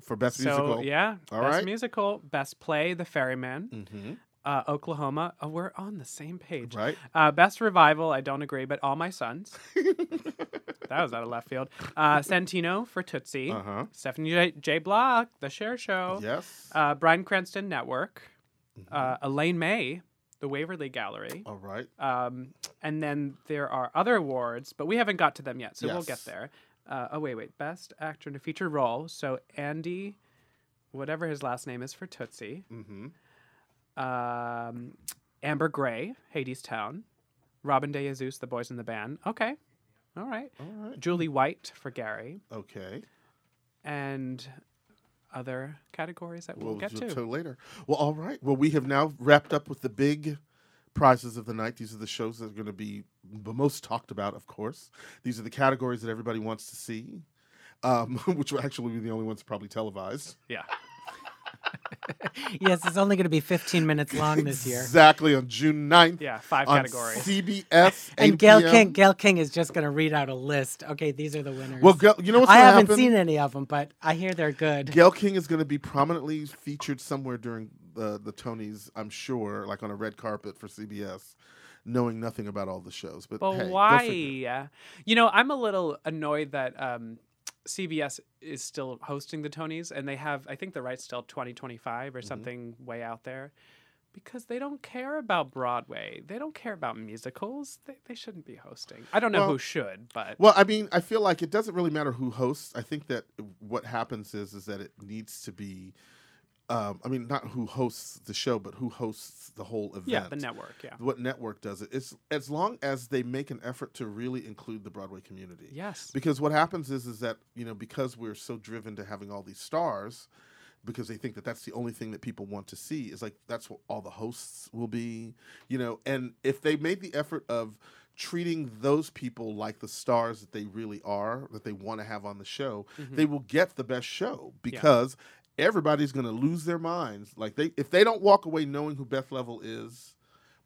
[SPEAKER 4] for best
[SPEAKER 5] so
[SPEAKER 4] musical.
[SPEAKER 5] yeah,
[SPEAKER 4] All right.
[SPEAKER 5] best
[SPEAKER 4] Mm. Mm-hmm.
[SPEAKER 5] musical, best play, The Ferryman. uh, Oklahoma. Oh, we're on the same page.
[SPEAKER 4] Right.
[SPEAKER 5] Uh, best revival, I don't agree, but All My Sons. that was out of left field. Uh, Santino for Tootsie.
[SPEAKER 4] Uh-huh.
[SPEAKER 5] Stephanie J-, J. Block, The Share Show.
[SPEAKER 4] Yes.
[SPEAKER 5] Uh, Brian Cranston Network.
[SPEAKER 4] Mm-hmm.
[SPEAKER 5] Uh, Elaine May, The Waverly Gallery.
[SPEAKER 4] All right.
[SPEAKER 5] Um, and then there are other awards, but we haven't got to them yet, so we'll get
[SPEAKER 4] Yes.
[SPEAKER 5] there. Uh, oh wait, wait, best actor in a feature role. So Andy, whatever his last name is for Tootsie,
[SPEAKER 4] Mhm. Mm.
[SPEAKER 5] um, Amber Gray, Hades Town, Robin De Jesus, The Boys in the Band. Okay, all right.
[SPEAKER 4] All right.
[SPEAKER 5] Julie White for Gary,
[SPEAKER 4] Okay.
[SPEAKER 5] and other categories that we'll,
[SPEAKER 4] We'll
[SPEAKER 5] get
[SPEAKER 4] do it
[SPEAKER 5] to.
[SPEAKER 4] till later. Well, all right. Well, we have now wrapped up with the big prizes of the night. These are the shows that are going to be the most talked about, of course. These are the categories that everybody wants to see, um, which will actually be the only ones probably televised.
[SPEAKER 5] Yeah,
[SPEAKER 6] yes, it's only going to be 15 minutes long this year.
[SPEAKER 4] Exactly on June 9th.
[SPEAKER 5] yeah, five
[SPEAKER 4] on
[SPEAKER 5] categories.
[SPEAKER 4] CBS
[SPEAKER 6] And
[SPEAKER 4] 8
[SPEAKER 6] Gail
[SPEAKER 4] p.m.
[SPEAKER 6] King, Gail King is just going to read out a list. Okay, these are the winners.
[SPEAKER 4] Well, Gail, you know what's
[SPEAKER 6] I
[SPEAKER 4] going to
[SPEAKER 6] haven't
[SPEAKER 4] happen?
[SPEAKER 6] seen any of them, but I hear they're good.
[SPEAKER 4] Gail King is going to be prominently featured somewhere during the the Tonys, I'm sure, like on a red carpet for CBS, knowing nothing about all the shows. But,
[SPEAKER 5] But
[SPEAKER 4] hey, go figure.
[SPEAKER 5] why? You know, I'm a little annoyed that um, CBS is still hosting the Tonys, and they have, I think, the rights till 2025 or
[SPEAKER 4] Mm-hmm.
[SPEAKER 5] something way out there, because they don't care about Broadway. They don't care about musicals. They, they shouldn't be hosting. I don't know
[SPEAKER 4] Well-
[SPEAKER 5] who should, but
[SPEAKER 4] Well, I mean, I feel like it doesn't really matter who hosts. I think that what happens is is that it needs to be. Um, I mean, not who hosts the show, but who hosts the whole event.
[SPEAKER 5] yeah, the network. Yeah.
[SPEAKER 4] What network does it? It's as long as they make an effort to really include the Broadway community.
[SPEAKER 5] Yes.
[SPEAKER 4] Because what happens is is that you know because we're so driven to having all these stars, because they think that that's the only thing that people want to see is like that's what all the hosts will be, you know. And if they made the effort of treating those people like the stars that they really are, that they want to have on the show, they will get the best show because everybody's going to lose their minds. Like they if they don't walk away knowing who Beth Level is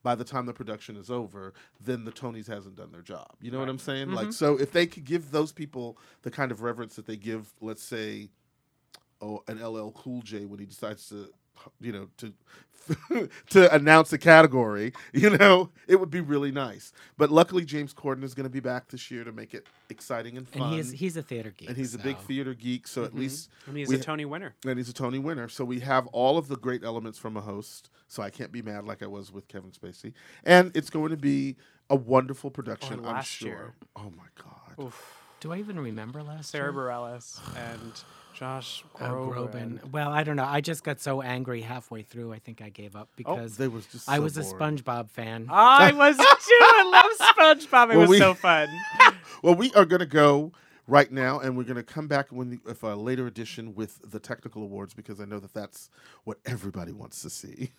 [SPEAKER 4] by the time the production is over, then the Tonys hasn't done their job. You know what I'm saying?
[SPEAKER 6] Mm-hmm.
[SPEAKER 4] Like, so if they could give those people the kind of reverence that they give, let's say, oh, an LL Cool J when he decides to, you know, to to announce a category, you know, it would be really nice. But luckily, James Corden is going to be back this year to make it exciting and fun.
[SPEAKER 6] and he is, he's a theater geek.
[SPEAKER 4] And he's a big
[SPEAKER 6] so- Mm-hmm.
[SPEAKER 4] theater geek, so at least
[SPEAKER 5] And he's
[SPEAKER 4] we-
[SPEAKER 5] a Tony winner.
[SPEAKER 4] and he's a Tony winner. So we have all of the great elements from a host. So I can't be mad like I was with Kevin Spacey. And it's going to be a wonderful production, I'm
[SPEAKER 5] last
[SPEAKER 4] sure.
[SPEAKER 5] year.
[SPEAKER 4] Oh my God.
[SPEAKER 6] Do I even remember last
[SPEAKER 5] Sarah
[SPEAKER 6] year?
[SPEAKER 5] Bareilles and Josh
[SPEAKER 6] Oh,
[SPEAKER 5] Groban.
[SPEAKER 6] Groban. Well, I don't know. I just got so angry halfway through. I think I gave up because
[SPEAKER 4] Oh, they was just
[SPEAKER 6] I
[SPEAKER 4] so
[SPEAKER 6] was a
[SPEAKER 4] boring.
[SPEAKER 6] SpongeBob fan.
[SPEAKER 5] I was too. I love SpongeBob. It
[SPEAKER 4] Well,
[SPEAKER 5] was
[SPEAKER 4] we-
[SPEAKER 5] so fun.
[SPEAKER 4] Well, we are going to go right now, and we're going to come back when the, if a later edition with the technical awards because I know that that's what everybody wants to see.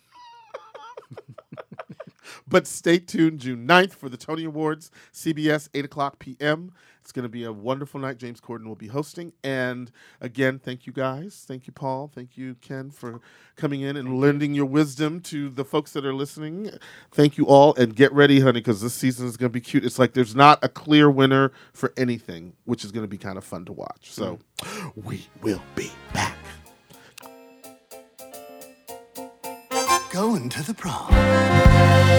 [SPEAKER 4] but stay tuned June 9th for the Tony Awards, CBS, 8 o'clock p.m. It's going to be a wonderful night. James Corden will be hosting. And again, thank you guys. Thank you, Paul. Thank you, Ken, for coming in and lending your wisdom to the folks that are listening. Thank you all. And get ready, honey, because this season is going to be cute. It's like there's not a clear winner for anything, which is going to be kind of fun to watch. So we will be back.
[SPEAKER 8] Going to the prom.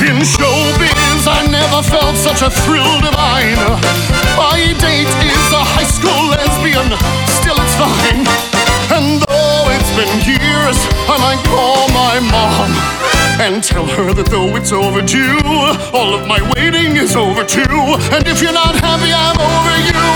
[SPEAKER 8] In showbiz, I never felt such a thrill divine. My date is a high school lesbian, still it's fine. And though it's been years, I might call my mom and tell her that though it's overdue, all of my waiting is over too. And if you're not happy, I'm over you.